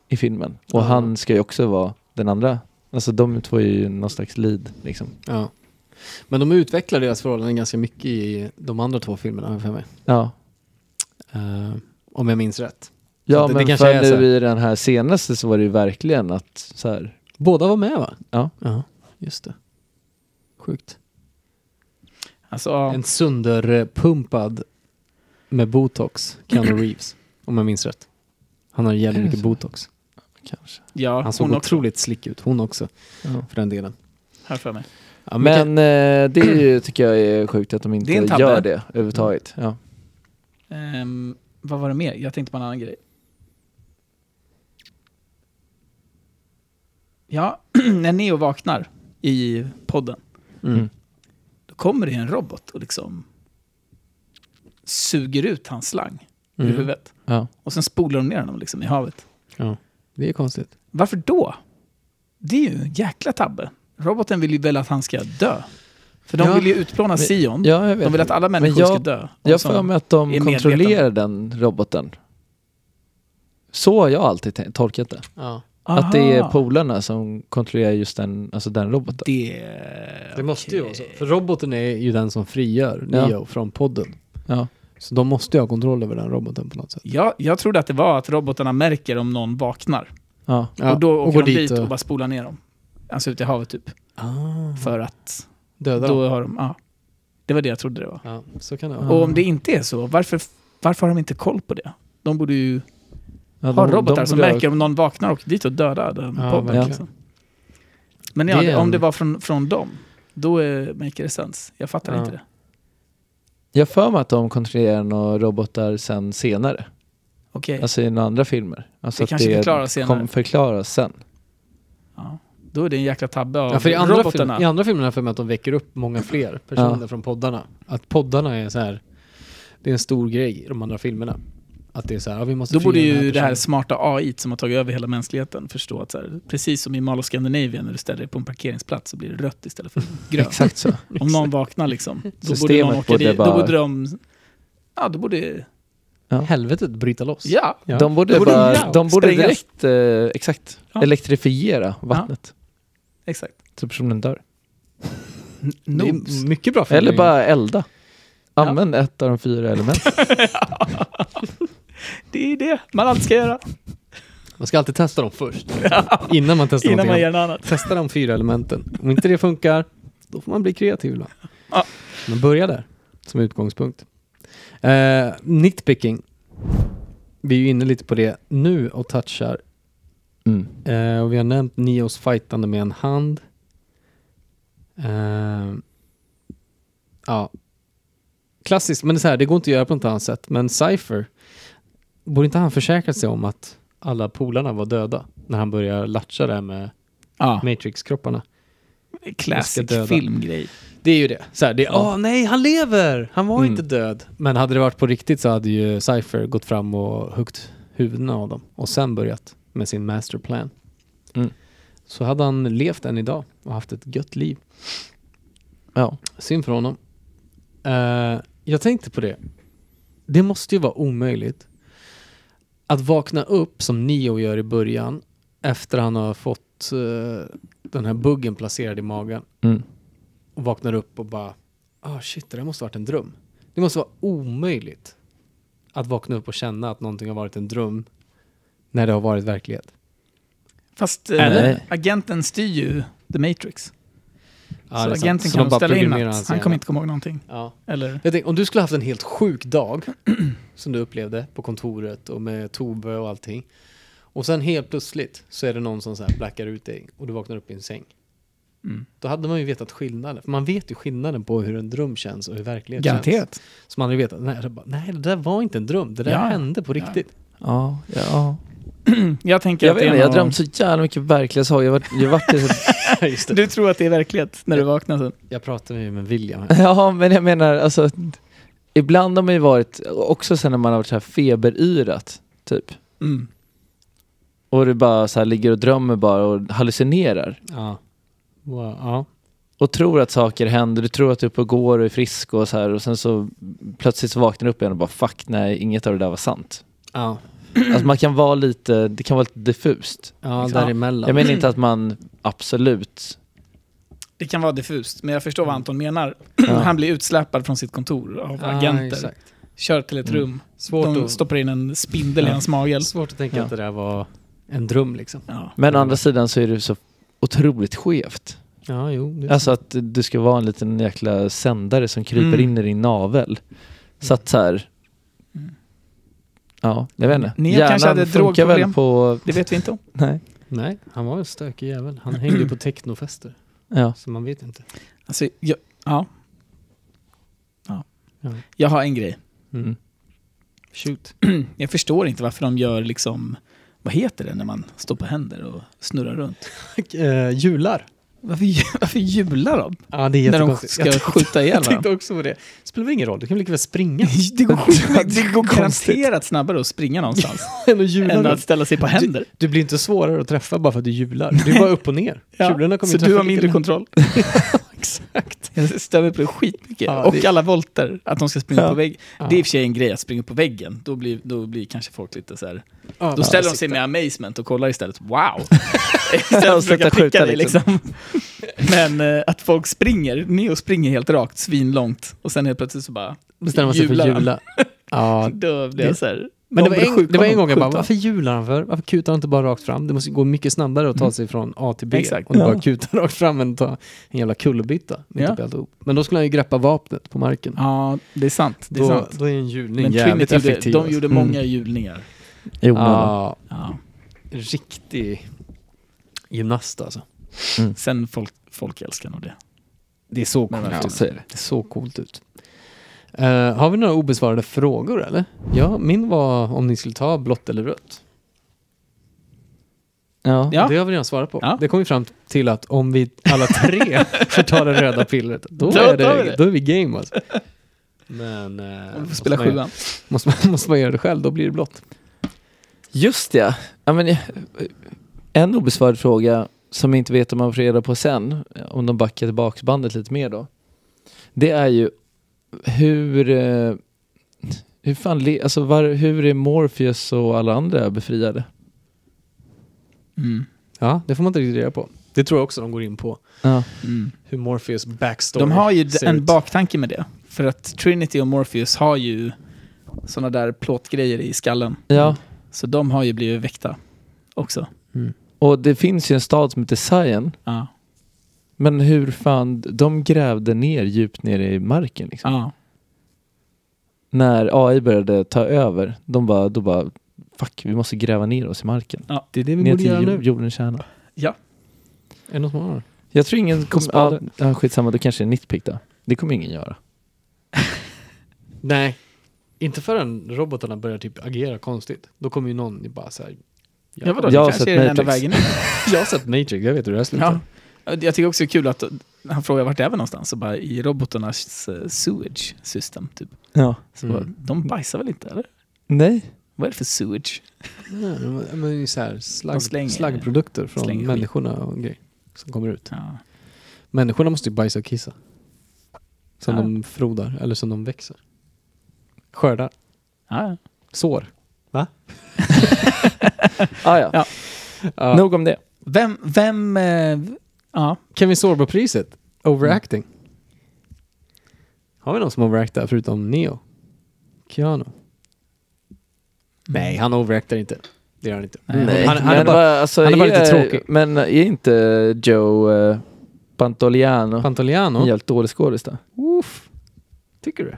Speaker 3: i filmen. Och
Speaker 1: Ja.
Speaker 3: han ska ju också vara den andra. Alltså de två är ju någon slags lead liksom.
Speaker 1: Ja. Men de utvecklar deras förhållande ganska mycket i de andra två filmerna, har jag för mig.
Speaker 3: Ja,
Speaker 1: Eh, om jag minns rätt.
Speaker 3: ja
Speaker 1: det- det
Speaker 3: men
Speaker 1: kanske är
Speaker 3: för
Speaker 1: så här.
Speaker 3: nu i den här senaste så var det ju verkligen att så här,
Speaker 1: Båda var med va?
Speaker 3: Ja.
Speaker 1: Ja, just det. Sjukt.
Speaker 4: Alltså,
Speaker 1: En sönderpumpad med botox, Keanu Reeves. om jag minns rätt. Han har jävligt
Speaker 3: Är det
Speaker 1: mycket
Speaker 3: så?
Speaker 1: botox.
Speaker 3: kanske.
Speaker 4: ja,
Speaker 1: Han såg
Speaker 4: hon också,
Speaker 1: otroligt slick ut, hon också
Speaker 3: Ja.
Speaker 1: för den delen.
Speaker 4: här för mig.
Speaker 1: Ja,
Speaker 3: Men eh, det är ju, tycker jag är sjukt att de inte
Speaker 4: Det är en tabbe.
Speaker 3: gör det överhuvudtaget. Ja.
Speaker 4: Ehm, vad var det mer? Jag tänkte på en annan grej. Ja, när Neo vaknar i podden,
Speaker 1: Mm.
Speaker 4: då kommer det en robot och liksom suger ut hans slang ur
Speaker 1: Mm.
Speaker 4: huvudet.
Speaker 3: Ja.
Speaker 4: Och sen spolar de ner honom liksom i havet.
Speaker 1: Det är konstigt.
Speaker 4: Varför då? Det är ju en jäkla tabbe. Roboten vill ju väl att han ska dö. För de
Speaker 3: Ja.
Speaker 4: vill ju utplåna Sion.
Speaker 3: Ja, jag vet.
Speaker 4: de vill att alla människor
Speaker 3: jag-
Speaker 4: ska dö. Och
Speaker 3: jag
Speaker 4: så-
Speaker 3: får för mig att
Speaker 4: är
Speaker 3: de
Speaker 4: medvetna.
Speaker 3: kontrollerar den roboten. Så har jag alltid tän- tolkat det.
Speaker 1: Ja.
Speaker 3: Att det är
Speaker 4: Aha.
Speaker 3: polarna som kontrollerar just den, alltså den roboten.
Speaker 4: Det,
Speaker 1: Det måste ju vara så. För roboten är ju den som frigör
Speaker 3: Ja.
Speaker 1: Neo från podden.
Speaker 3: Ja.
Speaker 1: Så de måste ju ha kontroll över den roboten på något sätt.
Speaker 4: Jag, jag trodde att det var att robotarna märker om någon vaknar.
Speaker 3: Ja.
Speaker 1: Ja,
Speaker 4: och då åker de dit och... bara spolar ner dem. Alltså ut i havet typ.
Speaker 1: ah,
Speaker 4: För att
Speaker 1: döda dem.
Speaker 4: då har de... Ja. Det var det jag trodde det var.
Speaker 1: Ja, så kan det
Speaker 3: Ja.
Speaker 1: vara.
Speaker 4: Och om det inte är så, varför, varför har de inte koll på det? De borde ju
Speaker 3: Ja,
Speaker 4: ha
Speaker 3: de-
Speaker 4: robotar
Speaker 3: de
Speaker 4: som
Speaker 3: borde ha-
Speaker 4: märker om någon vaknar och åker dit och dödar den
Speaker 1: Ja,
Speaker 4: podden.
Speaker 3: verkligen.
Speaker 4: Liksom. Men ja,
Speaker 3: Det är
Speaker 4: om
Speaker 3: en-
Speaker 4: det var från, från dem, då är, make det sens. Jag fattar
Speaker 1: Ja.
Speaker 4: inte det.
Speaker 3: Jag för mig att de kontrollerar några robotar sen senare.
Speaker 4: Okej.
Speaker 3: Alltså i några andra filmer. Alltså
Speaker 4: Det
Speaker 3: att
Speaker 4: kanske förklaras senare.
Speaker 3: kom- förklaras sen.
Speaker 4: Ja. Då är det en jäkla tabbe av
Speaker 1: Ja, för i andra, film,
Speaker 4: robotarna.
Speaker 1: I andra filmerna har jag för mig att de väcker upp många fler personer från poddarna. Att poddarna är så här, det är en stor grej i de andra filmerna. Att det är så här, ja, vi måste
Speaker 4: Då borde
Speaker 1: frigöra den
Speaker 4: ju det här
Speaker 1: personen.
Speaker 4: smarta AI som har tagit över hela mänskligheten förstå att så här, precis som i Mall of Scandinavia när du ställer dig på en parkeringsplats så blir det rött istället för grönt.
Speaker 3: Exakt så.
Speaker 4: Om någon vaknar liksom, då borde
Speaker 3: Systemet
Speaker 4: någon åka
Speaker 3: borde
Speaker 4: dit. Då
Speaker 3: bara-
Speaker 4: borde de... Ja, då borde...
Speaker 1: helvetet bryta loss.
Speaker 4: Ja,
Speaker 1: Ja.
Speaker 3: De borde,
Speaker 4: Då borde
Speaker 3: bara,
Speaker 4: de-
Speaker 3: de borde
Speaker 4: sprängas.
Speaker 3: direkt eh, exakt,
Speaker 4: Ja.
Speaker 3: elektrifiera vattnet.
Speaker 4: exakt.
Speaker 3: Så personen dör.
Speaker 1: det är mycket bra film.
Speaker 3: Eller bara elda. Använd ett av de fyra elementen.
Speaker 4: Det är det man alltid ska göra
Speaker 1: Man ska alltid testa dem först. Innan man testar någonting
Speaker 4: innan man gör
Speaker 1: annat.
Speaker 4: något annat.
Speaker 1: Testa de fyra elementen. Om inte det funkar, då får man bli kreativ ibland.
Speaker 4: Ja.
Speaker 1: Men börja där, som utgångspunkt. Eh, nitpicking. Vi är ju inne lite på det nu och touchar
Speaker 3: Mm.
Speaker 1: Eh, och vi har nämnt Nios fightande med en hand. Eh, ja. Klassiskt, men det, är så här, det går inte att göra på något annat sätt. Men Cypher, borde inte han försäkra sig om att alla polarna var döda när han börjar latcha det här med
Speaker 4: Ja,
Speaker 1: Matrix-kropparna?
Speaker 4: classic
Speaker 1: döda.
Speaker 4: filmgrej.
Speaker 1: Det är ju det. Så här, det är, åh nej, han lever! Han var inte död. Men hade det varit på riktigt så hade ju Cypher gått fram och huggt huvudena av dem och sen börjat med sin masterplan.
Speaker 3: Mm.
Speaker 1: Så hade han levt än idag och haft ett gött liv.
Speaker 3: Ja.
Speaker 1: Synd för honom. Eh, jag tänkte på det. Det måste ju vara omöjligt att vakna upp som Neo gör i början efter han har fått eh, den här buggen placerad i magen
Speaker 3: Mm.
Speaker 1: och vaknar upp och bara ah shit, det där måste ha varit en dröm. Det måste vara omöjligt att vakna upp och känna att någonting har varit en dröm när det har varit verklighet.
Speaker 4: Fast eh,
Speaker 3: Eller?
Speaker 4: agenten styr ju The Matrix.
Speaker 1: Ja,
Speaker 4: så
Speaker 1: det är sant.
Speaker 4: agenten
Speaker 1: Så
Speaker 4: kan
Speaker 1: de
Speaker 4: nog
Speaker 1: bara
Speaker 4: ställa in
Speaker 1: programmerar
Speaker 4: att
Speaker 1: hans
Speaker 4: han
Speaker 1: hjärna.
Speaker 4: kommer inte komma ihåg någonting.
Speaker 1: Ja.
Speaker 4: Eller,
Speaker 1: Jag tänkte, om du skulle haft en helt sjuk dag som du upplevde på kontoret och med Tove och allting. Och sen helt plötsligt så är det någon som så här blackar ut dig och du vaknar upp i en säng.
Speaker 4: Mm.
Speaker 1: Då hade man ju vetat skillnaden. För man vet ju skillnaden på hur en dröm känns och hur verklighet känns.
Speaker 4: garanterat.
Speaker 1: Så man hade ju vetat, nej, det bara, nej, det där var inte en dröm, det där
Speaker 4: Ja.
Speaker 1: hände på riktigt.
Speaker 3: Ja, ja.
Speaker 4: jag tänker
Speaker 3: Jag
Speaker 4: att
Speaker 3: vet inte,
Speaker 4: det är
Speaker 3: jag har
Speaker 4: någon-
Speaker 3: drömt så jävla mycket verkliga saker. Jag varit, jag varit i så...
Speaker 1: Just det.
Speaker 4: Du tror att det är verklighet när du vaknar sen?
Speaker 1: Jag pratar ju med William här.
Speaker 3: Ja, men jag menar alltså... Ibland har man ju varit, också sen när man har varit så här feberyrat, typ.
Speaker 4: Mm.
Speaker 3: Och du bara så här ligger och drömmer bara och hallucinerar.
Speaker 1: Ja. Wow, ja.
Speaker 3: Och tror att saker händer, du tror att du är uppe och går och är frisk och så här. Och sen så plötsligt så vaknar du upp igen och bara fuck nej, inget av det där var sant.
Speaker 1: Ja.
Speaker 3: Alltså man kan vara lite, det kan vara lite diffust.
Speaker 1: ja, däremellan.
Speaker 3: Jag menar inte att man absolut...
Speaker 4: Det kan vara diffust, men jag förstår vad Anton menar.
Speaker 3: Ja.
Speaker 4: Han blir utsläpad från sitt kontor av
Speaker 1: Ja,
Speaker 4: agenter.
Speaker 1: exakt. Mm.
Speaker 4: Kör till ett rum.
Speaker 1: Svårt,
Speaker 4: De
Speaker 1: att,
Speaker 4: stoppar in en spindel i
Speaker 3: Ja.
Speaker 4: hans mage.
Speaker 1: svårt att tänka
Speaker 3: Ja.
Speaker 1: att det där var en dröm liksom.
Speaker 4: Ja.
Speaker 3: Men å andra sidan så är det så otroligt skevt.
Speaker 1: Ja, jo. det-
Speaker 3: Alltså att du ska vara en liten jäkla sändare som kryper
Speaker 4: Mm.
Speaker 3: in i din navel. Så att så här...
Speaker 4: Mm.
Speaker 3: Ja, jag vet inte.
Speaker 4: Ni
Speaker 3: Hjärnan
Speaker 4: kanske hade
Speaker 3: funkar
Speaker 4: drogproblem?
Speaker 3: väl på...
Speaker 4: Det vet vi inte om.
Speaker 3: Nej.
Speaker 1: Nej, han var en stökig jävel. Han hängde ju på technofester.
Speaker 3: Ja.
Speaker 1: Så man vet inte.
Speaker 4: Alltså, jag, ja. ja.
Speaker 1: Ja.
Speaker 4: Jag har en grej.
Speaker 3: Mm.
Speaker 1: Shoot.
Speaker 4: Jag förstår inte varför de gör liksom, vad heter det när man står på händer och snurrar runt?
Speaker 1: Eh, jular.
Speaker 4: Varför, ju- varför hjular de?
Speaker 1: Ja, det är
Speaker 4: När de
Speaker 1: jättekonstigt.
Speaker 4: ska
Speaker 1: Jag tänkte-
Speaker 4: skjuta ihjäl
Speaker 1: Jag tänkte
Speaker 4: varandra?
Speaker 1: också på det. Spelar väl ingen roll, du kan väl lika väl springa
Speaker 4: Det går, skit- det går
Speaker 1: Konstigt.
Speaker 4: garanterat snabbare att springa någonstans
Speaker 1: än att jula.
Speaker 4: än att
Speaker 1: runt.
Speaker 4: ställa sig på händer.
Speaker 1: Du blir inte svårare att träffa bara för att du jular. Du är bara upp och ner.
Speaker 4: Ja,
Speaker 1: Kulorna kommer
Speaker 4: så
Speaker 1: ju träffa
Speaker 4: du har
Speaker 1: lika
Speaker 4: mindre
Speaker 1: lätt.
Speaker 4: kontroll. Exakt. Jag stämmer på det skitmycket.
Speaker 1: Ja,
Speaker 4: och
Speaker 1: det-
Speaker 4: alla volter, att de ska springa
Speaker 3: Ja.
Speaker 4: på väggen.
Speaker 1: Ja.
Speaker 4: Det är i och för sig en grej att springa på väggen. Då blir, då blir kanske folk lite så här...
Speaker 1: Ja,
Speaker 4: Då ställer de sig med amazement och kollar istället. Wow! Istället för att
Speaker 3: sluta
Speaker 4: försöka
Speaker 3: skjuta,
Speaker 4: pricka dig liksom. Men eh, att folk springer, Neo springer helt rakt, svinlångt. Och sen helt plötsligt så bara...
Speaker 1: Bestämmer man sig för
Speaker 4: Jular.
Speaker 1: jula. Ja.
Speaker 4: Då blir
Speaker 1: Det-
Speaker 4: jag så här...
Speaker 1: Men det var,
Speaker 4: de borde
Speaker 1: en,
Speaker 4: skjuta
Speaker 1: det var en
Speaker 4: honom,
Speaker 1: gång jag bara,
Speaker 4: skjuta
Speaker 1: varför jular han för? Varför kutar han inte bara rakt fram? Det måste ju gå mycket snabbare att ta sig från A till B.
Speaker 4: Exakt.
Speaker 1: Om du
Speaker 3: Ja.
Speaker 1: bara kutar rakt fram än att ta en jävla kullerbytta. mitt
Speaker 4: Ja.
Speaker 1: uppe i alltihop. Men då skulle han ju greppa vapnet på marken.
Speaker 4: honom. Ja, det är sant. Det är
Speaker 1: då,
Speaker 4: sant.
Speaker 1: då är en julning
Speaker 4: Men
Speaker 1: jävligt
Speaker 4: Trinity gjorde,
Speaker 1: effektiv.
Speaker 4: de
Speaker 1: alltså.
Speaker 4: gjorde
Speaker 3: Mm.
Speaker 4: många julningar.
Speaker 3: I onödan.
Speaker 1: Ja,
Speaker 4: Ja.
Speaker 1: riktig gymnast alltså.
Speaker 4: Sen folk, folk älskar nog det.
Speaker 1: Det är så
Speaker 4: Men
Speaker 1: coolt.
Speaker 4: verkligen.
Speaker 1: ut. Det såg coolt ut. Eh, har vi några obesvarade frågor eller? Ja, min var om ni skulle ta blått eller rött.
Speaker 3: Ja.
Speaker 4: Ja.
Speaker 1: Det har vi redan svarat på.
Speaker 4: Ja.
Speaker 1: Det kom vi fram till att om vi alla tre får ta det röda pillret, då,
Speaker 4: Då
Speaker 1: är,
Speaker 4: tar vi
Speaker 1: det,
Speaker 4: det.
Speaker 1: då är vi game alltså. Men... eh,
Speaker 4: Om vi får
Speaker 1: måste
Speaker 4: spela
Speaker 1: man göra-
Speaker 4: sjuan.
Speaker 1: Måste man, måste man göra det själv, då blir det blått.
Speaker 3: Just det. Ja, men, eh, en obesvarad fråga som jag inte vet om man får reda på sen, om de backar tillbaka bandet lite mer då. Det är ju hur... eh, Hur, fan, le- alltså, var, hur är Morpheus och alla andra befriade?
Speaker 4: Mm.
Speaker 1: Ja, det får man inte riktigt reda på. Det tror jag också de går in på.
Speaker 3: Ja.
Speaker 4: Mm.
Speaker 1: Hur Morpheus backstory
Speaker 4: De har ju d-
Speaker 1: ser
Speaker 4: en
Speaker 1: ut.
Speaker 4: baktanke med det. För att Trinity och Morpheus har ju sådana där plåtgrejer i skallen.
Speaker 3: ja.
Speaker 4: Så de har ju blivit väckta också.
Speaker 3: Och det finns ju en stad som heter Sion.
Speaker 4: Ja.
Speaker 3: Men hur fan, de grävde ner djupt ner i marken liksom.
Speaker 4: Ja.
Speaker 3: När AI började ta över, de bara, då bara, fuck, vi måste gräva ner oss i marken.
Speaker 4: ja.
Speaker 1: Det är det vi
Speaker 3: Ner
Speaker 1: borde
Speaker 3: till
Speaker 1: göra
Speaker 3: jord,
Speaker 1: nu.
Speaker 3: jordens kärna.
Speaker 1: Är det något man har?
Speaker 3: Jag tror ingen kommer... Ja,
Speaker 1: spade.
Speaker 3: ja, skitsamma, då kanske det är nitpick då. Det kommer ingen göra.
Speaker 1: Nej, inte förrän robotarna börjar typ agera konstigt. Då kommer ju någon bara så här.
Speaker 4: Ja, vadå?
Speaker 3: Jag har
Speaker 4: det kanske
Speaker 3: sett
Speaker 4: är den enda
Speaker 3: Matrix.
Speaker 4: vägen in.
Speaker 1: Jag har sett Matrix, jag vet hur det här slutar.
Speaker 4: Ja. Jag tycker också det är kul att han frågar vart det är vi någonstans. Så bara i robotarnas eh, sewage system. Typ.
Speaker 3: Ja.
Speaker 4: Så
Speaker 1: Mm.
Speaker 4: bara, de bajsar väl inte eller?
Speaker 3: Nej.
Speaker 4: Vad är det för sewage?
Speaker 1: Nej, men- men det är ju så här
Speaker 4: De
Speaker 1: slagg,
Speaker 4: slänger-
Speaker 1: slaggprodukter från
Speaker 4: slänger skit.
Speaker 1: människorna och grejer som kommer ut.
Speaker 4: Ja.
Speaker 1: Människorna måste ju bajsa och kissa. Som
Speaker 4: Ja.
Speaker 1: de frodar, eller som de växer. Skördar.
Speaker 4: Ja.
Speaker 1: Sår.
Speaker 3: Ah, ja.
Speaker 4: Ja.
Speaker 1: Ja.
Speaker 3: Nog om det.
Speaker 4: Vem, vem, eh, ja.
Speaker 1: Kevin Sorbo-priset. Overacting. Har vi någon som overactar förutom Neo? Keanu?
Speaker 4: Mm.
Speaker 1: Nej, han overactar inte. Det gör han inte.
Speaker 4: Nej.
Speaker 1: Han, han är
Speaker 3: men
Speaker 1: bara
Speaker 3: bara, alltså,
Speaker 1: han är bara lite
Speaker 3: är-
Speaker 1: tråkig.
Speaker 3: Men är inte Joe eh, Pantoliano
Speaker 1: Pantoliano.
Speaker 3: en jävligt dålig skådis då?
Speaker 1: Uff. Tycker du?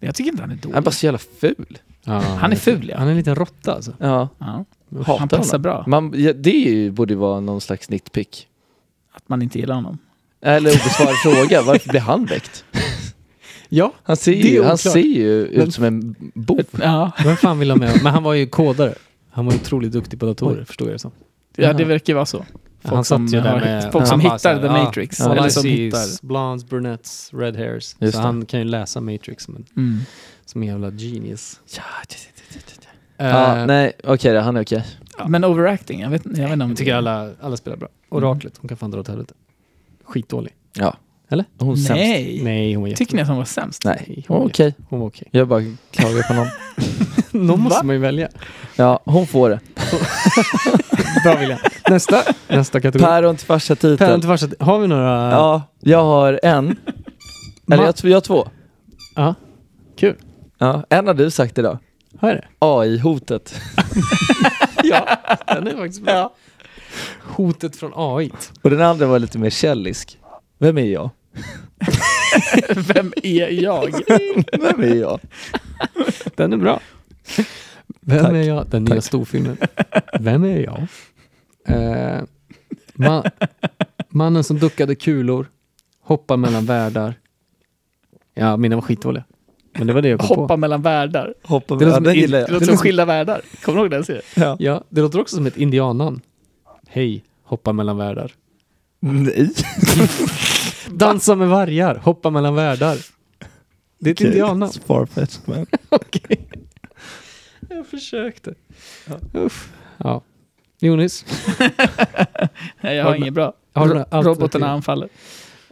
Speaker 4: Jag tycker inte han är
Speaker 3: Han är
Speaker 4: dålig.
Speaker 3: bara så jävla ful.
Speaker 4: Han är ful ja.
Speaker 1: Han är en liten råtta alltså.
Speaker 3: Ja.
Speaker 4: ja.
Speaker 3: Hatar
Speaker 4: Han passar
Speaker 3: honom.
Speaker 4: bra.
Speaker 1: Mm.
Speaker 3: Man, ja, det är ju, borde ju vara någon slags nitpick.
Speaker 4: Att man inte gillar honom.
Speaker 3: Eller obesvarad fråga, varför blir han väckt?
Speaker 4: Ja.
Speaker 3: Han ser
Speaker 4: Det är
Speaker 3: ju, han
Speaker 4: oklart.
Speaker 3: ser ju
Speaker 4: Men-
Speaker 3: ut som en
Speaker 4: Eh.
Speaker 3: bov.
Speaker 4: Ja,
Speaker 1: Vem fan vill ha med Men han var ju kodare. Han var ju otroligt duktig på datorer, förstod jag det som.
Speaker 4: ja, det verkar ju vara så. Folk
Speaker 1: han
Speaker 4: som,
Speaker 1: satt ju där
Speaker 4: har-
Speaker 1: med...
Speaker 4: folk
Speaker 1: han
Speaker 4: som
Speaker 1: bara
Speaker 4: hittar
Speaker 1: så här,
Speaker 4: The
Speaker 1: "Ah,
Speaker 4: Matrix.
Speaker 1: Ja,
Speaker 4: eller
Speaker 1: precis.
Speaker 4: som hittar...
Speaker 1: Blondes, brunettes, red hairs.
Speaker 3: Just
Speaker 1: så
Speaker 3: det.
Speaker 1: han kan ju läsa Matrix som en,
Speaker 4: Mm.
Speaker 1: som en jävla genius. Eh, Ja,
Speaker 3: Ja, nej, okej då, han är okej.
Speaker 4: Men overacting, jag vet, jag vet inte om
Speaker 1: jag tycker alla, alla spelar bra. Oraklet, hon kan fan dra åt helvete. Skitdålig.
Speaker 3: Hon är sämst.
Speaker 4: Nej.
Speaker 1: Nej, hon var
Speaker 4: Tycker ni att hon var sämst?
Speaker 3: Nej,
Speaker 1: hon
Speaker 3: hon
Speaker 1: är
Speaker 3: är okej.
Speaker 1: Hon var okej.
Speaker 3: Jag bara klagar på någon.
Speaker 1: Någon måste man ju välja.
Speaker 3: Ja, hon får det.
Speaker 1: Bra William. Nästa, nästa kategori.
Speaker 3: Päron till farsa-titeln.
Speaker 1: Päron till farsa. Har vi några?
Speaker 3: Ja, jag har en. Eller jag, tror- jag har två.
Speaker 1: Ja. Kul.
Speaker 3: Ja, en har du sagt idag.
Speaker 1: Har jag det?
Speaker 3: AI-hotet.
Speaker 1: Den är faktiskt bra. Hotet från AI.
Speaker 3: Och den andra var lite mer källisk. Vem är jag?
Speaker 4: Vem är jag?
Speaker 3: Vem är jag?
Speaker 1: Den är bra. Vem
Speaker 3: Tack.
Speaker 1: är jag? Den nya
Speaker 3: Tack.
Speaker 1: storfilmen. Vem är jag? Eh, ma- mannen som duckade kulor, hoppar mellan världar. Ja, mina var skitdåliga. Men det var det jag kom
Speaker 4: Hoppa
Speaker 1: på.
Speaker 4: mellan världar.
Speaker 3: Hoppa
Speaker 1: Det låter
Speaker 3: ja,
Speaker 1: som
Speaker 3: den
Speaker 1: in-
Speaker 3: gillar
Speaker 4: Det
Speaker 3: jag.
Speaker 4: låter som skilda världar. Kommer du ihåg den serien?
Speaker 3: Ja.
Speaker 1: Ja, det låter också som ett indiannamn. Hej, hoppa mellan världar.
Speaker 3: Nej.
Speaker 1: Dansa med vargar, hoppa mellan världar. Det är ett indiannamn.
Speaker 3: Farfetched man.
Speaker 1: Okej. Jag försökte. Uff. Ja. Jonis?
Speaker 4: Nej, jag
Speaker 1: Har
Speaker 4: har
Speaker 1: du-
Speaker 4: inget bra.
Speaker 1: har du
Speaker 4: Ro-
Speaker 1: några alternativ?
Speaker 4: Robotarna anfaller.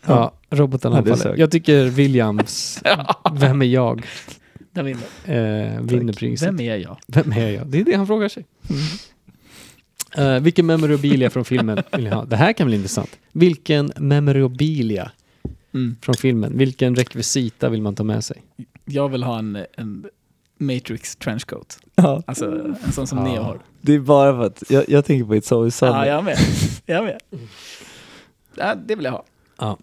Speaker 1: Ja, roboten
Speaker 3: Ja, det
Speaker 1: anfaller.
Speaker 3: sög.
Speaker 1: jag tycker Williams, Vem är jag?
Speaker 4: Den vinner.
Speaker 1: Eh, vinner priset.
Speaker 4: Vem är jag?
Speaker 1: Vem är jag? Det är det han frågar sig. Eh, vilken memorabilia från filmen vill ni ha? Det här kan bli intressant. Vilken memorabilia
Speaker 4: Mm.
Speaker 1: från filmen? Vilken rekvisita vill man ta med sig?
Speaker 4: Jag vill ha en, en Matrix trenchcoat.
Speaker 3: Ja,
Speaker 4: Alltså en sån som
Speaker 1: Ja.
Speaker 4: Neo har.
Speaker 3: det är bara för att jag, jag tänker på It's Always Sunny.
Speaker 4: Ah, Ja, jag med. Jag med. Ja, det vill jag ha.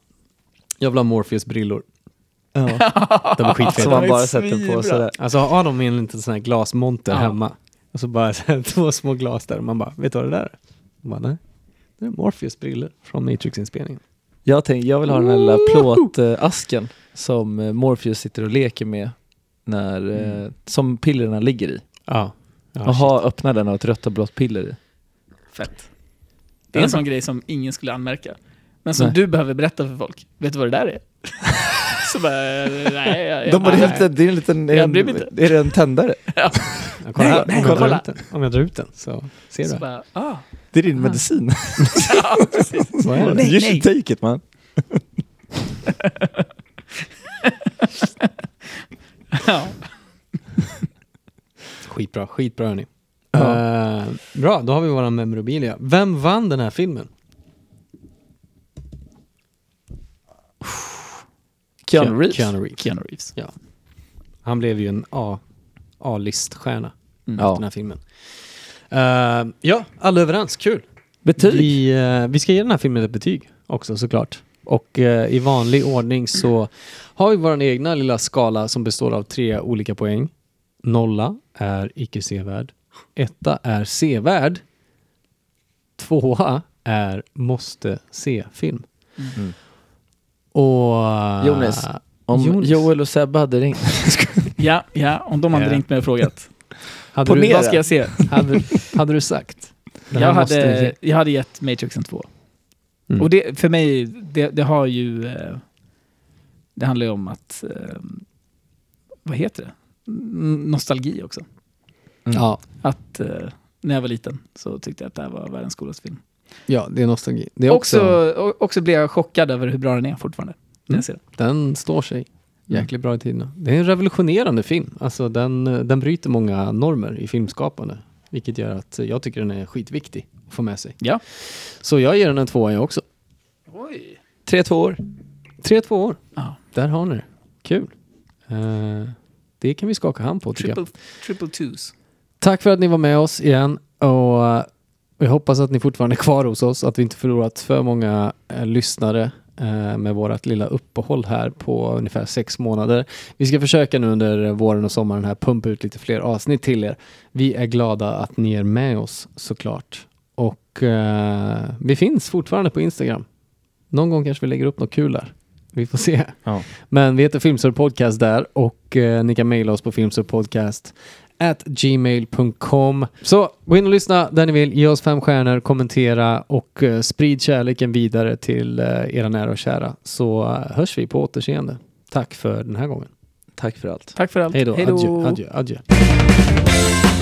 Speaker 1: Jag vill ha Morpheus brillor.
Speaker 3: Ja.
Speaker 1: De är
Speaker 3: Som
Speaker 1: skitfeta.
Speaker 3: man
Speaker 4: är
Speaker 3: bara sätter på
Speaker 4: svinbra.
Speaker 3: sådär.
Speaker 1: Alltså har de en liten sån här glasmonter
Speaker 4: Ja.
Speaker 1: hemma och så bara så här, två små glas där och man bara, vet du vad det där är? Man bara, nej. Det är Morpheus brillor från Matrix-inspelningen.
Speaker 3: Jag, tänker, jag vill ha den här lilla plåtasken som eh, Morpheus sitter och leker med när, eh,
Speaker 4: Mm.
Speaker 3: som pillerna ligger i.
Speaker 1: Ja. ja
Speaker 3: Och ha öppna den och ett rött och blått piller i.
Speaker 4: Fett. Det
Speaker 1: Den
Speaker 4: är
Speaker 1: är
Speaker 4: en sån grej som ingen skulle anmärka. Men som
Speaker 3: Nej.
Speaker 4: du behöver berätta för folk. Vet du vad det där är? så bara, nej, jag,
Speaker 3: De bara,
Speaker 4: jag,
Speaker 3: det är en liten- det är en liten,
Speaker 4: Jag bryr mig inte.
Speaker 3: är det en tändare?
Speaker 1: Ja, kolla, här.
Speaker 4: Nej,
Speaker 1: om, jag drar
Speaker 4: kolla.
Speaker 1: ut den, om jag drar ut den så ser
Speaker 4: så
Speaker 1: du.
Speaker 4: bara, ah,
Speaker 3: Det är din medicin.
Speaker 1: Vad är det?
Speaker 3: You should take it man.
Speaker 4: ja.
Speaker 1: Skitbra, skitbra hörni. Eh, bra, då har vi våran memorabilia. Vem vann den här filmen?
Speaker 3: Keanu Reeves.
Speaker 1: Keanu Reeves.
Speaker 4: Keanu Reeves.
Speaker 1: Han blev ju en A- A-liststjärna efter
Speaker 3: Mm. Ja.
Speaker 1: den här filmen. Eh, ja, alla överens, kul.
Speaker 3: Betyg.
Speaker 1: Vi, eh, vi ska ge den här filmen ett betyg också såklart. Och eh, i vanlig ordning så har vi vår egna lilla skala som består av tre olika poäng. Nolla är icke sevärd. Etta är sevärd. Tvåa är måste se-film.
Speaker 4: Mm.
Speaker 1: Och...
Speaker 3: Jonas, Om
Speaker 1: Jonas.
Speaker 3: Joel och Sebbe hade ringt.
Speaker 4: Ja, ja, om de hade
Speaker 1: Ja.
Speaker 4: ringt mig och frågat.
Speaker 1: hade, du,
Speaker 3: ponera.
Speaker 4: Vad ska jag se?
Speaker 1: hade, hade du sagt? Det här
Speaker 4: Jag
Speaker 1: måste vi
Speaker 4: hade,
Speaker 1: se.
Speaker 4: jag hade gett Matrix en två.
Speaker 1: Mm.
Speaker 4: Och det, för mig, det, det har ju... eh, Det handlar ju om att... eh, Vad heter det? N- Nostalgi också. Mm.
Speaker 1: Ja,
Speaker 4: Att eh, när jag var liten så tyckte jag att det här var världens coolaste film.
Speaker 1: ja, det är nostalgi. Det är också,
Speaker 4: Också, o- också blev jag chockad över hur bra den är fortfarande. när
Speaker 1: Mm.
Speaker 4: Jag ser den.
Speaker 1: Den står sig
Speaker 4: Mm.
Speaker 1: jäkligt bra i tiderna. Det är en revolutionerande film. Alltså den, den bryter många normer i filmskapande. Vilket gör att jag tycker den är skitviktig att få med sig.
Speaker 4: Ja.
Speaker 1: Så jag ger den en tvåa jag också.
Speaker 4: Oj.
Speaker 3: Tre, två år.
Speaker 1: Tre tvåor.
Speaker 4: Ja.
Speaker 1: Där har ni det. Kul. Eh, det kan vi skaka hand på tycker jag.
Speaker 4: Triple, triple twos.
Speaker 1: Tack för att ni var med oss igen. Och eh, vi hoppas att ni fortfarande är kvar hos oss, att vi inte förlorat för många eh, lyssnare eh, med vårt lilla uppehåll här på ungefär sex månader. Vi ska försöka nu under våren och sommaren här pumpa ut lite fler avsnitt till er. Vi är glada att ni är med oss såklart. Och eh, vi finns fortfarande på Instagram. Någon gång kanske vi lägger upp något kul där. Vi får se.
Speaker 3: Ja.
Speaker 1: Men vi heter Filmsur Podcast där och eh, ni kan mejla oss på filmsurpodcast at gmail.com. Så gå in och lyssna där ni vill. Ge oss fem stjärnor, kommentera och eh, sprid kärleken vidare till eh, era nära och kära. Så eh, hörs vi på återseende. Tack för den här gången.
Speaker 3: Tack för allt.
Speaker 4: Tack för allt.
Speaker 1: Hej då.
Speaker 4: Hej då.
Speaker 1: Adjö. Adjö. Adjö.
Speaker 7: Thank you.